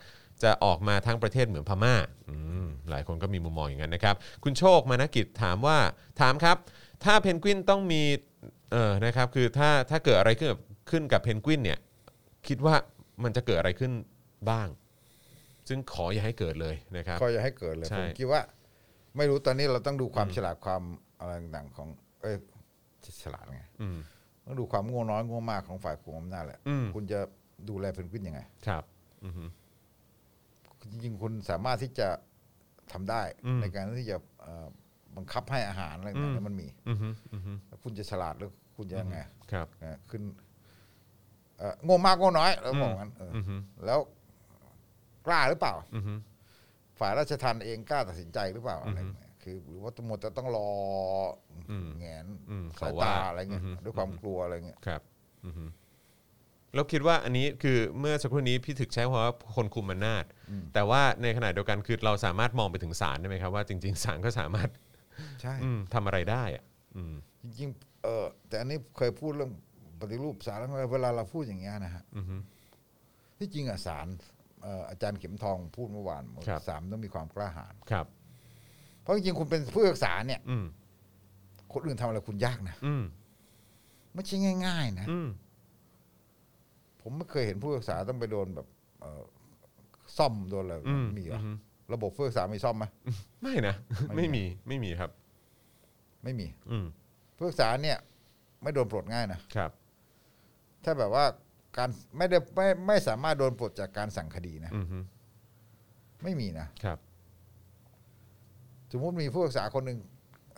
B: จะออกมาทั้งประเทศเหมือนพม่าอืมหลายคนก็มีมุมมองอย่างนั้นนะครับ คุณโชคมานกิจถามว่าถามครับ ถ้าเพนกวินต้องมีเออนะครับคือถ้าถ้าเกิดอะไรขึ้นกับขึ้นกับเพนกวินเนี่ยคิดว่ามันจะเกิดอะไรขึ้นบ้าง ซึ่งขออย่าให้เกิดเลยนะครับ
C: ก็จะให้เกิดเลย
B: ใช่
C: ผมคิดว่า ไม่รู้ตอนนี้เราต้องดูความฉลาดความอะไรต่างๆของ เอ้ยฉลาดไง
B: อืม
C: ต้องดูความโง่น้อยโง่มากของฝ่ายคุมอำนาจแหละ
B: อืม
C: คุณจะดูแลเพนกวินยังไง
B: ครับอือฮึ
C: จริงๆคุณสามารถที่จะทำได้
B: อืม
C: ในการที่จะเอ่อบังคับให้อาหารอะไร
B: อื
C: ต่างๆ
B: ม
C: เนี่ยมันมี
B: อือฮึอือฮึ
C: แล้วคุณจะฉลาดหรือคุณจะยังไง
B: ครับ
C: นะขึ้นเอ่อโง่มากโง่น้อยเราบอกงั้นเอออ
B: อือฮึ
C: แล้วกล้าหรือเปล่า
B: อือฮึ
C: ฝ่ายราชทันเองกล้าตัดสินใจหรือเปล่าอะไรเงี้ยคือหรือว่าตำรวจจะต้องรออ
B: ม
C: แงน
B: อืม
C: สาย
B: เขาว่า
C: ตาอะไรเงี้ย
B: อือฮึ
C: ด้วยความกลัวอะไรเงี้ย
B: ครับอือฮึแล้วคิดว่าอันนี้คือเมื่อสักครู่นี้พี่ถึกใช้คำว่าคนคุมอำนาจ แต่ว่าในขณะเดียวกันคือเราสามารถมองไปถึงศาลได้ไหมครับว่าจริงๆศาลก็สามารถ
C: ใช่
B: อืมทำอะไรได้อะอืม
C: จริงๆเออแต่อันนี้เคยพูดเรื่องปฏิรูปสารแล้วเวลาเราพูดอย่างเงี้ยนะฮะ
B: อือฮึ
C: ที่จริงอ่ะสารเอ่ออาจารย์เข็มทองพูดเมื่อวานบอก
B: ครับ
C: สามต้องมีความกล้าหาญ
B: ครับ
C: เพราะจริงๆคุณเป็นผู้รักษาเนี่ย
B: อืม
C: คนอื่นทำอะไรคุณยากนะ
B: อืม
C: ไม่ใช่ง่าย ๆ นะ
B: อืม
C: ผมไม่เคยเห็นผู้ศึกษาต้องไปโดนแบบเอ่อซ่อมโดนอะไร
B: อืม
C: มีเหรออ
B: ฮึ
C: ระบบผู้ศึกษามีซ่อมไหม
B: ไม่นะ
C: ไม่
B: ไม่มี
C: มี
B: ไม่มีครับ
C: ไม่มี
B: อืม
C: ผู้ศึกษาเนี่ย ไม่โดนปลดง่ายนะครับ ถ้าแบบว่าการไม่ได้ไม่ไม่สามารถโดนปลดจากการสั่งคดีนะ
B: อือฮึ
C: ไม่มีนะครับ สมมติมีผู้ศึกษาคนหนึ่ง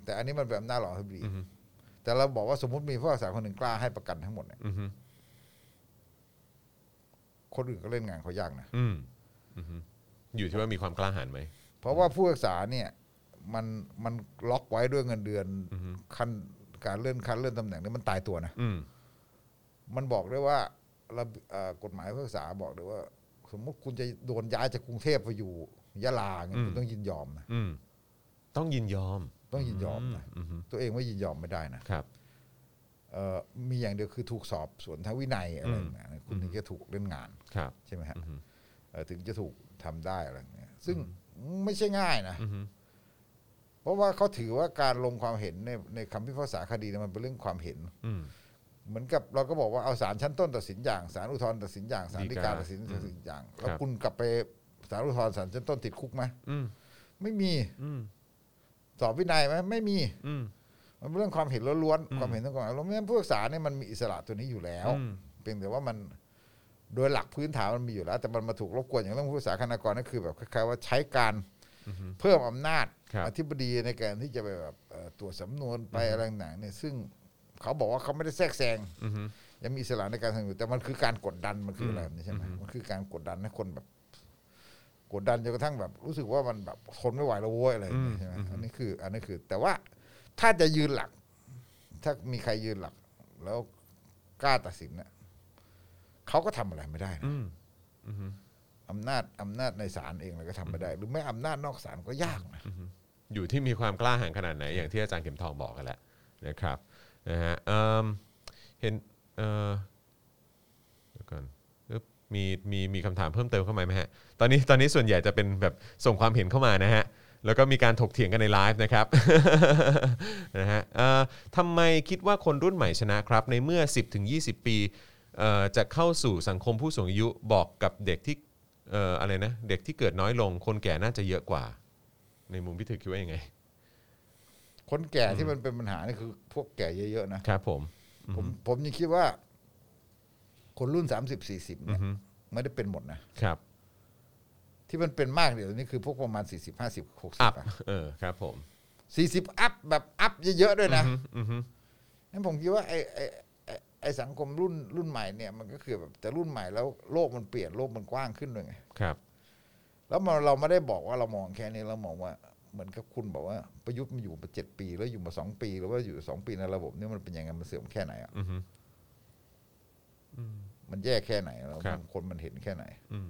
C: แต่อันนี้มันเป็นอำนาจหลอทบดี
B: อือฮึ
C: แต่เราบอกว่าสมมติมีผู้ศึกษาคนหนึ่งกล้าให้ประกันทั้งหมดเนี่ย
B: อือฮึ
C: คนอื่นก็เล่นงานเขายากนะ
B: อืมอือฮึอยู่ที่ว่ามีความกล้าหาญไหม
C: เพราะว่าผู้ศึกษาเนี่ย มันมันล็อกไว้ด้วยเงินเดือน
B: อือฮึ
C: ขั้นการเลื่อนขั้นเลื่อนตำแหน่งเนี่ยมันตายตัวนะ
B: อืม
C: มันบอกด้วยว่าระเบีเอ่อกฎหมายผู้พิพากษาบอกด้วยว่า สมมติคุณจะโดนย้ายจากกรุงเทพไปอยู่ยะลาเงี้ยคุณต้องยินยอมนะ
B: อืมต้องยินยอม
C: ต้องยินยอมนะ
B: อือฮึ
C: ตัวเองไม่ยินยอมไม่ได้นะครับ เอ่อมีอย่างเดียวคือถูกสอบสวนทางวินัยอะไรอย่างเงี้ยนะคุณถึงจะถูกเล่นงาน
B: ครับ
C: ใช่ไหมฮะ
B: อือฮึ
C: เอ่อถึงจะถูกทำได้อะไรอย่างเงี้ยซึ่งไม่ใช่ง่ายนะ
B: อือฮึ
C: เพราะว่าเขาถือว่าการลงความเห็นในในคำพิพากษาคดีเนี่ยมันเป็นเรื่องความเห็น
B: อืม
C: เหมือนกับเราก็บอกว่าเอาศาลชั้นต้นตัดสินอย่างศาลอุทธรณ์ตัดสินอย่างศาลฎีกา
B: ฎีกา
C: ตัดสินตัดสินอย่าง
B: ครับ
C: แล้วคุณกลับไปศาลอุทธรณ์ศาลชั้นต้นติดคุกไหม
B: อืม
C: ไม่มี
B: อืม
C: สอบวินัยไหมไม่มี
B: อืม
C: มันเป็นเรื่องความเห็นล้วนๆความเห็นต่างๆแล้วไม่งั้นผู้ศึกษาเนี่ยมันมีอิสระตัวนี้อยู่แล้ว
B: อืม
C: เพียงแต่ว่ามันโดยหลักพื้นฐานมันมีอยู่แล้ว แต่มันมาถูกรบกวนอย่างเรื่องผู้ศึกษาคณะกรนั่นคือแบบคล้ายๆว่าใช้การ
B: อือฮึ
C: เพิ่มอำนาจ
B: ครับ
C: อธิบดีในการที่จะไปแบบเอ่อตรวจสำนวนไปอะไรต่างๆเนี่ยซึ่งเขาบอกว่าเขาไม่ได้แทรกแซง
B: อือฮึ
C: ยังมีอิสระในการทำอยู่แต่มันคือการกดดันมันคืออะไรแบบนี้ใช่ไหม
B: อืม
C: มันคือการกดดันให้คนแบบ กดดันจนกระทั่งแบบรู้สึกว่ามันแบบทนไม่ไหวแล้วโว้ยอะไรอย่างเงี้
B: อื
C: ย
B: ม
C: ใช่ไหม
B: อืม
C: อันนี้คืออันนี้คือ แต่ว่าถ้าจะยืนหลัก ถ้ามีใครยืนหลัก แล้วกล้าตัดสินเนี่ยเขาก็ทำอะไรไม่ได้นะ
B: อืมอืม
C: อำนาจอำนาจในศาลเองเราก็ทำไม่ได้ หรือไม่อำนาจนอกศาลก็ยากนะ
B: อยู่ที่มีความกล้าหาญขนาดไหน อย่างที่อาจารย์เข็มทองบอกกันแหละนะครับนะฮะเอิ่มเห็นเอ่อเดี๋ยวก่อนอึ๊บมีมีมีคำถามเพิ่มเติมเข้ามาไหมฮะตอนนี้ตอนนี้ส่วนใหญ่จะเป็นแบบส่งความเห็นเข้ามานะฮะแล้วก็มีการถกเถียงกันในไลฟ์นะครับ นะฮะเอ่อทำไมคิดว่าคนรุ่นใหม่ชนะครับ ในเมื่อ 10ถึง20 ปีเอ่อจะเข้าสู่สังคมผู้สูงอายุบอกกับเด็กที่เอ่ออะไรนะเด็กที่เกิดน้อยลง คนแก่น่าจะเยอะกว่า ในมุมพี่ถือคิดว่ายังไง
C: คนแก่ที่มันเป็นปัญหานี่คือ พวกแก่เยอะๆนะ
B: ครับผม
C: ผมผมยังคิดว่า คนรุ่นสามสิบสี่สิบเนี่ยไม่ได้เป็นหมดนะ
B: ครับ
C: ที่มันเป็นมากเดี๋ยวนี้คือพวกประมาณสี่สิบห้าสิบหกสิ
B: อั
C: บ
B: พ เออ ครับผม
C: สี่สิบอัพแบบอัพเยอะๆด้วยนะ
B: อืมอืมฮึ
C: นั่นผมคิดว่าไอ้ไอ้ไอ้ไอ้สังคมรุ่นรุ่นใหม่เนี่ยมันก็คือแบบแต่รุ่นใหม่แล้วโลกมันเปลี่ยนโลกมันกว้างขึ้นด้วยไง
B: ครับ
C: แล้วมันเราไม่ได้บอกว่าเรามองแค่นี้เรามองว่าเหมือนกับคุณบอกว่าประยุทธ์มาอยู่มาเจ็ดปี แล้วอยู่มาสองปีหรือว่าอยู่สองปีในระบบเนี่ยมันเป็นยังไงมันเสื่อมแค่ไหนอ่ะ
B: อืมฮึ
C: มันแย่แค่ไหนแล้ว
B: ครับ
C: คนมันเห็นแค่ไหน
B: อืม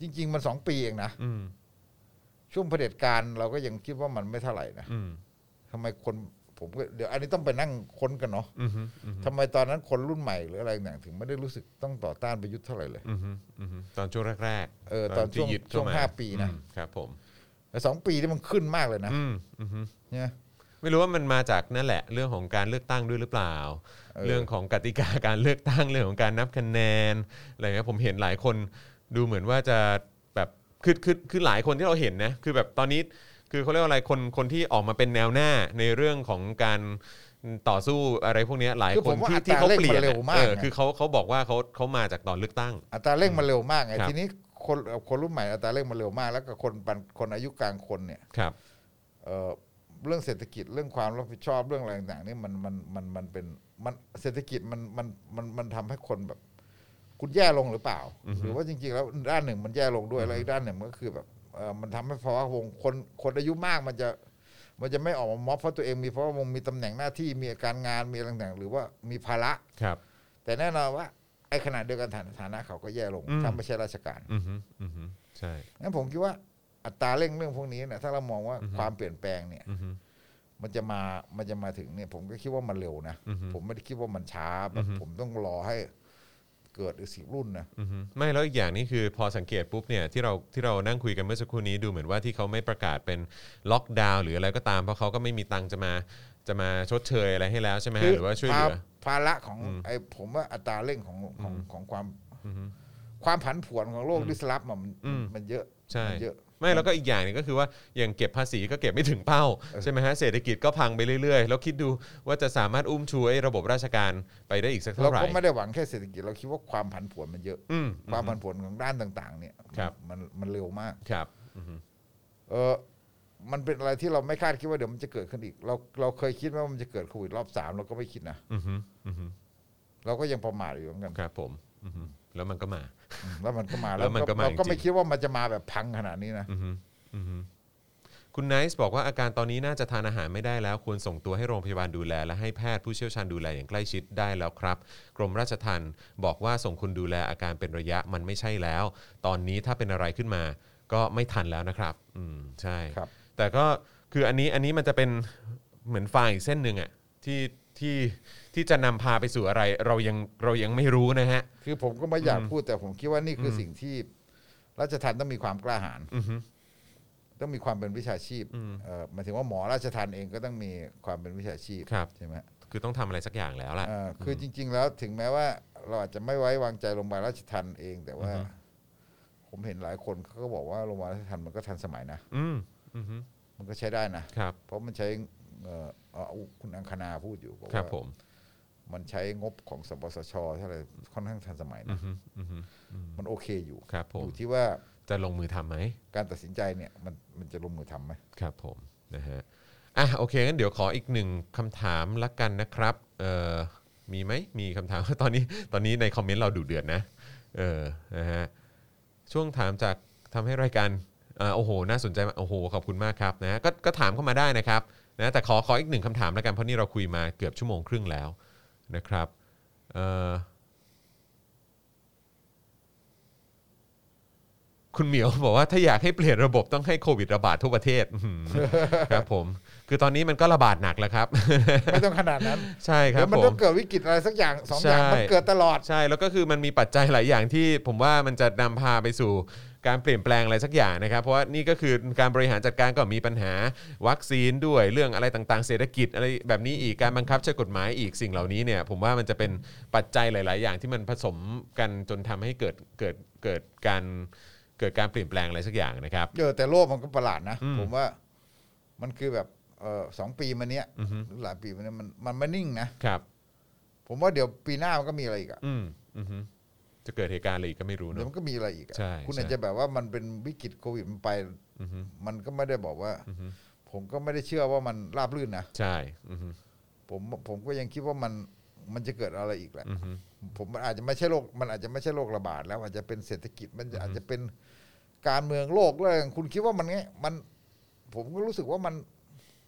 C: จริง ๆ มันสองปีเองนะ
B: อืม
C: ช่วงเผด็จการเราก็ยังคิดว่ามันไม่เท่าไหร่นะ
B: อืม
C: ทำไมคนผมก็เดี๋ยวอันนี้ต้องไปนั่งค้นกันเนาะ
B: อืมฮึอืมฮึ
C: ทำไมตอนนั้นคนรุ่นใหม่หรืออะไรต่างๆถึงไม่ได้รู้สึกต้องต่อต้านประยุทธ์เท่าไหร่เลย
B: อืมฮึอืมฮึตอนช่วงแรกๆ
C: เออตอนช่วง
B: ที่ยึด
C: ช่วง
B: เข้ม
C: ห้าปีนะ
B: อืมครับผม
C: แต่สองปีนี่มันขึ้นมากเลยนะ
B: อืมอืมฮึ
C: เนี่ย
B: ไม่รู้ว่ามันมาจากนั่นแหละ เรื่องของการเลือกตั้งด้วยหรือเปล่า
C: เออ
B: เรื่องของกติกาการเลือกตั้งเรื่องของการนับคะแนนอะไรเงี้ยผมเห็นหลายคนดูเหมือนว่าจะแบบคือคือคือหลายคนที่เราเห็นนะคือแบบตอนนี้คือเขาเรียกว่าอะไรคนคนที่ออกมาเป็นแนวหน้าในเรื่องของการต่อสู้อะไรพวกเนี้ยหลาย
C: คือ
B: ค
C: ผ
B: น
C: มว่า
B: ที่ที่
C: อัตรา
B: เขา
C: เร่ง
B: เปลี่ยน
C: มันเร็ว
B: อะ
C: มาก
B: เออ
C: นะ
B: คือเขาเขาบอกว่าเขาเขามาจากตอนเลือกตั้ง
C: อัตราเร่งมันเร็วมากไง
B: ครับ
C: ทีนี้คนคนรุ่นใหม่อัตราเร่งมันเร็วมาก แล้วก็คนปันคนอายุกลางคนเนี่ย
B: ครับ
C: เอ่อเรื่องเศรษฐกิจเรื่องความรับผิดชอบเรื่องอะไรต่างๆนี่มันมันมันมันเป็นมันเศรษฐกิจมันมันมันมันทำให้คนแบบ คุณแย่ลงหรือเปล่า หรือว่าจริง ๆ แล้วด้านหนึ่งมันแย่ลงด้วยแล้วอีกด้านหนึ่งมันก็คือแบบเอ่อมันทำให้ภาวะวงคนคนอายุมากมันจะ มันจะไม่ออกมาม็อบเพราะตัวเองมีเพราะว่าวงมีตำแหน่งหน้าที่มีการงานมีอะไรต่างๆหรือว่ามีภาระ
B: ครับ
C: แต่แน่นอนว่าไอ้ขนาดเดียวกันฐานฐานะเขาก็แย่ลง
B: อืม
C: ถ้าไม่ใช่ราชการ
B: อือฮึอือฮึใช่
C: งั้นผมคิดว่าอัตราเร่งเรื่องพวกนี้เนี่ยถ้าเรามองว่า
B: อือฮึ
C: ความเปลี่ยนแปลงเนี่ย
B: อือฮึ
C: มันจะมามันจะมาถึงเนี่ย ผมก็คิดว่ามันเร็วนะ
B: อือฮึ
C: ผมไม่ได้คิดว่ามันช้าแบ
B: อือบ ฮึ
C: ผมต้องรอให้เกิดอีกสิบรุ่นนะ
B: อือฮึไม่แล้วอีกอย่างนี่คือพอสังเกตปุ๊บเนี่ยที่เราที่เรานั่งคุยกันเมื่อสักครู่นี้ดูเหมือนว่าที่เขาไม่ประกาศเป็นล็อกดาวน์หรืออะไรก็ตาม เพราะเขาก็ไม่มีตังค์จะมาจะมาชดเชยอะไรให้แล้วใช่ไหมฮะหรือว่าช่วยเหลือ
C: ภาภาระของ
B: อืม
C: ไอ้ผมว่าอัตราเร่งของของ
B: อืม
C: ของความ
B: อือฮึ
C: ความผันผวนของโลกดิสลับมัน
B: อืม
C: มันเยอะ
B: ใช่
C: มันเยอะ
B: ไม่แล้วก็อีกอย่างหนึงก็คือว่าอย่างเก็บภาษีก็เก็บไม่ถึงเป้า
C: เออ
B: ใช่ไหมฮะเศรษฐกิจก็พังไปเรื่อยๆ แล้วคิดดูว่าจะสามารถอุ้มชูไอ้ระบบราชการไปได้อีกสัก
C: เรา
B: เท่าไหร่
C: ก็ไม่ได้หวังแค่เศรษฐกิจเราคิดว่าความผันผวนมันเยอะ
B: อืม
C: ความผันผวนของด้านต่าง ๆ เนี่ย
B: ครับ
C: มันมันเร็วมาก
B: ครับอือฮึ
C: เออมันเป็นอะไรที่เราไม่คาดคิดว่าเดี๋ยวมันจะเกิดขึ้นอีก เราเราเคยคิดไหมว่ามันจะเกิดโควิดรอบสามเราก็ไม่คิดนะ
B: อือฮึอือฮึ
C: เราก็ยังประมาทอยู่เหมือนกัน
B: ครับผมอือฮึแล้วมันก็มา
C: อืมแล้วมันก็มา
B: แล้วมันก็มา
C: เรา
B: จ
C: ก็
B: ริงๆ
C: ไม่คิดว่ามันจะมาแบบพังขนาดนี้นะ
B: อือฮึอือฮึคุณไนซ์บอกว่าอาการตอนนี้น่าจะทานอาหารไม่ได้แล้ว ควรส่งตัวให้โรงพยาบาลดูแล และให้แพทย์ผู้เชี่ยวชาญดูแลอย่างใกล้ชิดได้แล้วครับ กรมราชทัณฑ์บอกว่าส่งคุณดูแลอาการเป็นระยะมันไม่ใช่แล้ว ตอนนี้ถ้าเป็นอะไรขึ้นมาก็ไม่ทันแล้วนะครับอืมใช่
C: ครับ
B: แต่ก็คืออันนี้อันนี้มันจะเป็นเหมือนไฟล์อีกเส้นหนึ่งอะที่ที่ที่จะนำพาไปสู่อะไรเรายังเรายังไม่รู้นะฮะ
C: คือผมก็ไม่อยากพูดแต่ผมคิดว่านี่คืออสิ่งที่ราชทันต้องมีความกล้าหาญ
B: อือฮึ
C: ต้องมีความเป็นวิชาชีพเอ่อหมายถึงว่าหมอราชทันเองก็ต้องมีความเป็นวิชาชีพ
B: ครับ
C: ใช่ไหม
B: คือต้องทำอะไรสักอย่างแล้วล่ะ
C: เอ่อคือจริง ๆ แล้วถึงแม้ว่าเราอาจจะไม่ไว้วางใจโรงพยาบาลราชทันเอง แต่ว่า
B: อือฮึ
C: ผมเห็นหลายคนเขาก็บอกว่าโรงพยาบาลราชทันมันก็ทันสมัยนะ
B: อืมอือฮึ
C: มันก็ใช้ได้นะ
B: ครับ
C: เพราะมันใช้เอ่อเอ่อคุณอังคณาพูดอยู่บอก
B: ครับ
C: ว่า
B: ผม
C: มันใช้งบของสปสชเท่าไหร่ค่อนข้างทันสมัย
B: อื
C: นะ
B: อฮึอือฮึอืม
C: มันโอเคอยู่
B: ครับผ
C: อ
B: ม
C: ยู่ที่ว่า
B: จะลงมือทำไหม
C: การตัดสินใจเนี่ยมันมันจะลงมือทำไหม
B: ครับผมนะฮะอ่ะโอเคงั้นเดี๋ยวขออีกหนึ่งคำถามละกันนะครับเอ่อ มีไหมมีคำถาม ตอนนี้ตอนนี้ในคอมเมนต์เราดูเดือดนะเออนะฮะ ช่วงถามจากทำให้รายการเอ่อโอ้โห น่าสนใจมากโอ้โห ขอบคุณมากครับนะก็ก็ถามเข้ามาได้นะครับนะแต่ขอขออีกหนึ่งคำถามแล้วกันเพราะนี่เราคุยมาเกือบชั่วโมงครึ่งแล้วนะครับเอ่อคุณเหมียวบอกว่าถ้าอยากให้เปลี่ยนระบบต้องให้โควิดระบาดทั่วประเทศอื้อ หือครับผม คือตอนนี้มันก็ระบาดหนักแล้วครับ
C: ไม่ต้องขนาดนั้น
B: ใช่ครับ
C: เดี๋ยวมัน
B: ผ
C: ต้อ
B: ม
C: งเกิดวิกฤตอะไรสักอย่างสองอย่าง
B: ใช่
C: มันเกิดตลอด
B: ใช่แล้วก็คือมันมีปัจจัยหลายอย่างที่ผมว่ามันจะนำพาไปสู่การเปลี่ยนแปลงอะไรสักอย่างนะครับ เพราะว่านี่ก็คือการบริหารจัดการก็มีปัญหาวัคซีนด้วยเรื่องอะไรต่างๆ เศรษฐกิจอะไรแบบนี้อีกการบังคับใช้กฎหมายอีกสิ่งเหล่านี้เนี่ยผมว่ามันจะเป็นปัจจัยหลาย ๆ อย่างที่มันผสมกันจนทำให้เกิดเกิดเกิดการเกิดการเปลี่ยนแปลงอะไรสักอย่างนะครับ
C: เออแต่โลกมันก็ประหลาดนะ
B: อืม
C: ผมว่ามันคือแบบเออสองปีมาเนี้ย
B: อือฮึ
C: หรือหลายปีมาเนี้ยมันมันไม่นิ่งนะครับ ผมว่าเดี๋ยวปีหน้ามันก็มีอะไรอีกอะ
B: อืมอือฮึจะเกิดเหตุการณ์อะไรอีกก็ไม่รู้
C: เดี๋ยว
B: เนาะ
C: มันก็มีอะไรอีกอะ
B: ใช่
C: คุณ
B: ใช่
C: อาจจะแบบว่ามันเป็นวิกฤตโควิดมันไป
B: อือฮึ
C: มันก็ไม่ได้บอกว่า
B: อือฮึ
C: ผมก็ไม่ได้เชื่อว่ามันราบรื่นนะ
B: ใช่อือฮึ
C: ผมผมก็ยังคิดว่ามันมันจะเกิดอะไรอีกแหละ
B: อือฮึ
C: ผมมันอาจจะไม่ใช่โรคมันอาจจะไม่ใช่โรคระบาดแล้วอาจจะเป็นเศรษฐกิจมันอาจจะเป็นการเมืองโลกแล้วคุณคิดว่ามันไงมัน ผมก็รู้สึกว่ามัน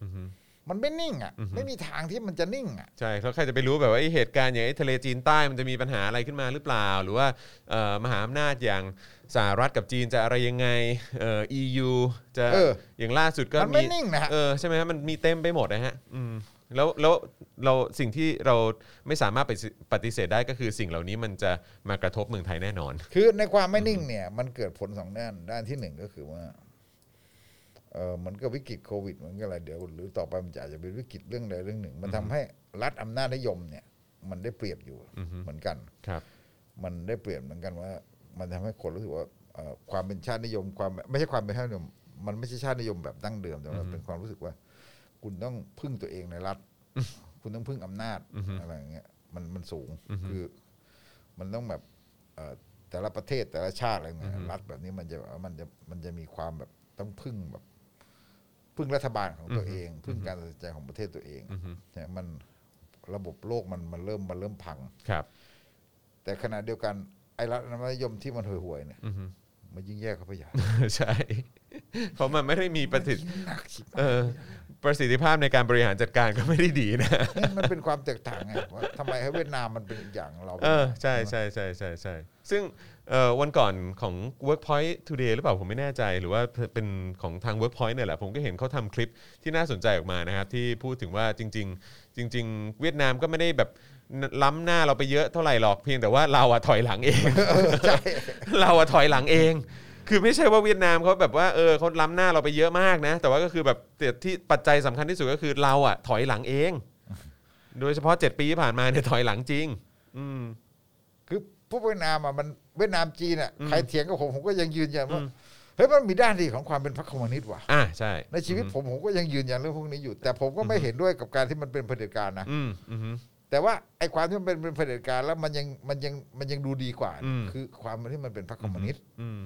B: อือฮึ
C: มันไม่นิ่งอ่ะ
B: อือฮึ
C: ไม่มีทางที่มันจะนิ่งอ่ะ
B: ใช่เขาใครจะไปรู้แบบว่าไอ้เหตุการณ์อย่างไอ้ทะเลจีนใต้มันจะมีปัญหาอะไรขึ้นมาหรือเปล่า หรือว่าเอ่อมหาอำนาจอย่างสหรัฐกับจีนจะอะไรยังไงเอ่อ EU จะ
C: เออ
B: ออย่างล่าสุดก็
C: มันไม่นิ่งนะฮะ
B: เออใช่ไหมฮะมันมีเต็มไปหมดนะฮะอืมแล้วแล้วเราสิ่งที่เราไม่สามารถปฏิปฏิเสธได้ก็คือสิ่งเหล่านี้มันจะมากระทบเมืองไทยแน่นอน
C: คือในความไม่นิ่งเนี่ย มันเกิดผลสองด้านด้านที่หนึ่งก็คือว่าเออมันก็วิกฤตโควิดเหมือนกันอะไรเดี๋ยวหรือต่อไปมันจะอาจจะเป็นวิกฤตเรื่องใดเรื่องหนึ่ง มันทำให้รัฐอำนาจนิยมเนี่ย มันได้เปรียบอยู่
B: อือฮึ
C: เหมือนกัน
B: ครับ
C: มันได้เปรียบเหมือนกันว่า มันทำให้คนรู้สึกว่าเอ่อความเป็นชาตินิยมความไม่ใช่ความเป็นชาตินิยม มันไม่ใช่ชาตินิยมแบบดั้งเดิมแต่
B: อื
C: มั
B: อน ฮึ
C: เป็นความรู้สึกว่า คุณต้องพึ่งตัวเองในรัฐ คุณต้องพึ่งอำนาจ
B: อือฮึ
C: อะไรอย่างเงี้ยมันมันสูง
B: อือฮึ
C: คือ มันต้องแบบเอ่อแต่ละประเทศแต่ละชาติอะไรเงี้
B: อื
C: ย
B: อฮึ
C: รัฐแบบนี้มันจะมันจะมันจะมีความแบบต้องพึ่งแบบ พึ่งรัฐบาลของตัวเอง พึ่งการตัดสินใจของประเทศตัวเอง
B: อือฮึ
C: เนี่ยมันระบบโลกมันมันเริ่มมันเริ่มพัง
B: ครับ
C: แต่ขณะเดียวกันไอ้รัฐอำนาจนิยมที่มันห่วยๆเนี่ย
B: อือฮึ
C: มันยิ่งแย่เข้าไปใหญ่
B: ใช่ เพราะมันไม่ได้มีประสิทธิ
C: มันยิ่งหนักชิบหาย
B: เอ่อประสิทธิภาพในการบริหารจัดการก็ไม่ได้ดีนะ
C: เนี่ยมันเป็นความแตกต่างไงว่าทำไมให้เวียดนามมันเป็นอีกอย่างเรา
B: เออใช่ใช่ใช่ใช่ใช่ซึ่งเอ่อวันก่อนของ Workpoint Today หรือเปล่าผมไม่แน่ใจ หรือว่าเป็นของทาง Workpoint เนี่ยแหละผมก็เห็นเขาทำคลิปที่น่าสนใจออกมานะครับ ที่พูดถึงว่าจริง ๆ จริง ๆ เวียดนามก็ไม่ได้แบบล้ำหน้าเราไปเยอะเท่าไหร่หรอกเพียงแต่ว่าเราอะถอยหลังเอง
C: เออใช่
B: เราอะถอยหลังเอง คือไม่ใช่ว่าเวียดนามเขาแบบว่าเออเขาล้ำหน้าเราไปเยอะมากนะ แต่ว่าก็คือแบบแต่ที่ปัจจัยสำคัญที่สุดก็คือเราอะถอยหลังเอง โดยเฉพาะ 7 ปีที่ผ่านมาเนี่ยถอยหลังจริง อืม
C: คือพวกเวียดนามอ่ะมันเวียดนามจีนอ่ะ
B: อืม
C: ใครเถียงกับผมผมก็ยังยืนยันว่า
B: อืม
C: เฮ้ยมันมีด้านดีของความเป็นพรรคคอมมิวนิสต์ว่ะ
B: อ่ะใช่
C: ในชีวิตผมผมก็ยังยืนยันเรื่องพวกนี้อยู่ แต่ผมก็ไม่เห็นด้วยกับการที่มันเป็นเผด็จการนะ
B: อืมอืม
C: แต่ว่าไอ้ความที่มันเป็นเป็นเผด็จการแล้วมันยังมันยังมันยังดูดีกว่า
B: อืม
C: คือความที่มันเป็นพรรคคอมมิวนิสต์
B: อืม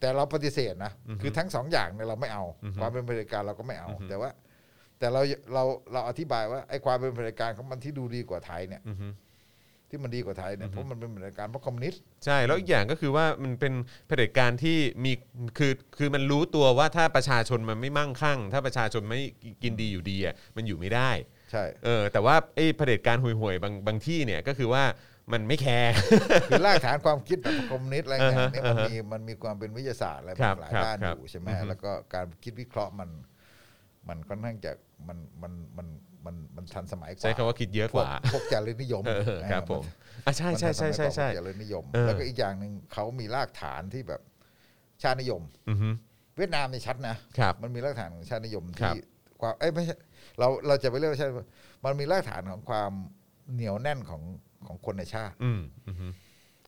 C: แต่เราปฏิเสธนะ
B: อือฮึ
C: คือทั้งสองอย่างเนี่ยเราไม่เอา
B: อือฮึ
C: ความเป็นเผด็จการเราก็ไม่เอา
B: อือฮึ
C: แต่ว่า แต่เราเราเราอธิบายว่าไอ้ความเป็นเผด็จการของมันที่ดูดีกว่าไทยเนี่ย
B: อืมฮึ
C: ที่มันดีกว่าไทยเนี่ยเพราะมันเป็นเผด็จการเพราะคอมมิวนิสต์
B: ใช่แล้วอีกอย่างก็คือว่ามันเป็นเผด็จการที่มีคือคือมันรู้ตัวว่าถ้าประชาชนมันไม่มั่งคั่ง ถ้าประชาชนไม่กินดีอยู่ดีอ่ะมันอยู่ไม่ได้
C: ใช่
B: เออ แต่ว่าไอ้เผด็จการห่วยๆบางบางที่เนี่ยก็คือว่ามันไม่แคร์
C: คือรากฐานความคิดแบบคอมมิวนิสต์อะไรเงี้ย
B: อ่าฮะอ่า
C: เนี่ยมัน
B: ฮะ
C: มีมันมีความเป็นวิทยาศาสตร์อะไร
B: ครับ
C: หลาย
B: ครับ
C: ด้าน
B: ครั
C: อบ ยู่ใช่ไหม
B: อือฮึ
C: แล้วก็การคิดวิเคราะห์มัน มันค่อนข้างจะมันมันมันมันมันทันสมัยกว่า
B: ใช้คำว่าคิดเยอะกว่า
C: พพวกจารีตนิยม
B: เออ
C: นะ
B: ครับผมอ่ะใช่
C: มัน
B: ใช่
C: ทำ
B: ใช่
C: ห้
B: ใช่ใช่
C: ต่อไปเจริญนิยม
B: เออ
C: แล้วก็อีกอย่างหนึ่งเขามีรากฐานที่แบบชาตินิยม
B: อือฮึ
C: เวียดนามในยชัดนะครับ มันมีรากฐานของชาตินิยม
B: ครับ
C: ที่ความเอ้ยไม่ใช่เราเราจะไปเรียกว่าชาตินิยมมันมีรากฐานของความเหนียวแน่นของของคนในชาติ
B: อืมอือฮึ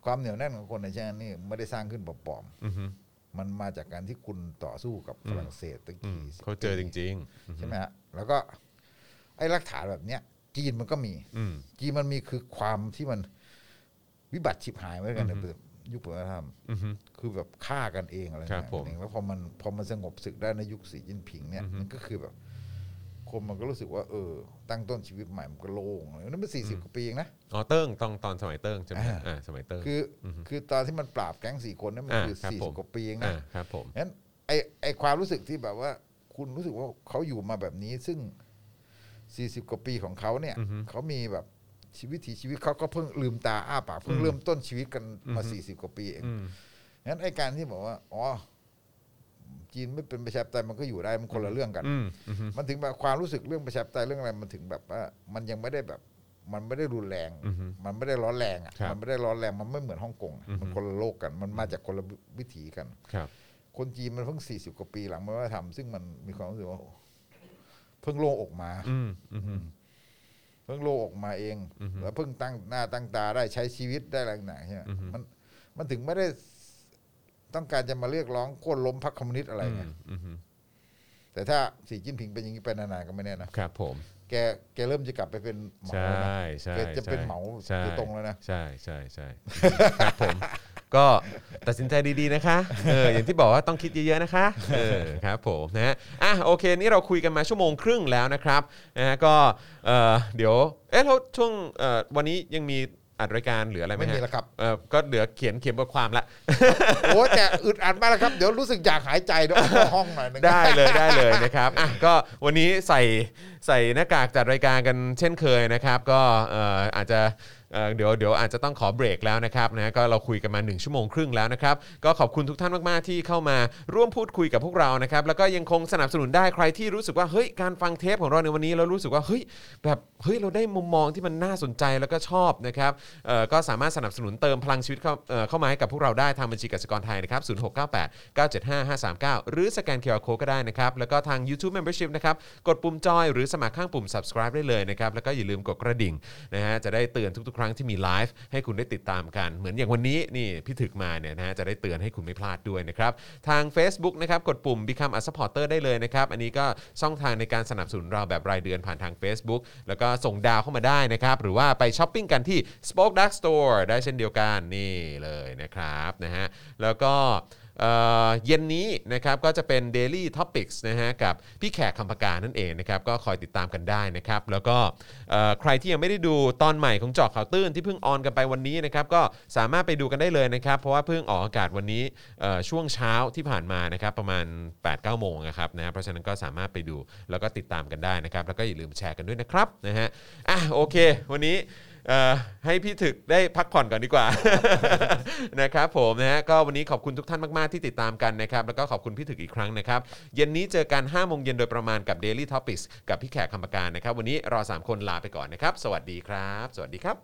C: ความเหนียวแน่นของคนในชาตินี่ไม่ได้สร้างขึ้นปลอม
B: อือฮึ
C: ๆมันมาจากการที่คุณต่อสู้กับฝรั่งเศสตั้ง
B: อืม
C: กี่สิบ
B: เขาเจอจ
C: ปี
B: ริง ๆอือฮึ
C: ใช่ไหมฮะแล้วก็ไอ้รากฐานแบบเนี้ย จีนมันก็มี
B: อืม
C: จีนมันมีคือความที่มันวิบัติฉิบหายไว้กันใน
B: อือฮึ
C: ยุคปฏิวัติธรรม
B: อือฮึ
C: คือแบบฆ่ากันเองอะไร
B: ครับ
C: เงี้ย
B: ผม
C: แล้วพอมันพอมันสงบศึกได้ในยุคสีจิ้นผิงเนี่ย
B: อือฮึ
C: มันก็คือแบบ คนมันก็รู้สึกว่าเออ ตั้งต้นชีวิตใหม่มันก็โล่งอะไรนั่นเป็นสี่สิบกว่าปีเองนะ
B: อ๋อเติ้งตอนตอนสมัยเติ้งใช่ไหม
C: อ่า
B: อ่าสมัยเติ้ง
C: คืออคือตอนที่มันปราบแก๊งสี่คนนั่นมัน
B: อ่า
C: คือ
B: ครับ
C: สี่
B: ผม
C: สิบกว่าปีเอง
B: อ่า
C: นะครับ
B: ผม
C: งั้นไอไอความรู้สึกที่แบบว่า คุณรู้สึกว่าเขาอยู่มาแบบนี้ ซึ่งสี่สิบกว่าปีของเขาเนี่ยเขามีแบบชีวิตถีชีวิตเขาก็เพิ่งลืมตาอ้าปากเพิ่งเริ่มต้นชีวิตกันมาสี่สิบกว่าปีเอง
B: อืม
C: งั้นไอการที่บอกว่า อ๋อ จีนไม่เป็นประชาธิปไตยมันก็อยู่ได้มันคนละเรื่องกัน
B: อืมอืม
C: มันถึงแบบความรู้สึกเรื่องประชาธิปไตยเรื่องอะไรมันถึงแบบว่า มันยังไม่ได้แบบ มันไม่ได้รุนแรง
B: อือฮึ
C: มันไม่ได้ร้อนแรงอ่ะ
B: ครับ
C: มันไม่ได้ร้อนแรงมันไม่เหมือนฮ่องกงอะมันคนละโลกกัน มันมาจากคนละวิถีกัน
B: ครับ
C: คนจีนมันเพิ่งสี่สิบกว่าปีหลังมาว่าทำซึ่งมันมีความรู้สึกว่าโอ้เพิ่งโล่งออกมา
B: อืมอืม
C: เพิ่งโล่งออกมาเอง แล้วเพิ่งตั้งหน้าตั้งตาได้ใช้ชีวิตได้อะไรหนักเนี่ยมันมันถึงไม่ได้ต้องการจะมาเรียกร้องโค่นล้มพรรคคอมมิวนิสต์อะไรไง
B: อืมอืม
C: แต่ถ้าสีจิ้นผิงเป็นอย่างนี้ไปนานๆก็ไม่แน่นะครับ
B: ผม
C: แกแกเริ่มจะกลับไปเป็นเหมา
B: ใช่
C: นะ
B: ใช่
C: เกิดจะเป็น
B: ใช่
C: เหมา
B: ใช่
C: โดยตรงแล้วนะ
B: ใช่ใช่ใช่ ครับผม ก็ตัดสินใจดีๆนะคะเอออย่างที่บอกว่าต้องคิดเยอะๆนะคะเออครับผมนะฮะอ่ะโอเค นี่เราคุยกันมาชั่วโมงครึ่งแล้วนะครับนะฮะก็เออเดี๋ยวเอ๊ะแล้วช่วงเอ่อวันนี้ยังมีอัดรายการเหลืออะไรไหม
C: ไม่มี
B: ฮะ
C: แล้วครับ
B: เออก็เหลือเขียนเขียนบทความละ
C: โอ้แต่อึดอัดมากแล้วครับ เดี๋ยวรู้สึกอยากหายใจเดี๋ยวออกนอกห้องหน่อยหนึง
B: ได้เลยได้เลยนะครับอ่ะก็วันนี้ใส่ใส่หน้ากากจัดรายการกันเช่นเคยนะครับ ก็เอ่ออาจจะเอ่อเดี๋ยวเดี๋ยวอาจจะต้องขอเบรกแล้วนะครับนะก็เราคุยกันมา 1 ชั่วโมงครึ่งแล้วนะครับ ก็ขอบคุณทุกท่านมาก ๆ ที่เข้ามาร่วมพูดคุยกับพวกเรานะครับ แล้วก็ยังคงสนับสนุนได้ใครที่รู้สึกว่าเฮ้ยการฟังเทปของเราในวันนี้เรารู้สึกว่าเฮ้ยแบบเฮ้ยเราได้มุมมองที่มันน่าสนใจแล้วก็ชอบนะครับเอ่อก็สามารถสนับสนุนเติมพลังชีวิตเข้าเอ่อเข้ามาให้กับพวกเราได้ทางบัญชีกสิกรไทยนะครับ0698 975 539 หรือสแกน QR Code ก็ได้นะครับ แล้วก็ทาง YouTube Membership นะครับ กดปุ่มจอย หรือสมัครข้างปุ่ม subscribe ได้เลยนะครับ แล้วก็อย่าลืมกดกระดิ่งนะฮะจะได้เตือนทุกๆ ครั้งที่มีไลฟ์ให้คุณได้ติดตามกัน เหมือนอย่างวันนี้นี่พี่ถึกมาเนี่ยนะฮะจะได้เตือนให้คุณไม่พลาดด้วยนะครับ ทาง Facebook นะครับ กดปุ่ม Become a supporter ได้เลยนะครับ อันนี้ก็ช่องทางในการสนับสนุนเราแบบรายเดือนผ่านทาง Facebook แล้วก็ส่งดาวเข้ามาได้นะครับหรือว่าไปช้อปปิ้งกันที่ Spoke Dark Store ได้เช่นเดียวกันนี่เลยนะครับนะฮะแล้วก็ เอ่อเย็นนี้นะครับก็จะเป็น Daily Topics นะฮะกับพี่แขกคำปากานั่นเองนะครับก็คอยติดตามกันได้นะครับแล้วก็เอ่อใครที่ยังไม่ได้ดูตอนใหม่ของเจอข่าวตื้นที่เพิ่งออนกันไปวันนี้นะครับก็สามารถไปดูกันได้เลยนะครับเพราะว่าเพิ่งออกอากาศวันนี้เอ่อช่วงเช้าที่ผ่านมานะครับประมาณ 8-9 โมงนะครับนะฮะเพราะฉะนั้นก็สามารถไปดูแล้วก็ติดตามกันได้นะครับแล้วก็อย่าลืมแชร์กันด้วยนะครับนะฮะอ่ะโอเค วันนี้ เอ่อให้พี่ถึกได้พักผ่อนก่อนดีกว่า นะครับผมนะฮะก็วันนี้ขอบคุณทุกท่านมาก ๆ ที่ติดตามกันนะครับ แล้วก็ขอบคุณพี่ถึกอีกครั้งนะครับ เย็นนี้เจอกัน5โมงเย็นโดยประมาณกับ Daily Topics กับพี่แขกคำปากการนะครับ วันนี้เราสามคนลาไปก่อนนะครับ สวัสดีครับ สวัสดีครับ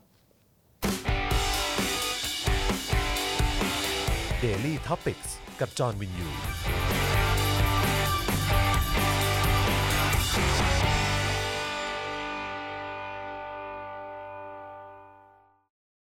A: Daily t o p i c กกับจอห์นวินยู